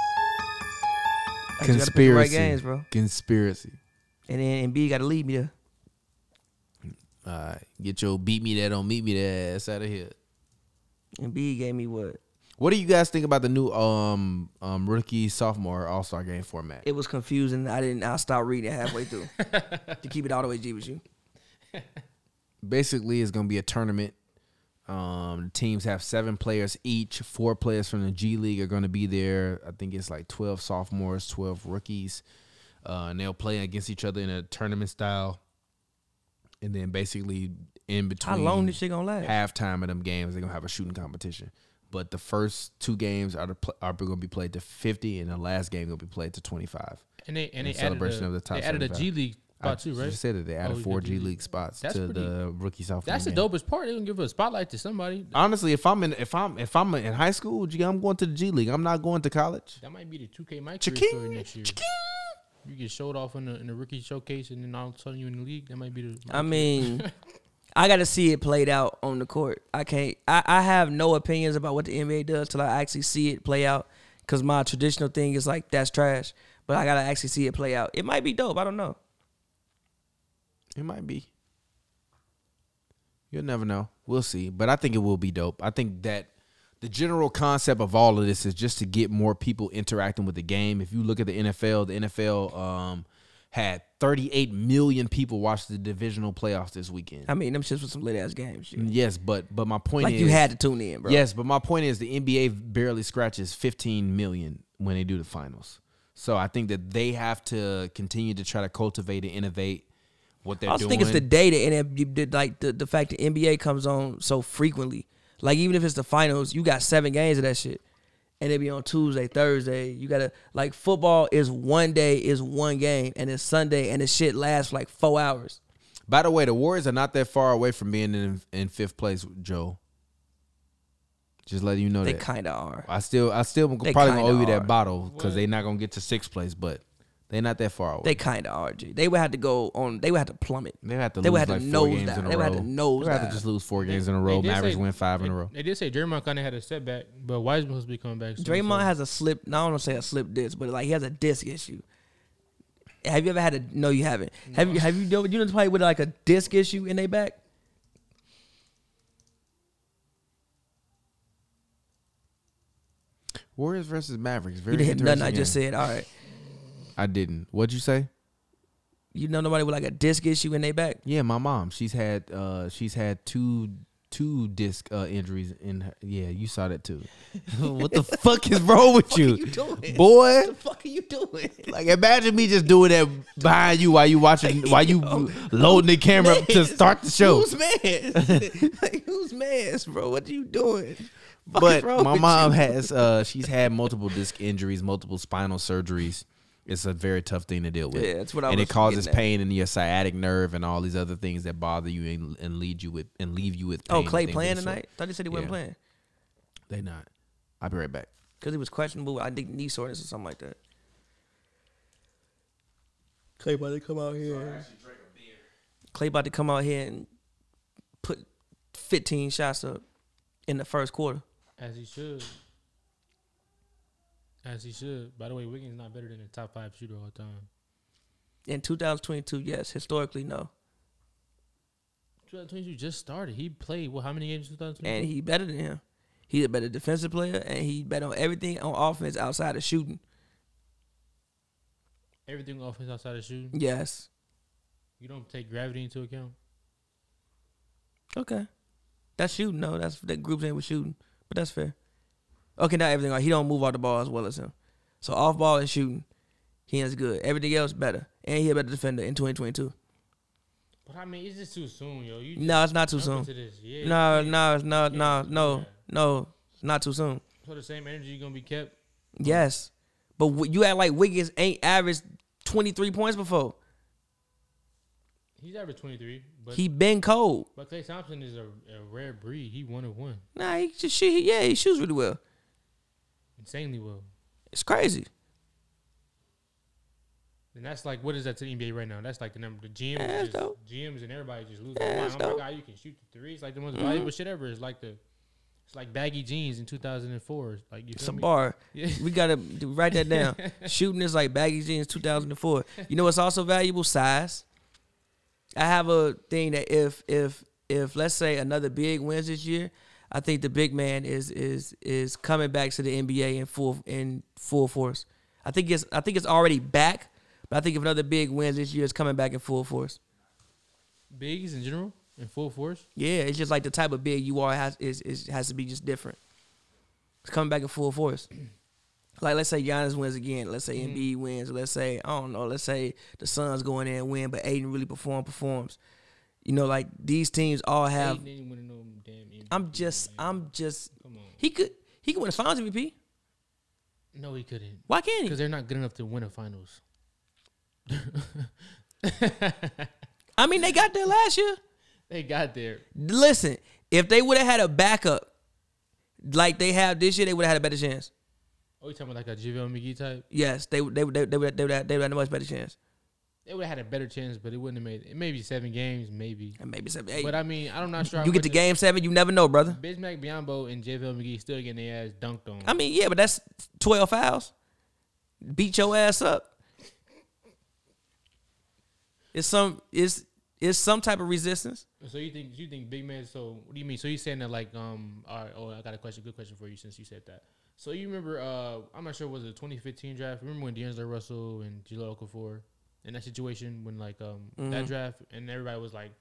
Speaker 3: I just gotta pick the
Speaker 2: Conspiracy.
Speaker 3: right games, bro.
Speaker 2: Conspiracy.
Speaker 3: And then Embiid gotta lead me there.
Speaker 2: All right. Get your beat me that don't meet me that ass out of here.
Speaker 3: Embiid gave me what?
Speaker 2: What do you guys think about the new um um rookie sophomore all star game format?
Speaker 3: It was confusing. I didn't. I stopped reading halfway through to keep it all the way G with you.
Speaker 2: Basically, it's gonna be a tournament. Um, the teams have seven players each. Four players from the G League are gonna be there. I think it's like twelve sophomores, twelve rookies, uh, and they'll play against each other in a tournament style. And then basically in between
Speaker 3: How long this shit gonna last?
Speaker 2: halftime of them games, they're gonna have a shooting competition. But the first two games are to pl- are gonna be played to fifty, and the last game gonna be played to twenty five.
Speaker 4: And they and
Speaker 2: In
Speaker 4: they
Speaker 2: celebration
Speaker 4: added a,
Speaker 2: of the top
Speaker 4: They added a
Speaker 2: 75.
Speaker 4: G League
Speaker 2: I
Speaker 4: spot too, right?
Speaker 2: just said that they
Speaker 4: Oh,
Speaker 2: added
Speaker 4: you
Speaker 2: four
Speaker 4: did
Speaker 2: G
Speaker 4: G
Speaker 2: League
Speaker 4: League.
Speaker 2: spots
Speaker 4: That's
Speaker 2: to
Speaker 4: pretty-
Speaker 2: the rookie sophomore.
Speaker 4: That's the
Speaker 2: game.
Speaker 4: dopest part. They gonna give a spotlight to somebody.
Speaker 2: Honestly, if I'm in, if I'm, if I'm in high school, gee, I'm going to the G League. I'm not going to college.
Speaker 4: That might be the 2K my career
Speaker 2: Cha-king,
Speaker 4: story next year. You get showed off in the, in the rookie showcase, and then all of a sudden you in the league. That might be the.
Speaker 3: I mean, I got to see it played out on the court. I can't. I, I have no opinions about what the NBA does till I actually see it play out. Cause my traditional thing is like that's trash, but I gotta actually see it play out. It might be dope. I don't know.
Speaker 2: It might be. You'll never know. We'll see, but I think it will be dope. I think that the general concept of all of this is just to get more people interacting with the game. If you look at the NFL, the NFL um, had 38 million people watch the divisional playoffs this weekend.
Speaker 3: I mean, them shits was some lit ass games. shit.
Speaker 2: yes, but but my point
Speaker 3: Like
Speaker 2: is
Speaker 3: you had to tune in, bro.
Speaker 2: Yes, but my point is the NBA barely scratches 15 million when they do the finals. So I think that they have to continue to try to cultivate and innovate what they're
Speaker 3: I also
Speaker 2: doing.
Speaker 3: think it's the data and it, did like the, the fact that NBA comes on so frequently. Like even if it's the finals, you got seven games of that shit. and it be on Tuesday, Thursday. You gotta like football is one day, is one game, and it's Sunday, and the shit lasts for like four hours.
Speaker 2: By the way, the Warriors are not that far away from being in in fifth place, Joe. Just letting you know
Speaker 3: They
Speaker 2: that.
Speaker 3: kinda are.
Speaker 2: I still, I still probably
Speaker 3: They
Speaker 2: gonna owe
Speaker 3: kinda
Speaker 2: you
Speaker 3: are.
Speaker 2: that bottle because they're not gonna get to sixth place, but they're not that far away.
Speaker 3: They kinda are. G. They would have to go on. They would have to plummet.
Speaker 2: They would have to
Speaker 3: They
Speaker 2: lose
Speaker 3: would have
Speaker 2: like
Speaker 3: to
Speaker 2: four
Speaker 3: nose
Speaker 2: games
Speaker 3: dive.
Speaker 2: in a
Speaker 3: They
Speaker 2: row.
Speaker 3: would have to nose
Speaker 2: They would have
Speaker 3: dive.
Speaker 2: to just lose four games in a
Speaker 4: They
Speaker 2: row.
Speaker 4: did
Speaker 2: Mavericks
Speaker 4: say-
Speaker 2: win five in a
Speaker 4: they-
Speaker 2: row.
Speaker 4: They did say Draymond kind of had a setback, but Wiseman supposed to be coming back. Soon,
Speaker 3: Draymond
Speaker 4: so-
Speaker 3: has a slip. No, I don't wanna say a slip disc, but like he has a disc issue. Have you ever had a? No, you haven't. Have you? Have you? You know somebody with like a disc issue in their back?
Speaker 2: Warriors versus Mavericks.
Speaker 3: You
Speaker 2: Very
Speaker 3: didn't hit nothing.
Speaker 2: interesting
Speaker 3: I just
Speaker 2: game.
Speaker 3: said. All right.
Speaker 2: I didn't. What'd you say?
Speaker 3: You know nobody with like a disc issue in their back.
Speaker 2: Yeah, my mom. She's had uh she's had two two disc uh injuries in her. Yeah, you saw that too. what the fuck is wrong with you?
Speaker 3: you doing?
Speaker 2: Boy,
Speaker 3: What the fuck are you doing?
Speaker 2: like imagine me just doing that behind you while you watching while you loading the camera up to start the show.
Speaker 3: Who's mad? like who's mad, bro? What are you doing? Fuck
Speaker 2: but
Speaker 3: is wrong
Speaker 2: my
Speaker 3: with
Speaker 2: mom
Speaker 3: you?
Speaker 2: has uh she's had multiple disc injuries, multiple spinal surgeries. It's a very tough thing to deal with.
Speaker 3: Yeah, that's what I
Speaker 2: and
Speaker 3: was
Speaker 2: it causes
Speaker 3: getting at.
Speaker 2: pain in your sciatic nerve and all these other things that bother you and, and lead you with and leave you with. Pain
Speaker 3: Oh, Clay
Speaker 2: and things
Speaker 3: playing
Speaker 2: of that sort.
Speaker 3: tonight? Thought he said he wasn't
Speaker 2: Yeah.
Speaker 3: playing
Speaker 2: They not. I'll be right back.
Speaker 3: because he was questionable. I think knee soreness or something like that. Clay about to come out here. Clay about to come out here and put 15 shots up in the first quarter.
Speaker 4: as he should, as he should. By the way, Wiggins not better than the top five shooter all time.
Speaker 3: In 2022, yes, historically no,
Speaker 4: 2022 just started. He played what? How many games? in 2022?
Speaker 3: and he better than him. He's a better defensive player, and he better on everything on offense outside of shooting.
Speaker 4: Everything offense outside of shooting.
Speaker 3: Yes.
Speaker 4: You don't take gravity into account.
Speaker 3: Okay. That's shooting. No, that's that groups ain't with shooting, but that's fair. Okay, not everything. Like, he don't move off the ball as well as him. So off ball and shooting, he is good. Everything else better, and he a better defender in 2022.
Speaker 4: But I mean, it's just too soon, yo. You just
Speaker 3: No, it's not too
Speaker 4: jump
Speaker 3: soon.
Speaker 4: into this. Yeah,
Speaker 3: No,
Speaker 4: you can't-
Speaker 3: no, no, no,
Speaker 4: do
Speaker 3: no,
Speaker 4: that.
Speaker 3: no. It's not too soon.
Speaker 4: So the same energy you gonna be kept.
Speaker 3: Yes, but w- you act like Wiggins ain't averaged 23 points before.
Speaker 4: He's average 23, but
Speaker 3: He been cold.
Speaker 4: but Clay Thompson is a, a rare breed. He one of one,
Speaker 3: Nah, he just she yeah he shoots really well.
Speaker 4: insanely well.
Speaker 3: It's crazy.
Speaker 4: And that's like what is that to the NBA right now? That's like the number the GMs,
Speaker 3: That's
Speaker 4: just,
Speaker 3: dope.
Speaker 4: GMs and everybody just losing.
Speaker 3: Yeah,
Speaker 4: their
Speaker 3: that's
Speaker 4: mind. oh
Speaker 3: dope.
Speaker 4: my god, you can shoot the threes like the
Speaker 3: Mm-hmm.
Speaker 4: most valuable shit ever. It's like the it's like baggy jeans in 2004. It's Like you
Speaker 3: It's
Speaker 4: feel
Speaker 3: a
Speaker 4: me?
Speaker 3: bar.
Speaker 4: Yeah.
Speaker 3: We gotta do- write that down. Shooting is like baggy jeans, 2004. You know what's also valuable? Size. I have a thing that if if if let's say another big wins this year, I think the big man is is is coming back to the NBA in full in full force. I think it's I think it's already back, but I think if another big wins this year, it's coming back in full force.
Speaker 4: Bigs in general in full force.
Speaker 3: Yeah, it's just like the type of big you are has is, is has to be just different. It's coming back in full force. Like let's say Giannis wins again. Let's say Embiid wins. Let's say I don't know. Let's say the Suns go in there and win, but Aiden really perform performs. You know, like these teams all
Speaker 4: Hey,
Speaker 3: have.
Speaker 4: they didn't win no damn MVP,
Speaker 3: I'm just,
Speaker 4: man.
Speaker 3: I'm just.
Speaker 4: Come on.
Speaker 3: He could, he could win a Finals MVP.
Speaker 4: No, he couldn't
Speaker 3: Why can't
Speaker 4: because
Speaker 3: he?
Speaker 4: they're not good enough to win a finals.
Speaker 3: I mean, they got there last year.
Speaker 4: They got there.
Speaker 3: Listen, if they would have had a backup like they have this year, they would have had a better chance.
Speaker 4: Oh, you talking about like a JaVale McGee type?
Speaker 3: Yes, they they they they would they would they would have had a much better chance.
Speaker 4: They would have had a better chance, but it wouldn't have made it. Maybe seven games, maybe.
Speaker 3: And maybe seven, eight.
Speaker 4: But I mean, I'm not sure. I Mm-hmm.
Speaker 3: You get
Speaker 4: would
Speaker 3: to
Speaker 4: have-
Speaker 3: game seven, you never know, brother.
Speaker 4: Bismack Biombo and JaVale McGee still getting their ass dunked on.
Speaker 3: I mean, yeah, but that's 12 fouls. Beat your ass up. It's some it's it's some type of resistance.
Speaker 4: so you think you think big man? So what do you mean? So you saying that like um? All right. Oh, I got a question. Good question for you since you said that. So you remember? Uh, I'm not sure. Was it 2015 draft? Remember when D'Angelo Russell and Jahlil Okafor in that situation when like um
Speaker 3: Mm-hmm.
Speaker 4: that draft and everybody was like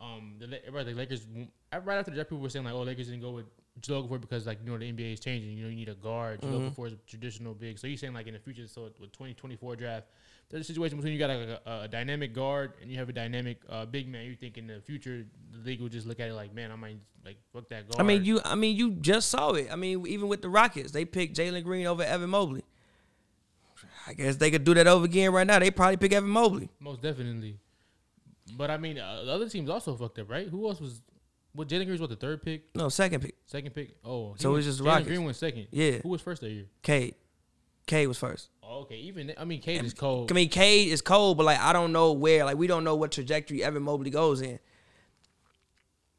Speaker 4: um the, La- everybody the Lakers w- right after the draft people were saying like oh Lakers didn't go with what you're looking for because like you know the NBA is changing. You know you need a guard. You're
Speaker 3: Mm-hmm.
Speaker 4: looking for a traditional big. So you're saying like in the future, so with 2024 draft, there's a situation between you got like a, a dynamic guard and you have a dynamic uh, big man. You think in the future the league will just look at it like, man, I might like fuck that guard.
Speaker 3: I mean, you. I mean, you just saw it. I mean, even with the Rockets, they picked Jalen Green over Evan Mobley. I guess they could do that over again right now. They probably pick Evan Mobley.
Speaker 4: most definitely. But I mean, uh, the other teams also fucked up, right? Who else was? What Jalen Green was what the third pick,
Speaker 3: No, second pick.
Speaker 4: second pick? Oh, he
Speaker 3: So it was
Speaker 4: went-
Speaker 3: just
Speaker 4: Jalen
Speaker 3: Rockets.
Speaker 4: Green went second.
Speaker 3: Yeah.
Speaker 4: who was first that year?
Speaker 3: Cade. Cade was first.
Speaker 4: Oh, okay, even th- I mean, Cade is cold.
Speaker 3: I mean, Cade is cold, but like I don't know where. Like we don't know what trajectory Evan Mobley goes in.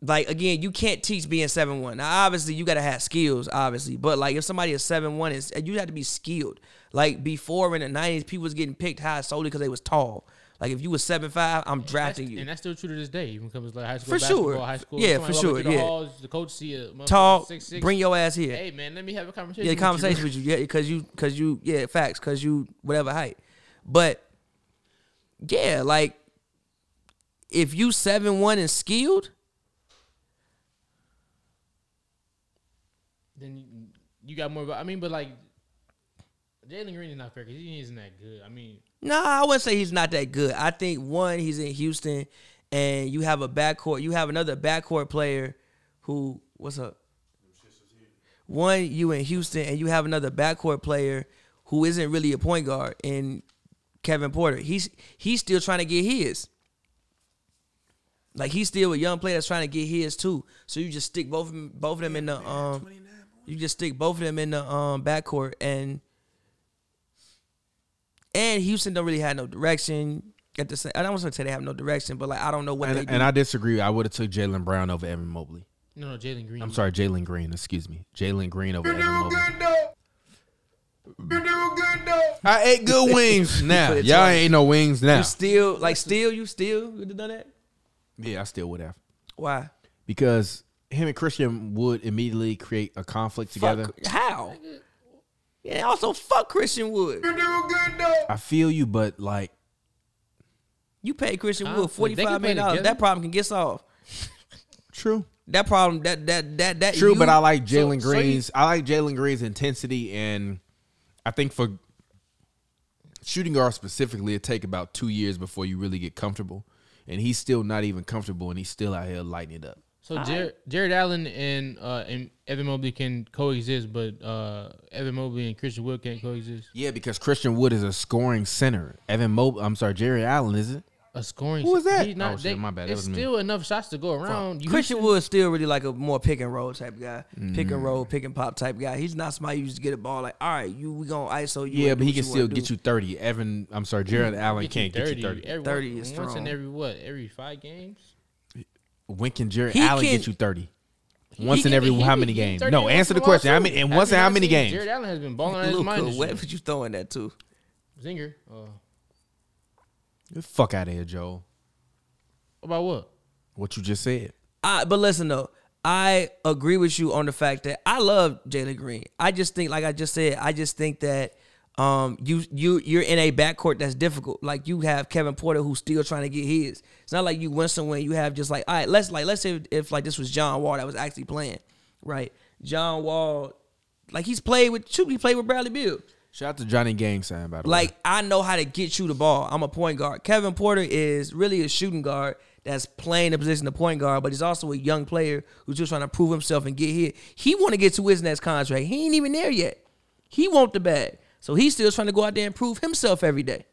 Speaker 3: Like again, you can't teach being seven one. Now, obviously, you gotta have skills, obviously. But like, if somebody is seven one, is you have to be skilled. Like before in the nineties, people was getting picked high solely because they was tall. Like if you was seven five, I'm drafting
Speaker 4: That's-
Speaker 3: you.
Speaker 4: and that's still true to this day. Even comes like high school,
Speaker 3: For
Speaker 4: basketball,
Speaker 3: sure.
Speaker 4: high school.
Speaker 3: Yeah, for
Speaker 4: somebody walk
Speaker 3: sure,
Speaker 4: into The,
Speaker 3: yeah.
Speaker 4: halls, the coach see a motherfucker
Speaker 3: Tall,
Speaker 4: six, six.
Speaker 3: bring your ass here.
Speaker 4: Hey man, let me have a conversation.
Speaker 3: Yeah,
Speaker 4: with you.
Speaker 3: conversation with you. Yeah, because you, because you, yeah, facts. Because you, whatever height. But yeah, like if you seven one and skilled,
Speaker 4: Then you, you got more. of a- I mean, but like Jalen Green is not fair because he isn't that good. I mean,
Speaker 3: nah, I wouldn't say he's not that good. I think one, he's in Houston, and you have a backcourt. You have another backcourt player who what's up. One, you in Houston, and you have another backcourt player who isn't really a point guard in Kevin Porter. He's he's still trying to get his. Like he's still a young player that's trying to get his too. So you just stick both of them, both of them in the um, you just stick both of them in the um backcourt and and Houston don't really have no direction at the same. I don't want to say they have no direction, but like I don't know what they
Speaker 2: And,
Speaker 3: do.
Speaker 2: and I disagree. I would have took Jalen Brown over Evan Mobley.
Speaker 4: no, no, Jalen Green.
Speaker 2: I'm sorry, Jalen Green. Excuse me, Jalen Green over Evan Mobley. I ate good wings now.
Speaker 3: it
Speaker 2: Y'all
Speaker 3: twice.
Speaker 2: ain't no wings now.
Speaker 3: you still like still you still would have done that.
Speaker 2: Yeah, I still would have
Speaker 3: Why?
Speaker 2: because him and Christian would immediately create a conflict together.
Speaker 3: Fuck, how? Yeah, and also fuck Christian Wood.
Speaker 2: I feel you, but like
Speaker 3: You pay Christian
Speaker 4: Huh?
Speaker 3: Wood
Speaker 4: Like,
Speaker 3: forty
Speaker 4: they can
Speaker 3: five million
Speaker 4: play
Speaker 3: dollars.
Speaker 4: together?
Speaker 3: That problem can get solved.
Speaker 2: true,
Speaker 3: That problem that that that that
Speaker 2: true.
Speaker 3: you-
Speaker 2: but I like Jalen
Speaker 4: so you-
Speaker 2: Green's. I like Jalen Green's intensity, and I think for shooting guard specifically, it take about two years before you really get comfortable. And he's still not even comfortable, and he's still out here lighting it up.
Speaker 4: So Jared, Jared Allen and uh, and Evan Mobley can coexist, but uh, Evan Mobley and Christian Wood can't coexist.
Speaker 2: Yeah, because Christian Wood is a scoring center. Evan Mob, I'm sorry, Jerry Allen, is it?
Speaker 4: A scoring.
Speaker 2: Who was that?
Speaker 4: He's not,
Speaker 2: Oh, shit,
Speaker 4: they-
Speaker 2: my bad. That
Speaker 4: It's
Speaker 2: was me.
Speaker 4: still enough shots to go around. You-
Speaker 3: Christian Wood's still really like a more pick and roll type guy, pick
Speaker 2: Mm.
Speaker 3: and roll, pick and pop type guy. He's not somebody you just get a ball like, all right, you we gonna ISO you.
Speaker 2: Yeah,
Speaker 3: and do
Speaker 2: but he
Speaker 3: what
Speaker 2: can still
Speaker 3: wanna
Speaker 2: get
Speaker 3: do."
Speaker 2: you 30. Evan, I'm sorry, Jared Allen
Speaker 4: get
Speaker 2: can't
Speaker 4: you
Speaker 2: get you 30.
Speaker 4: Every,
Speaker 3: 30 is
Speaker 4: once in
Speaker 3: strong.
Speaker 4: every what? Every five games.
Speaker 2: When can Jared
Speaker 3: He
Speaker 2: Allen
Speaker 3: can-
Speaker 2: get you 30? Once in
Speaker 4: He-
Speaker 2: every
Speaker 4: he-
Speaker 2: how
Speaker 4: he-
Speaker 2: many
Speaker 4: he
Speaker 2: games?
Speaker 4: 30
Speaker 2: No,
Speaker 4: once
Speaker 2: answer
Speaker 4: in
Speaker 2: the
Speaker 4: a while,
Speaker 2: question. How
Speaker 4: too.
Speaker 2: many and
Speaker 4: Have
Speaker 2: once
Speaker 4: you
Speaker 2: in how
Speaker 4: not
Speaker 2: many
Speaker 4: seen
Speaker 2: games?
Speaker 4: Jared Allen has been balling out his mind.
Speaker 3: Luka,
Speaker 4: this
Speaker 3: what
Speaker 4: year.
Speaker 3: would you throw in that too?
Speaker 4: Zinger. Uh,
Speaker 2: Get the Fuck out of here, Joel.
Speaker 4: about what?
Speaker 2: What you just said.
Speaker 3: I, but listen though, I agree with you on the fact that I love Jalen Green. I just think, like I just said, I just think that um, you you you're in a backcourt that's difficult. Like you have Kevin Porter who's still trying to get his. It's not like you win somewhere and you have just like all right, let's like let's say if, if like this was John Wall that was actually playing, right? John Wall, like he's played with shoot, he played with Bradley Beal.
Speaker 2: Shout out to Johnny Gangsign, by the way.
Speaker 3: Like I know how to get you the ball. I'm a point guard. Kevin Porter is really a shooting guard that's playing the position of point guard, but he's also a young player who's just trying to prove himself and get here. He want to get to his next contract. He ain't even there yet. He want the bag, so he's still trying to go out there and prove himself every day.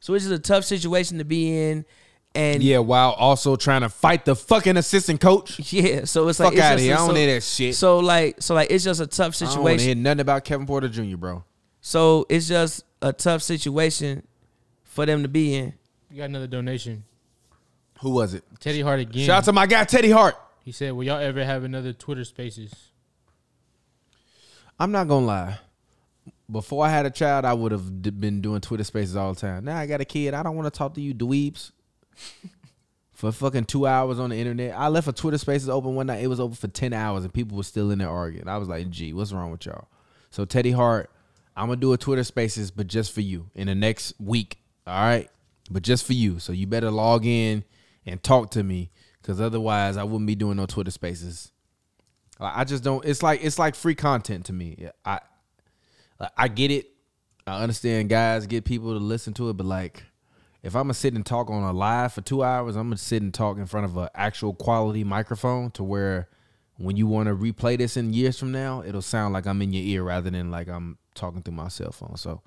Speaker 3: So it's just a tough situation to be in, and yeah,
Speaker 2: Yeah, while also trying to fight the fucking assistant coach.
Speaker 3: so it's
Speaker 2: Fuck
Speaker 3: like it's
Speaker 2: outta
Speaker 3: just
Speaker 2: here.
Speaker 3: a-
Speaker 2: I don't
Speaker 3: so-
Speaker 2: need that shit.
Speaker 3: So like, so like, it's just a tough
Speaker 2: I don't want to
Speaker 3: situation.
Speaker 2: hear nothing about Kevin Porter Jr., bro.
Speaker 3: So it's just a tough situation for them to be in.
Speaker 4: You got another donation.
Speaker 2: Who was it?
Speaker 4: Teddy Hart again.
Speaker 2: Shout out to my guy Teddy Hart.
Speaker 4: he said, "Will y'all ever have another Twitter Spaces?"
Speaker 2: I'm not gonna lie. Before I had a child, I would have d- been doing Twitter Spaces all the time. Now I got a kid. I don't want to talk to you dweebs for fucking two hours on the internet. I left a Twitter Spaces open one night. It was open for ten hours, and people were still in there arguing. I was like, "Gee, what's wrong with y'all?" So Teddy Hart, I'm gonna do a Twitter Spaces, but just for you in the next week. All right, but just for you. So you better log in and talk to me, because otherwise I wouldn't be doing no Twitter Spaces. Like, I just don't. It's like it's like free content to me. Yeah, I like, I get it. I understand guys get people to listen to it, but like if I'm gonna sit and talk on a live for two hours, I'm gonna sit and talk in front of an actual quality microphone to where when you want to replay this in years from now, it'll sound like I'm in your ear rather than like I'm talking through my cell phone. So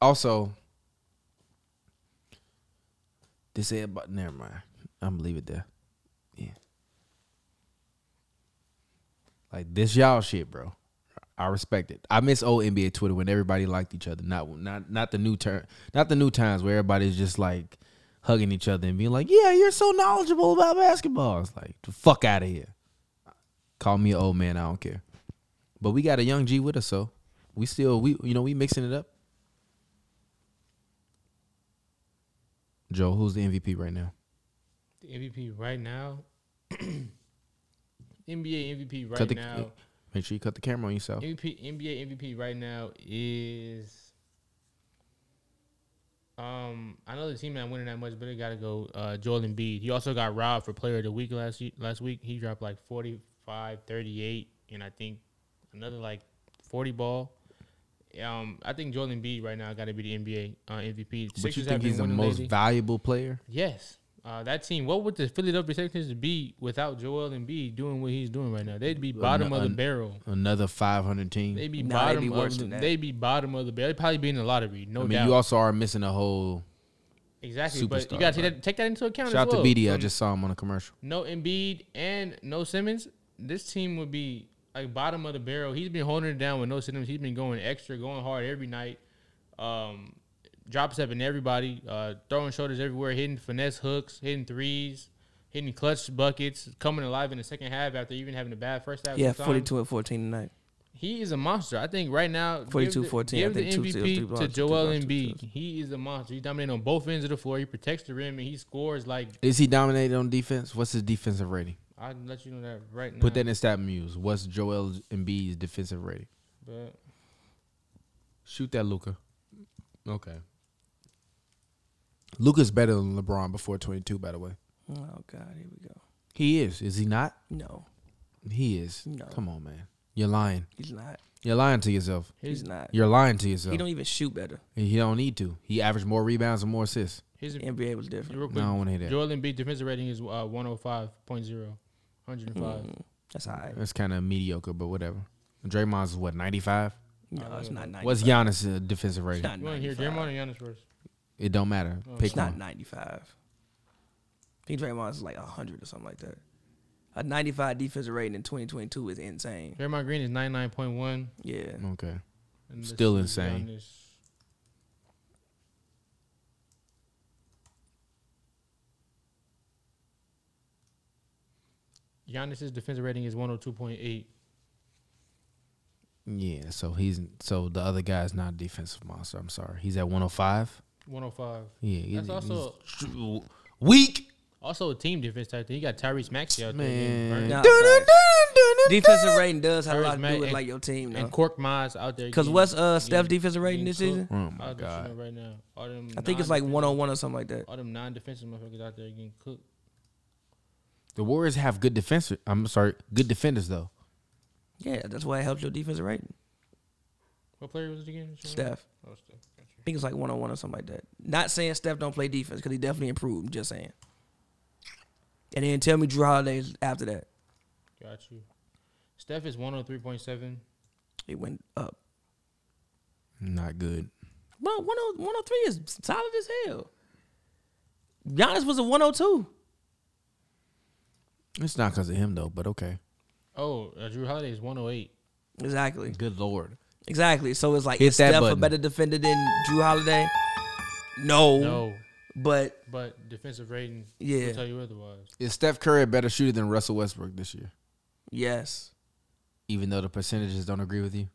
Speaker 2: also this ad but never mind. I'm leave it there. Yeah. Like this y'all shit, bro. I respect it. I miss old NBA Twitter when everybody liked each other. Not not not the new turn not the new times where everybody's just like hugging each other and being like, Yeah, you're so knowledgeable about basketball. It's like the fuck out of here. Call me an old man, I don't care. But we got a young G with us, so we still we you know, we mixing it up. Joe, who's the MVP right now?
Speaker 4: The MVP right now. NBA MVP right
Speaker 2: Cut the-
Speaker 4: now.
Speaker 2: Make sure you cut the camera on yourself.
Speaker 4: MVP, NBA MVP right now is. Um, I know the team not winning that much, but it got to go. Uh, Joel Embiid. He also got robbed for Player of the Week last ye- last week. He dropped like 45, 38, and I think another like forty ball. Um, I think Joel Embiid right now got to be the NBA uh, MVP.
Speaker 2: But you
Speaker 4: Sixers
Speaker 2: think
Speaker 4: have been
Speaker 2: he's the
Speaker 4: winning
Speaker 2: most
Speaker 4: lately.
Speaker 2: valuable player?
Speaker 4: Yes. Uh, that team. What would the Philadelphia Sixers be without Joel Embiid doing what he's doing right now? They'd be bottom of the
Speaker 2: an-
Speaker 4: barrel.
Speaker 2: Another 500 team.
Speaker 4: They be
Speaker 3: Nah, they
Speaker 4: bottom
Speaker 3: be worse
Speaker 4: of the,
Speaker 3: than that.
Speaker 4: they be bottom of the barrel. They probably be in the lottery, no
Speaker 2: I mean,
Speaker 4: doubt.
Speaker 2: you also are missing a whole.
Speaker 4: exactly, but you
Speaker 2: superstar,
Speaker 4: got to take
Speaker 2: right.
Speaker 4: that, take that into account.
Speaker 2: Shout out
Speaker 4: as well.
Speaker 2: to BD. I
Speaker 4: Um,
Speaker 2: just saw him on a commercial.
Speaker 4: no Embiid and no Simmons. This team would be like bottom of the barrel. He's been holding it down with no Simmons. He's been going extra, going hard every night. Um, drop stepping everybody, uh, throwing shoulders everywhere, hitting finesse hooks, hitting threes, hitting clutch buckets, coming alive in the second half after even having a bad first half.
Speaker 3: Yeah,
Speaker 4: sometimes.
Speaker 3: forty two and fourteen tonight.
Speaker 4: He is a monster. I think right now, give the-
Speaker 3: 42-14,
Speaker 4: Give
Speaker 3: I
Speaker 4: the
Speaker 3: think two steals, three
Speaker 4: MVP
Speaker 3: blocks,
Speaker 4: to
Speaker 3: two
Speaker 4: Joel
Speaker 3: blocks, two
Speaker 4: Embiid. He is a monster. He's dominating on both ends of the floor. He protects the rim and he scores like
Speaker 2: Is he dominated on defense? What's his defensive rating?
Speaker 4: I can let you know that right now.
Speaker 2: Put that in stat muse. What's Joel Embiid's defensive rating?
Speaker 4: But
Speaker 2: Shoot that, Luca. Okay. Luca's better than LeBron before 22. By the way,
Speaker 3: Oh God, here we go.
Speaker 2: he is. Is he not?
Speaker 3: No,
Speaker 2: He is.
Speaker 3: No.
Speaker 2: Come on, man. You're lying.
Speaker 3: he's not.
Speaker 2: You're lying to yourself.
Speaker 3: He's not.
Speaker 2: You're lying to yourself.
Speaker 3: He don't even shoot better.
Speaker 2: he don't need to. He averaged more rebounds and more assists.
Speaker 4: his
Speaker 3: NBA was different.
Speaker 4: real quick,
Speaker 2: No, I don't want to hear that.
Speaker 4: Joel Embiid defensive rating is uh, 105.0, 105.
Speaker 3: Mm, that's all right.
Speaker 2: That's kind of mediocre, but whatever. Draymond's what ninety five.
Speaker 3: No, it's not ninety.
Speaker 2: What's Giannis' uh, defensive
Speaker 3: It's
Speaker 2: rating?
Speaker 3: not
Speaker 4: You want to hear
Speaker 3: 95.
Speaker 4: Draymond or Giannis first?
Speaker 2: It don't matter. Pick
Speaker 3: It's not
Speaker 2: one.
Speaker 3: 95. I think Draymond's like 100 or something like that. A 95 defensive rating in 2022 is insane.
Speaker 4: Draymond Green is 99.1.
Speaker 3: Yeah.
Speaker 2: Okay.
Speaker 4: and let's
Speaker 2: Still
Speaker 4: see,
Speaker 2: insane.
Speaker 4: Giannis- Giannis's defensive rating is 102.8.
Speaker 2: Yeah. So he's so the other guy's not a defensive monster. I'm sorry. He's at one hundred five.
Speaker 4: 105.
Speaker 2: Yeah. he-
Speaker 4: That's also
Speaker 2: he's weak.
Speaker 4: also a team defense type thing. You got Tyrese Maxey out there.
Speaker 2: Man.
Speaker 4: getting burned.
Speaker 3: Nah,
Speaker 2: Dun,
Speaker 3: facts.
Speaker 2: dun, dun, dun.
Speaker 3: defensive rating does have a lot to do
Speaker 4: Charismatic
Speaker 3: with
Speaker 4: and-
Speaker 3: like your team,
Speaker 4: And
Speaker 3: though.
Speaker 4: Cork Mize out there.
Speaker 3: Because
Speaker 4: getting-
Speaker 3: what's uh Steph
Speaker 4: getting-
Speaker 3: defensive rating this
Speaker 4: getting
Speaker 3: season?
Speaker 4: cooked.
Speaker 2: Oh my
Speaker 4: I'll let you
Speaker 2: god.
Speaker 4: know right now. All them
Speaker 3: I think it's like
Speaker 4: non-defensive-
Speaker 3: 101 or something like that.
Speaker 4: All them non-defensive motherfuckers out there getting cooked.
Speaker 2: The Warriors have good defense. I'm sorry. Good defenders though.
Speaker 3: Yeah, that's why it helps your defensive rating.
Speaker 4: What player was it again?
Speaker 3: Steph.
Speaker 4: Oh, Steph. Got you.
Speaker 3: I think it's like 101 or something like that. Not saying Steph don't play defense because he definitely improved. Just saying. And then tell me Drew Holiday's after that.
Speaker 4: Got you. Steph is 103.7.
Speaker 3: It went up.
Speaker 2: Not good.
Speaker 3: Well, 10 103 is solid as hell. Giannis was a 102.
Speaker 2: It's not because of him though. But okay.
Speaker 4: Oh, uh, Drew Holiday is 108.
Speaker 3: Exactly.
Speaker 2: Good lord.
Speaker 3: Exactly. So it's like,
Speaker 2: Hit
Speaker 3: is
Speaker 2: that
Speaker 3: Steph a
Speaker 2: button.
Speaker 3: better defender than Drew Holiday? No.
Speaker 4: No,
Speaker 3: But
Speaker 4: but defensive rating
Speaker 3: Yeah.
Speaker 4: will tell you otherwise.
Speaker 2: Is Steph Curry a better shooter than Russell Westbrook this year?
Speaker 3: yes.
Speaker 2: Even though the percentages don't agree with you.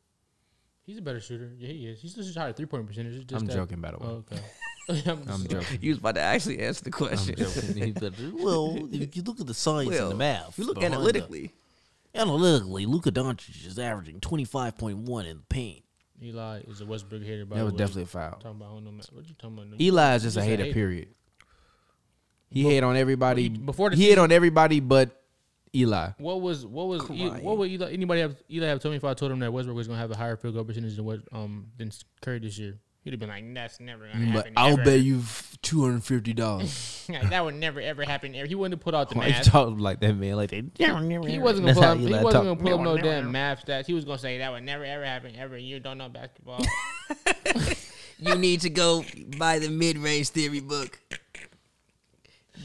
Speaker 4: He's a better shooter. Yeah, he is. He's just higher three point percentage. It's Just
Speaker 2: I'm
Speaker 4: that-
Speaker 2: joking, by the way.
Speaker 4: Oh, okay. I'm,
Speaker 2: I'm
Speaker 4: just-
Speaker 2: joking.
Speaker 3: You was about to actually answer the question.
Speaker 7: well, if you look at the science and
Speaker 3: Well,
Speaker 7: the math,
Speaker 3: you look
Speaker 7: behind the-
Speaker 3: analytically.
Speaker 7: analytically, Luka Doncic is averaging twenty five point one in the paint.
Speaker 4: Eli is a Westbrook hater. By
Speaker 2: That
Speaker 4: the
Speaker 2: was
Speaker 4: way.
Speaker 2: definitely a foul.
Speaker 4: Talking about, I don't know, man. what you talking about?
Speaker 2: Eli is just a
Speaker 4: He's a
Speaker 2: hater,
Speaker 4: hater.
Speaker 2: period. He hate on everybody.
Speaker 4: Before the
Speaker 2: he hate on everybody but Eli.
Speaker 4: What was what was E-
Speaker 3: Crying.
Speaker 4: what would Eli, anybody have Eli have told me if I told him that Westbrook was gonna have a higher field goal percentage than what um than Curry this year? He'd have been like, "That's never gonna
Speaker 2: But
Speaker 4: happen."
Speaker 2: I'll
Speaker 4: ever."
Speaker 2: bet you two hundred fifty dollars.
Speaker 4: that would never ever happen. He wouldn't have put out the
Speaker 2: Why you
Speaker 4: math.
Speaker 2: talking like that, man? Like that?
Speaker 4: He wasn't gonna
Speaker 2: That's
Speaker 4: pull
Speaker 2: how
Speaker 4: up, he
Speaker 2: Eli
Speaker 4: wasn't
Speaker 2: talk.
Speaker 4: gonna pull up no damn math stats. He was gonna say that would never ever happen ever. You don't know basketball.
Speaker 3: You need to go buy the mid range theory book.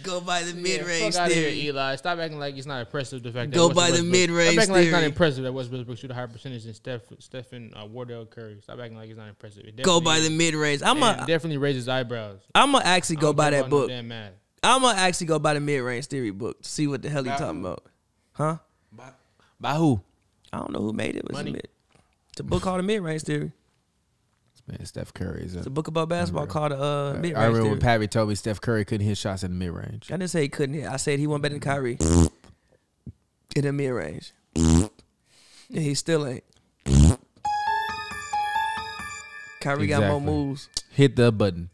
Speaker 3: Go buy the mid range
Speaker 4: Fuck outta here,
Speaker 3: theory.
Speaker 4: Eli. Stop acting like it's not impressive. The fact
Speaker 3: Go
Speaker 4: that Russell
Speaker 3: by the
Speaker 4: Westbrook-
Speaker 3: mid-range
Speaker 4: Stop acting like it's not
Speaker 3: theory.
Speaker 4: impressive that West Westbrook shoot a higher percentage than Steph, Stephen uh, Wardell Curry. Stop acting like it's not impressive. It
Speaker 3: Go
Speaker 4: definitely
Speaker 3: buy
Speaker 4: is.
Speaker 3: the mid range. I'm
Speaker 4: And
Speaker 3: a,
Speaker 4: definitely raises eyebrows.
Speaker 3: I'm gonna actually go
Speaker 4: Don't
Speaker 3: buy
Speaker 4: care
Speaker 3: that
Speaker 4: about no
Speaker 3: book.
Speaker 4: damn math.
Speaker 3: I'm gonna actually go buy the mid range theory book to see what the hell he talking about, huh?
Speaker 2: By who?
Speaker 3: I don't know who made it. It Was
Speaker 4: Money.
Speaker 3: a mid. It's a book called the mid range theory.
Speaker 2: Man, Steph Curry is
Speaker 3: It's
Speaker 2: a.
Speaker 3: a book about basketball called uh, mid
Speaker 2: I
Speaker 3: range
Speaker 2: remember
Speaker 3: theory.
Speaker 2: when Pappy told me Steph Curry couldn't hit shots in the mid range.
Speaker 3: I didn't say he couldn't hit. I said he won better than Kyrie in the mid range. and he still ain't. Kyrie got more
Speaker 2: Exactly.
Speaker 3: moves.
Speaker 2: Hit the button.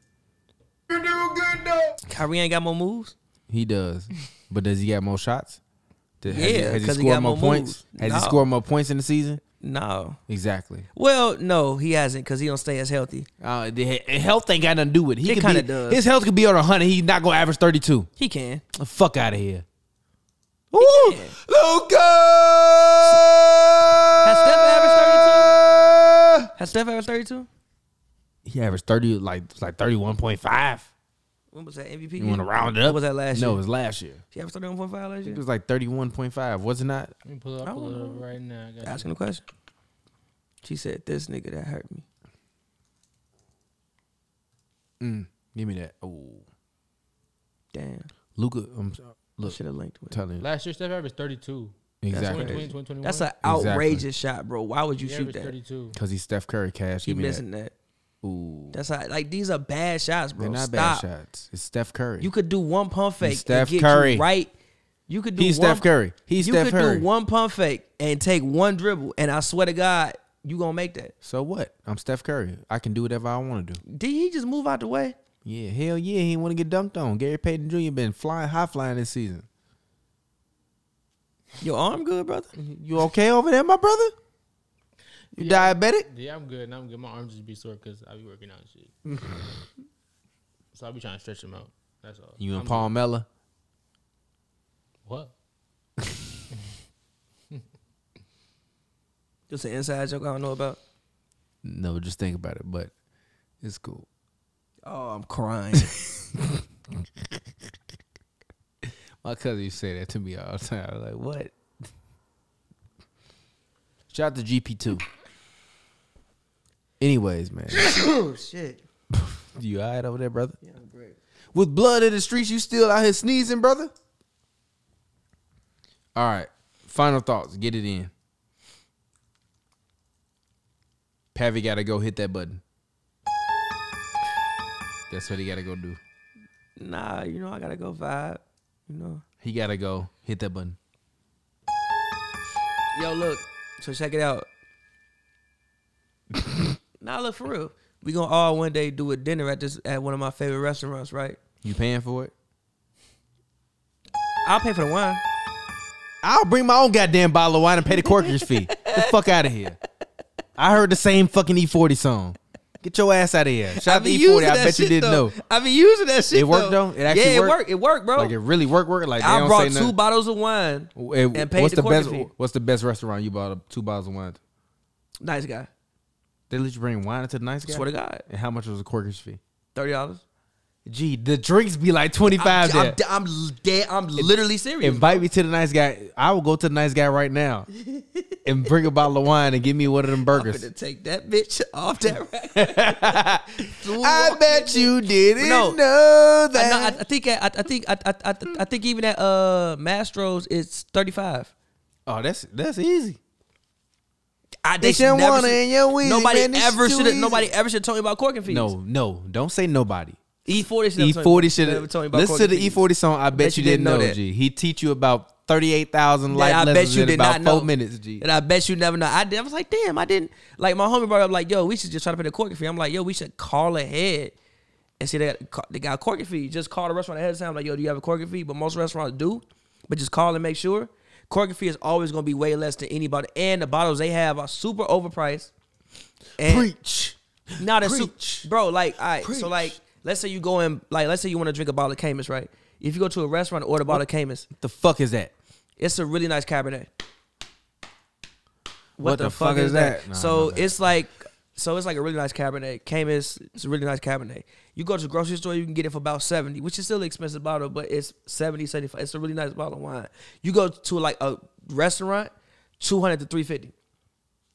Speaker 3: Kyrie ain't got more moves.
Speaker 2: He does, but does he got more shots? Does- has he-
Speaker 3: Yeah,
Speaker 2: has he
Speaker 3: 'cause he
Speaker 2: scored
Speaker 3: got
Speaker 2: more
Speaker 3: more
Speaker 2: points?
Speaker 3: moves.
Speaker 2: Has
Speaker 3: No.
Speaker 2: he scored more points in the season?
Speaker 3: No.
Speaker 2: Exactly.
Speaker 3: Well, no, he hasn't because he don't stay as healthy.
Speaker 2: Uh, the, he- health ain't got nothing to do with it. He
Speaker 3: It
Speaker 2: could
Speaker 3: kinda
Speaker 2: be-
Speaker 3: does.
Speaker 2: His health could be on a hundred. He's not gonna average thirty two.
Speaker 3: He can.
Speaker 2: Fuck out of here.
Speaker 3: Ooh, Has Steph averaged 32? Has Steph averaged 32?
Speaker 2: He averaged thirty, like like thirty one point five.
Speaker 3: When was that MVP?
Speaker 2: You want to
Speaker 3: year?
Speaker 2: round it up?
Speaker 3: What was that last
Speaker 2: No,
Speaker 3: year?
Speaker 2: it was last year.
Speaker 3: She averaged 31.5 last
Speaker 2: It
Speaker 3: year?
Speaker 2: was like thirty one point five. Was it not?
Speaker 4: Let me pull
Speaker 3: I
Speaker 4: it up, pull
Speaker 3: don't
Speaker 4: it up right now. I got
Speaker 3: Asking the question. She said, this nigga that hurt me.
Speaker 2: Mm, give me that. Oh,
Speaker 3: Damn.
Speaker 2: Luca. I'm sorry. look.
Speaker 3: Should have linked with
Speaker 2: Telling
Speaker 4: it.
Speaker 2: you.
Speaker 4: Last year, Steph averaged 32.
Speaker 2: exactly
Speaker 4: 2020, 2021.
Speaker 3: That's an outrageous shot, bro. Why would you
Speaker 4: He
Speaker 3: shoot
Speaker 4: averaged
Speaker 3: that?
Speaker 4: 32.
Speaker 2: because he's Steph Curry. Cash.
Speaker 3: You
Speaker 2: Give me that.
Speaker 3: missing that.
Speaker 2: Ooh,
Speaker 3: That's how, like these are bad shots, bro.
Speaker 2: they're not
Speaker 3: Stop.
Speaker 2: bad shots. It's Steph Curry.
Speaker 3: You could do one pump fake.
Speaker 2: Steph
Speaker 3: and get
Speaker 2: Curry.
Speaker 3: You right. You could do
Speaker 2: he's
Speaker 3: one,
Speaker 2: Steph Curry. He's
Speaker 3: you
Speaker 2: Steph
Speaker 3: could
Speaker 2: Curry.
Speaker 3: do one pump fake and take one dribble, and I swear to God, you gonna make that.
Speaker 2: so what? I'm Steph Curry. I can do whatever I want to do.
Speaker 3: Did he just move out the way?
Speaker 2: Yeah, hell yeah. He want to get dunked on. Gary Payton Jr. been flying high flying this season.
Speaker 3: Your arm good, brother?
Speaker 2: You okay over there, my brother? You diabetic?
Speaker 4: Yeah, I'm good. and I'm good. My arms just be sore because I be working out and shit. so I be trying to stretch them out. That's all.
Speaker 2: You
Speaker 4: I'm
Speaker 2: and
Speaker 4: good.
Speaker 2: Palmella?
Speaker 4: What?
Speaker 3: Just an inside joke I don't know about.
Speaker 2: No, just think about it. But it's cool.
Speaker 3: Oh, I'm crying.
Speaker 2: My cousin used to say that to me all the time. Like, what? Shout out to GP2. Anyways, man.
Speaker 3: oh shit.
Speaker 2: you all right over there, brother?
Speaker 3: Yeah, I'm great.
Speaker 2: With blood in the streets, you still out here sneezing, brother? All right. Final thoughts. Get it in. Pavi got to go hit that button. That's what he got to go do.
Speaker 3: Nah, you know I gotta go vibe. You know.
Speaker 2: He got to go hit that button.
Speaker 3: Yo, look. So check it out. nah, look for real. We gonna all one day do a dinner at this at one of my favorite restaurants, right?
Speaker 2: You paying for it?
Speaker 3: I'll pay for the wine.
Speaker 2: I'll bring my own goddamn bottle of wine and pay the corkage fee. The fuck out of here. I heard the same fucking E40 song. Get your ass out of here. Shout out to E40. E I bet you didn't know.
Speaker 3: I been using that shit.
Speaker 2: It worked, though? It actually
Speaker 3: yeah, it
Speaker 2: worked?
Speaker 3: It worked, bro.
Speaker 2: Like it really work work. Like they
Speaker 3: I
Speaker 2: don't
Speaker 3: brought
Speaker 2: say
Speaker 3: two
Speaker 2: nothing.
Speaker 3: bottles of wine.
Speaker 2: Hey,
Speaker 3: and paid
Speaker 2: what's
Speaker 3: the
Speaker 2: the,
Speaker 3: corkage
Speaker 2: best?
Speaker 3: fee.
Speaker 2: What's the best restaurant you bought? Up two bottles of wine.
Speaker 3: Nice guy.
Speaker 2: They let you bring wine to the nice guy.
Speaker 3: Swear to God,
Speaker 2: And how much was the corkage fee?
Speaker 3: thirty dollars.
Speaker 2: Gee, the drinks be like twenty
Speaker 3: I'm,
Speaker 2: five
Speaker 3: I'm,
Speaker 2: there.
Speaker 3: I'm dead. I'm literally serious.
Speaker 2: Invite me to the nice guy. I will go to the nice guy right now and bring a bottle of wine and give me one of them
Speaker 3: I'm
Speaker 2: burgers.
Speaker 3: gonna take that bitch off that rack.
Speaker 2: I bet you didn't
Speaker 3: No.
Speaker 2: know
Speaker 3: I, know, I,
Speaker 2: that.
Speaker 3: I think I, I think I, I, I, I think even at uh Mastro's it's thirty five.
Speaker 2: oh, that's that's easy.
Speaker 3: I
Speaker 2: They shouldn't want it in your wheezy,
Speaker 3: Nobody
Speaker 2: man. This
Speaker 3: ever
Speaker 2: is too
Speaker 3: should have.
Speaker 2: easy.
Speaker 3: Nobody ever should have told me about corking fees.
Speaker 2: No, no, don't say nobody.
Speaker 3: E forty should
Speaker 2: E forty should
Speaker 3: have told me about
Speaker 2: listen to
Speaker 3: corking
Speaker 2: the E
Speaker 3: fees.
Speaker 2: forty song. I bet, you didn't know,
Speaker 3: that.
Speaker 2: G. He teach you about thirty eight thousand life
Speaker 3: That I bet
Speaker 2: lessons
Speaker 3: you
Speaker 2: in
Speaker 3: did
Speaker 2: about
Speaker 3: not
Speaker 2: four
Speaker 3: know.
Speaker 2: minutes, G.
Speaker 3: And I bet you never know. I, did, I was like, damn, I didn't. Like my homie brought up, like, yo, we should just try to pay the corking fee. I'm like, yo, we should call ahead and see they got, they got a corking fee. Just call the restaurant ahead of time, like, yo, do you have a corking fee? But most restaurants do, but just call and make sure. choreography is always going to be way less than anybody. And the bottles they have are super overpriced. And
Speaker 7: Preach.
Speaker 3: not a su-
Speaker 7: Preach.
Speaker 3: bro. Like, all right. So,
Speaker 7: Preach.
Speaker 3: like, let's say you go in, like, let's say you want to drink a bottle of Camus, right? If you go to a restaurant and order a bottle of Camus,
Speaker 2: The fuck is that?
Speaker 3: it's a really nice Cabernet. What,
Speaker 2: the fuck is that? Nah,
Speaker 3: so
Speaker 2: my bad.
Speaker 3: it's like, so it's like a really nice Cabernet. Camus, it's a really nice Cabernet. You go to the grocery store, you can get it for about seventy, which is still an expensive bottle, but it's 70, 75. It's a really nice bottle of wine. You go to like a restaurant, two hundred to three fifty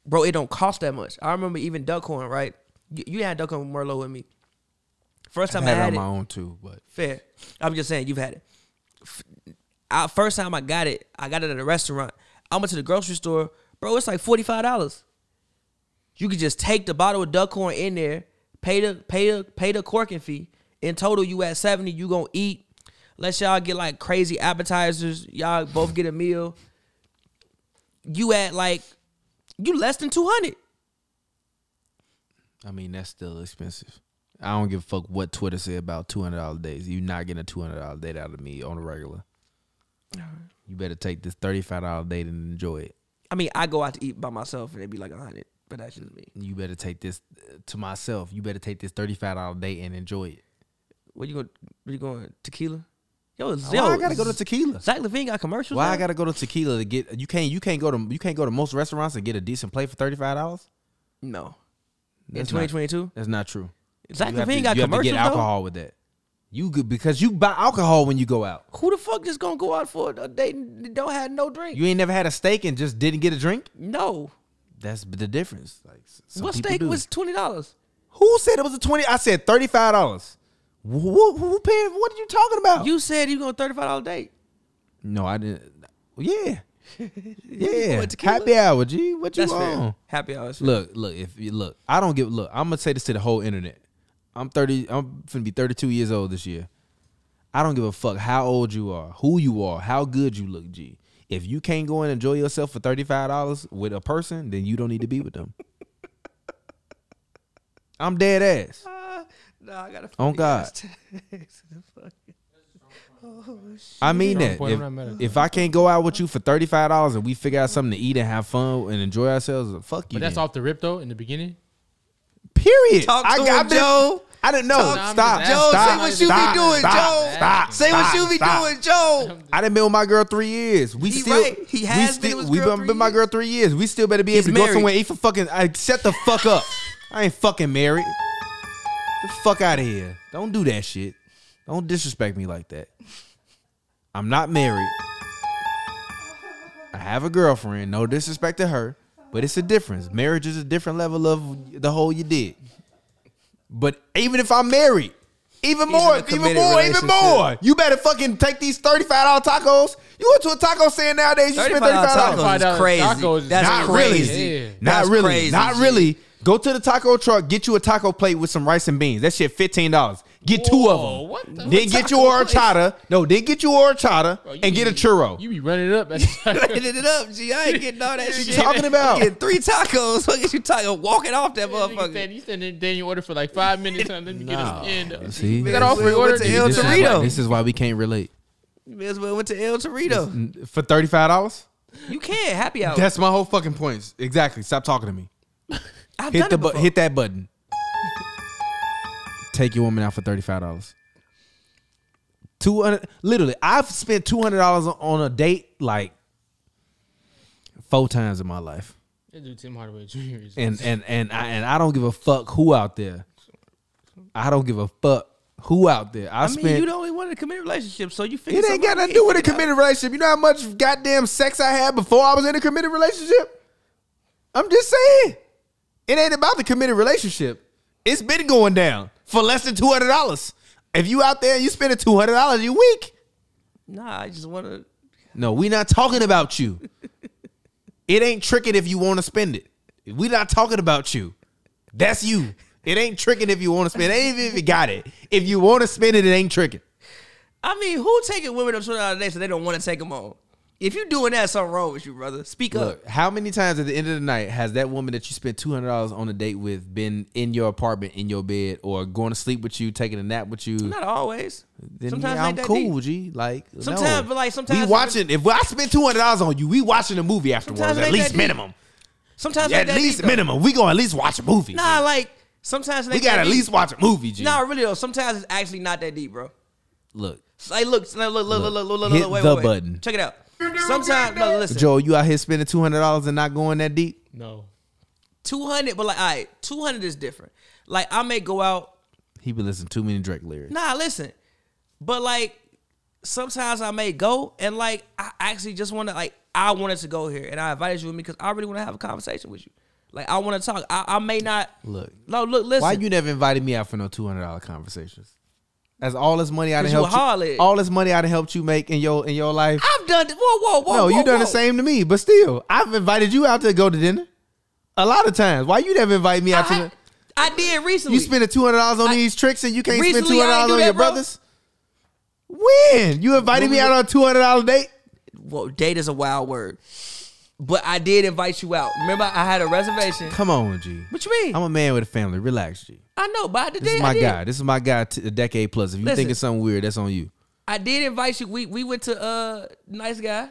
Speaker 3: bro, it don't cost that much. I remember even Duckhorn, right? You, you had Duckhorn Merlot with me. First
Speaker 2: I
Speaker 3: time I
Speaker 2: had it
Speaker 3: had
Speaker 2: on
Speaker 3: it,
Speaker 2: my own too, but
Speaker 3: fair. I'm just saying, you've had it. F- I, first time I got it, I got it at a restaurant. I went to the grocery store, bro. It's like forty five dollars. You could just take the bottle of Duckhorn in there, pay the pay the pay the corking fee. In total, you at seventy. You gonna eat. Let's y'all get like crazy appetizers. Y'all both get a meal. You at like you less than two hundred.
Speaker 2: I mean that's still expensive. I don't give a fuck what Twitter say about two hundred dollar days. You're not getting a two hundred dollar date out of me on a regular. You better take this thirty five dollar date and enjoy it.
Speaker 3: I mean, I go out to eat by myself and it'd be like a hundred, but that's just me.
Speaker 2: You better take this uh, to myself. You better take this thirty five dollar date and enjoy it.
Speaker 3: Where you going? Where you going? Tequila? Yo,
Speaker 2: Why
Speaker 3: yo,
Speaker 2: I gotta go to tequila?
Speaker 3: Zach Levine got commercials.
Speaker 2: Why
Speaker 3: now?
Speaker 2: I gotta go to tequila to get you can't you can't go to you can't go to most restaurants and get a decent plate for thirty five dollars?
Speaker 3: no in
Speaker 2: That's not-
Speaker 3: 2022?
Speaker 2: That's not true.
Speaker 3: Zach
Speaker 2: You have
Speaker 3: Levine
Speaker 2: to-
Speaker 3: got
Speaker 2: you have to
Speaker 3: commercials.
Speaker 2: get
Speaker 3: though?
Speaker 2: alcohol with that. You could because you buy alcohol when you go out.
Speaker 3: Who the fuck is gonna go out for a date and don't have no drink?
Speaker 2: You ain't never had a steak and just didn't get a drink.
Speaker 3: no.
Speaker 2: That's the difference. Like s- some
Speaker 3: what
Speaker 2: people
Speaker 3: steak
Speaker 2: do.
Speaker 3: was twenty dollars?
Speaker 2: Who said it was a twenty? I said thirty five dollars. Who, who paid? What are you talking about?
Speaker 3: You said you going thirty five dollar date.
Speaker 2: no, I didn't. Yeah, yeah.
Speaker 3: want tequila?
Speaker 2: Happy hour, G. What you
Speaker 3: That's fair.
Speaker 2: on?
Speaker 3: Happy hours.
Speaker 2: Look, look. If you look, I don't give. Look, I'm gonna say this to the whole internet. I'm thirty. I'm finna be thirty two years old this year. I don't give a fuck how old you are, who you are, how good you look, G. If you can't go and enjoy yourself for thirty five dollars with a person, then you don't need to be with them. I'm dead ass.
Speaker 3: Ah, Nah, I gotta.
Speaker 2: On Oh, God. I mean
Speaker 4: Strong
Speaker 2: that.
Speaker 4: point, I'm not mad
Speaker 2: If,
Speaker 4: at
Speaker 2: if I can't go out with you for thirty five dollars and we figure out something to eat and have fun and enjoy ourselves, fuck you.
Speaker 4: But that's
Speaker 2: then.
Speaker 4: off the rip though in the beginning.
Speaker 2: Period.
Speaker 6: Talk to
Speaker 2: I,
Speaker 6: him,
Speaker 2: I've been-
Speaker 6: Joe.
Speaker 2: I didn't know.
Speaker 6: Talk-
Speaker 4: Nah, I'm
Speaker 2: stop.
Speaker 4: just asking.
Speaker 2: Joe,
Speaker 4: Joe, say what you be
Speaker 6: doing, Joe.
Speaker 2: Stop.
Speaker 6: Say what
Speaker 2: stop,
Speaker 6: you be
Speaker 2: stop.
Speaker 6: doing, Joe.
Speaker 2: I done been with my girl three years. We
Speaker 6: He
Speaker 2: still,
Speaker 6: right. He
Speaker 2: we
Speaker 6: has been
Speaker 2: still-
Speaker 6: with his
Speaker 2: we
Speaker 6: girl
Speaker 2: been
Speaker 6: three
Speaker 2: with my girl three years. We still better be able to go
Speaker 3: married.
Speaker 2: somewhere and eat for fucking. I shut the fuck up. I ain't fucking married. The fuck out of here. Don't do that shit. Don't disrespect me like that. I'm not married. I have a girlfriend. No disrespect to her, but it's a difference. Marriage is a different level of the whole you did. But even if I'm married, even
Speaker 3: He's in
Speaker 2: more,
Speaker 3: a
Speaker 2: even
Speaker 3: committed
Speaker 2: more, even
Speaker 3: relationship.
Speaker 2: more, you better fucking take these thirty-five dollar tacos. You go to a taco stand nowadays, you
Speaker 3: $35
Speaker 2: spend thirty-five dollars.
Speaker 3: tacos.
Speaker 4: $35
Speaker 3: is crazy.
Speaker 4: tacos is
Speaker 3: That's
Speaker 2: Not
Speaker 3: crazy.
Speaker 2: really,
Speaker 4: Yeah.
Speaker 2: not really,
Speaker 6: crazy,
Speaker 2: not
Speaker 6: G.
Speaker 2: really. Go to the taco truck, get you a taco plate with some rice and beans. That shit fifteen dollars. Get two of
Speaker 4: Whoa,
Speaker 2: them.
Speaker 4: what the-
Speaker 2: then get you a horchata. No, then get you a horchata
Speaker 4: Bro, you
Speaker 2: and get a
Speaker 4: be-
Speaker 2: churro.
Speaker 4: You be running it up. At the
Speaker 3: Ended it up, G. I ain't getting all that
Speaker 2: What you
Speaker 3: shit.
Speaker 2: talking about?
Speaker 3: Getting three tacos. What is you talking? Walking off that
Speaker 4: Nigga
Speaker 3: motherfucker.
Speaker 4: said, you said then you order for like five minutes. huh? Let me get this in.
Speaker 2: See,
Speaker 4: We got off
Speaker 3: Went
Speaker 4: we
Speaker 3: to
Speaker 4: ordered.
Speaker 3: El
Speaker 4: this.
Speaker 2: this, is why,
Speaker 3: Torito.
Speaker 2: this is why we can't relate.
Speaker 3: You may as well went to El Torito.
Speaker 2: For thirty-five dollars,
Speaker 3: You can happy hour.
Speaker 2: that's my whole fucking point. Exactly. Stop talking to me.
Speaker 3: I've
Speaker 2: hit
Speaker 3: done
Speaker 2: the
Speaker 3: it
Speaker 2: bu-
Speaker 3: before.
Speaker 2: hit that button. Take your woman out for thirty five dollars. Two hundred. Literally, I've spent two hundred dollars on a date like four times in my life,
Speaker 4: That dude Tim Hardaway Jr. is-
Speaker 2: and and and I and I don't give a fuck who out there. I don't give a fuck who out there. I,
Speaker 3: I mean,
Speaker 2: spent.
Speaker 3: you the only one in a committed relationship, so you figure
Speaker 2: it ain't got nothing to do with a committed relationship. You know how much goddamn sex I had before I was in a committed relationship. I'm just saying, it ain't about the committed relationship. It's been going down for less than two hundred dollars. If you out there and you spending two hundred dollars, you weak.
Speaker 3: Nah, I just want to.
Speaker 2: No, we not talking about you. it ain't tricking if you want to spend it. We not talking about you. That's you. It ain't tricking if you want to spend. It ain't even if you got it. If you want to spend it, it ain't tricking.
Speaker 3: I mean, who taking women up to the other day so they don't want to take them on? If you doing that, something wrong with you, brother. Speak up.
Speaker 2: Look, how many times at the end of the night has that woman that you spent two hundred dollars on a date with been in your apartment, in your bed, or going to sleep with you, taking a nap with you?
Speaker 3: Not always.
Speaker 2: then
Speaker 3: sometimes it
Speaker 2: yeah, I'm
Speaker 3: ain't that
Speaker 2: cool, G. Like no.
Speaker 3: Sometimes, but like, sometimes
Speaker 2: we
Speaker 3: it-
Speaker 2: watching. If I spend two hundred dollars on you, we watching a movie afterwards.
Speaker 3: Sometimes it
Speaker 2: At
Speaker 3: ain't that
Speaker 2: least
Speaker 3: deep.
Speaker 2: minimum.
Speaker 3: Sometimes it ain't
Speaker 2: At
Speaker 3: that
Speaker 2: least
Speaker 3: deep, though.
Speaker 2: minimum. We gonna at least watch a movie.
Speaker 3: Nah, like sometimes it
Speaker 2: we
Speaker 3: ain't
Speaker 2: gotta
Speaker 3: that
Speaker 2: at
Speaker 3: deep.
Speaker 2: least watch a movie, G.
Speaker 3: Nah, really though. Sometimes it's actually not that deep, bro.
Speaker 2: Look,
Speaker 3: It's Like, look, look, look, look, look, look, look, look,
Speaker 2: Hit
Speaker 3: look wait, wait,
Speaker 2: the
Speaker 3: wait.
Speaker 2: button.
Speaker 3: Check it out. Sometimes, no, listen,
Speaker 2: Joel, you out here spending two hundred dollars and not going that deep.
Speaker 4: No.
Speaker 3: two hundred, but like, all right, two hundred is different. Like, I may go out.
Speaker 2: He been listening to too many Drake lyrics.
Speaker 3: Nah, listen, but like, sometimes I may go and like, I actually just want to like, I wanted to go here, and I invited you with me because I really want to have a conversation with you. Like, I want to talk. I, I may not.
Speaker 2: Look,
Speaker 3: No, look, listen.
Speaker 2: Why you never invited me out for no two hundred dollar conversations? That's all this money I done
Speaker 3: Cause you a
Speaker 2: helped you.
Speaker 3: harlot.
Speaker 2: All this money I done helped you make in your in your life.
Speaker 3: I've done. th- Whoa, whoa, whoa.
Speaker 2: no,
Speaker 3: whoa,
Speaker 2: you done
Speaker 3: whoa.
Speaker 2: the same to me, but still, I've invited you out to go to dinner a lot of times. Why you never invite me
Speaker 3: I,
Speaker 2: out
Speaker 3: had-
Speaker 2: to?
Speaker 3: I did recently.
Speaker 2: You spending two hundred dollars on
Speaker 3: I-
Speaker 2: these tricks and you can't spend two
Speaker 3: Recently, I
Speaker 2: hundred
Speaker 3: ain't
Speaker 2: dollars
Speaker 3: do
Speaker 2: on
Speaker 3: that,
Speaker 2: your
Speaker 3: bro.
Speaker 2: brothers. When you invited me out on a two hundred dollar date,
Speaker 3: well, date is a wild word. But I did invite you out. Remember, I had a reservation.
Speaker 2: come on, G.
Speaker 3: What you mean?
Speaker 2: I'm a man with a family. Relax, G.
Speaker 3: I know, but I did.
Speaker 2: This is
Speaker 3: I
Speaker 2: my
Speaker 3: did.
Speaker 2: guy. This is my guy. T- a decade plus. If you
Speaker 3: Listen.
Speaker 2: think it's something weird, that's on you.
Speaker 3: I did invite you. We we went to uh nice guy.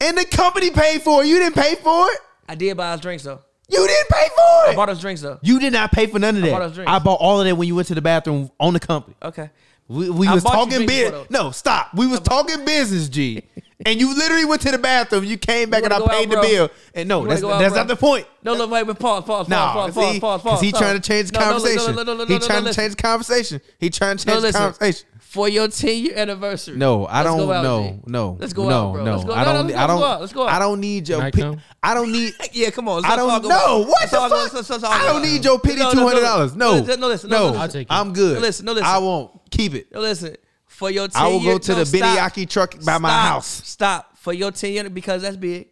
Speaker 2: And the company paid for it. You didn't pay for it.
Speaker 3: I did buy us drinks though.
Speaker 2: You didn't pay for
Speaker 3: I bought us drinks though.
Speaker 2: You did not pay for none of that.
Speaker 3: bought us drinks.
Speaker 2: I bought all of that when you went to the bathroom on the company.
Speaker 3: Okay.
Speaker 2: We, we
Speaker 3: I
Speaker 2: was
Speaker 3: bought you
Speaker 2: talking
Speaker 3: drinks
Speaker 2: business.
Speaker 3: before,
Speaker 2: No, stop. We was talking business, G. and you literally went to the bathroom. You came back
Speaker 3: You
Speaker 2: and I
Speaker 3: wanna go
Speaker 2: paid
Speaker 3: out,
Speaker 2: the
Speaker 3: bro?
Speaker 2: bill. And no,
Speaker 3: You wanna
Speaker 2: that's
Speaker 3: go out,
Speaker 2: that's
Speaker 3: bro?
Speaker 2: not the point.
Speaker 3: No, look, wait, but pause, pause, pause,
Speaker 2: No,
Speaker 3: pause, pause,
Speaker 2: see,
Speaker 3: pause,
Speaker 2: because
Speaker 3: pause.
Speaker 2: he
Speaker 3: pause.
Speaker 2: trying to change the
Speaker 3: No, no, look,
Speaker 2: conversation.
Speaker 3: look, look, look,
Speaker 2: He
Speaker 3: look,
Speaker 2: trying
Speaker 3: look,
Speaker 2: to change the conversation. He trying to
Speaker 3: No,
Speaker 2: change the
Speaker 3: listen.
Speaker 2: conversation.
Speaker 3: For your 10 year anniversary.
Speaker 2: No, I
Speaker 3: Let's
Speaker 2: don't.
Speaker 3: go out,
Speaker 2: No,
Speaker 3: G.
Speaker 2: no.
Speaker 3: Let's go
Speaker 2: no,
Speaker 3: out, bro.
Speaker 2: No,
Speaker 3: Let's go- no,
Speaker 2: I
Speaker 3: no,
Speaker 2: don't.
Speaker 3: let's
Speaker 2: I
Speaker 3: go
Speaker 2: don't.
Speaker 3: out, let's go out.
Speaker 2: I don't need your.
Speaker 4: Night
Speaker 2: Pe-
Speaker 4: come?
Speaker 2: I don't need.
Speaker 3: Yeah, come on.
Speaker 2: I don't know what the fuck. I don't need your pity two hundred dollars. No,
Speaker 3: listen, no, listen,
Speaker 2: no,
Speaker 3: no, listen.
Speaker 4: take it.
Speaker 2: I'm good.
Speaker 3: No, listen, no, listen.
Speaker 2: I won't keep it.
Speaker 3: No, listen. For your 10
Speaker 2: I will go
Speaker 3: year-
Speaker 2: to
Speaker 3: no,
Speaker 2: the
Speaker 3: stop.
Speaker 2: Bidiaki truck by my
Speaker 3: Stop.
Speaker 2: house.
Speaker 3: Stop for your ten year because that's big.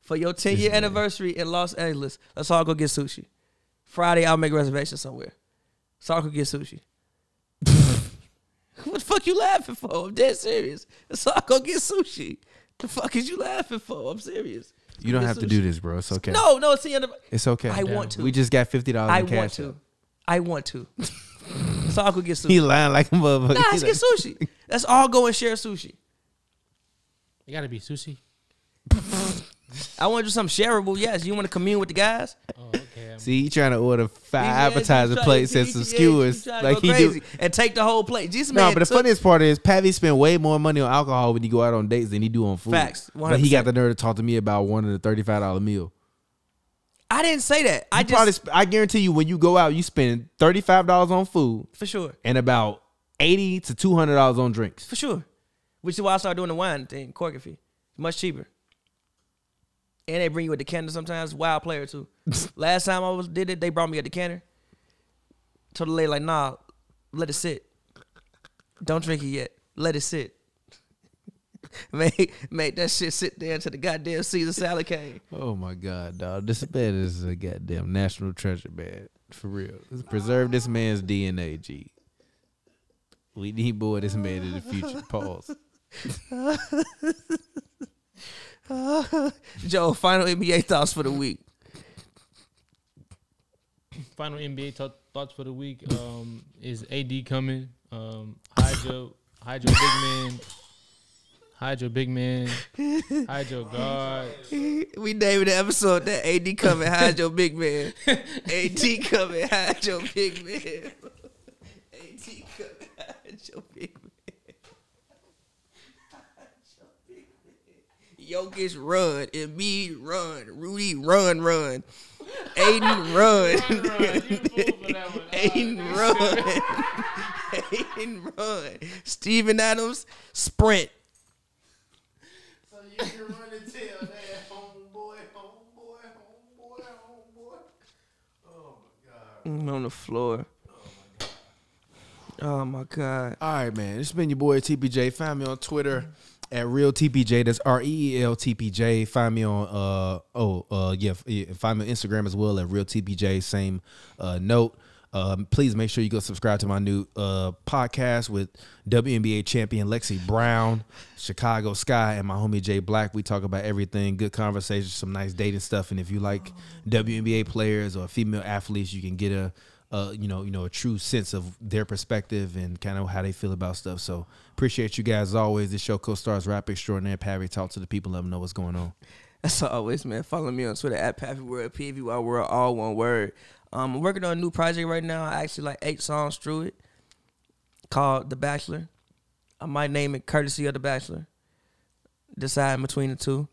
Speaker 3: For your ten year anniversary in Los Angeles, let's all go get sushi. Friday, I'll make reservations somewhere. So I could get sushi. what the fuck you laughing for? I'm dead serious. So I go get sushi. The fuck is you laughing for? I'm serious.
Speaker 2: You don't have to do this, bro. It's okay.
Speaker 3: No, no, it's the end of.
Speaker 2: it's okay.
Speaker 3: I want to.
Speaker 2: We just got fifty dollars.
Speaker 3: I
Speaker 2: in cash
Speaker 3: want to. I want to. so I could get
Speaker 2: He
Speaker 3: sushi.
Speaker 2: lying like a motherfucker.
Speaker 3: Nah, let's get sushi. Let's all go and share sushi.
Speaker 4: It gotta be sushi.
Speaker 3: I want to do something shareable. Yes, you want to commune with the guys.
Speaker 4: Oh, okay. I'm-
Speaker 2: See, he trying to order five
Speaker 3: These days,
Speaker 2: appetizer
Speaker 3: you try-
Speaker 2: plates
Speaker 3: you-
Speaker 2: and
Speaker 3: you-
Speaker 2: some
Speaker 3: yeah, you
Speaker 2: skewers,
Speaker 3: try to
Speaker 2: like
Speaker 3: go
Speaker 2: he
Speaker 3: crazy
Speaker 2: do.
Speaker 3: and take the whole plate. Jesus
Speaker 2: No,
Speaker 3: man,
Speaker 2: but the
Speaker 3: took-
Speaker 2: funniest part is Pavi spend way more money on alcohol when he go out on dates than he do on food.
Speaker 3: Facts,
Speaker 2: But he got the nerve to talk to me about one of the thirty five dollar meal.
Speaker 3: I didn't say that. I
Speaker 2: I
Speaker 3: just
Speaker 2: probably, sp- I guarantee you, when you go out, you spend thirty five dollars on food
Speaker 3: for sure,
Speaker 2: and about eighty to two hundred dollars on drinks.
Speaker 3: for sure. Which is why I started doing the wine thing, corking fee, much cheaper. And they bring you a decanter sometimes. Wild player too. Last time I was did it, they brought me a decanter. Told the lady like, nah, let it sit. Don't drink it yet. Let it sit. make make that shit sit there until the goddamn Caesar salad came.
Speaker 2: Oh my god, dog! This man is a goddamn national treasure, man. For real, preserve this man's DNA, G. We need more of this man in the future. Pause.
Speaker 3: Joe, final NBA thoughts for the week.
Speaker 4: Final NBA thou- thoughts for the week um, is AD coming. Um, Hydro, Hydro big man. Hydro big man. Hydro guard.
Speaker 3: We named the episode that AD coming, hide your big man. AD coming, hide your big man. AD coming, hide your big man. Jokic run, Embiid run, Rudy run, run, Aiden run, Aiden run, Aiden run, Steven Adams sprint. Mm, on the floor. Oh my god.
Speaker 2: All right, man. It's been your boy TPJ. Find me on Twitter at real TPJ. That's R E E L TPJ. Find me on uh oh uh yeah, f- yeah, Find me on Instagram as well at real TPJ. Same uh, note. Um, please make sure you go subscribe to my new uh, podcast with WNBA champion Lexi Brown, Chicago Sky, and my homie Jay Black. We talk about everything, good conversations, some nice dating stuff. And if you like WNBA players or female athletes, you can get a uh, you know, you know, a true sense of their perspective and kind of how they feel about stuff. So appreciate you guys as always. This show co-stars rap extraordinaire Pavi. Talk to the people, let them know what's going on.
Speaker 3: That's always, man. Follow me on Twitter at Pappy World, PVY World, all one word. Um, I'm working on a new project right now. I actually like eight songs through it called The Bachelor. I might name it Courtesy of The Bachelor. Deciding between the two.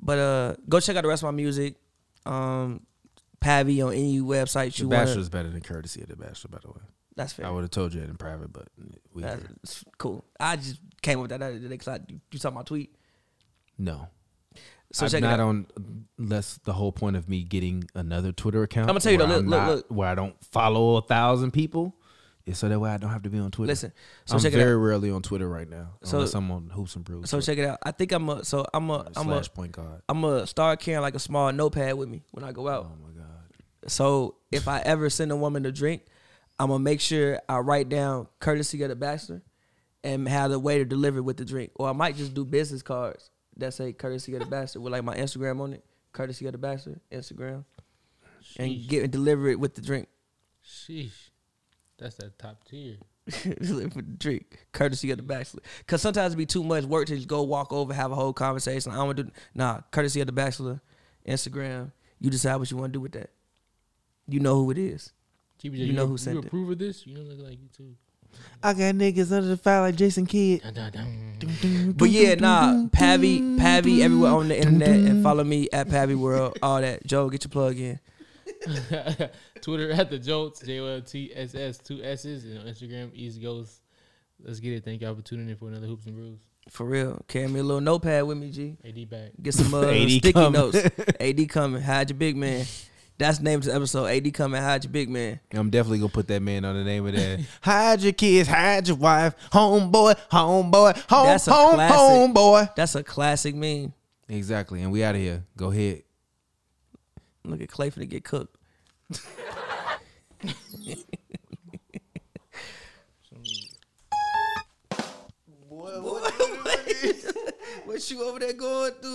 Speaker 3: But uh, go check out the rest of my music. Um, Pavi on any website
Speaker 2: The
Speaker 3: you
Speaker 2: Bachelor
Speaker 3: want.
Speaker 2: is better than courtesy of the Bachelor, by the way.
Speaker 3: That's fair.
Speaker 2: I would have told you that in private, but we
Speaker 3: That's cool. I just came up with that other day because you saw my tweet.
Speaker 2: no.
Speaker 3: So
Speaker 2: I'm
Speaker 3: check
Speaker 2: not
Speaker 3: it out.
Speaker 2: on. That's the whole point of me getting another Twitter account.
Speaker 3: I'ma tell you
Speaker 2: where
Speaker 3: though, look,
Speaker 2: I'm
Speaker 3: look,
Speaker 2: not-
Speaker 3: look.
Speaker 2: where I don't follow a thousand people, is so that way I don't have to be on Twitter.
Speaker 3: Listen, so
Speaker 2: I'm
Speaker 3: check it
Speaker 2: very
Speaker 3: out.
Speaker 2: rarely on Twitter right now,
Speaker 3: So-
Speaker 2: unless I'm on Hoops and Brews.
Speaker 3: So
Speaker 2: Twitter
Speaker 3: check it out. I think I'm a. So I'm a. I'm a.
Speaker 2: slash point guard.
Speaker 3: I'm a start carrying like a small notepad with me when I go out.
Speaker 2: Oh my god!
Speaker 3: So if I ever send a woman a drink, I'm gonna make sure I write down courtesy of the bachelor, and have the waiter deliver with the drink. Or I might just do business cards that say courtesy of the bachelor with like my Instagram on it, courtesy of the bachelor Instagram, and get and deliver it with the drink.
Speaker 4: Sheesh. That's that top tier.
Speaker 3: Deliver with the drink, courtesy of the bachelor. Cause sometimes it be too much work to just go walk over, have a whole conversation. I don't want to do nah. Courtesy of the bachelor, Instagram. You decide what you want to do with that. You know who it is.
Speaker 4: TBJ,
Speaker 3: You know who sent
Speaker 4: you
Speaker 3: it.
Speaker 4: approve of this? You don't look like you too.
Speaker 2: I got niggas under the fire like Jason Kidd.
Speaker 4: Dun, dun, dun.
Speaker 3: But yeah, nah, Pavi, Pavi everywhere on the internet and follow me at Pavi World, all that. Joe, get your plug in.
Speaker 4: Twitter at the Jolts, J O L T S S two S's, and on Instagram East Ghost. Let's get it. Thank y'all for tuning in for another Hoops and Brews.
Speaker 3: For real. Carry me a little notepad with me, G.
Speaker 4: AD back.
Speaker 3: Get some uh,
Speaker 2: AD
Speaker 3: sticky
Speaker 2: coming.
Speaker 3: notes. AD coming. Hide your big man. That's the name of the episode. AD coming. Hide your big man.
Speaker 2: I'm definitely gonna put that man on the name of that. hide your kids, hide your wife, homeboy, homeboy, home,
Speaker 3: That's a
Speaker 2: home,
Speaker 3: classic.
Speaker 2: homeboy.
Speaker 3: That's a classic meme.
Speaker 2: Exactly, and we out of here. Go ahead.
Speaker 3: Look at Clay for to get cooked. what you over there going through?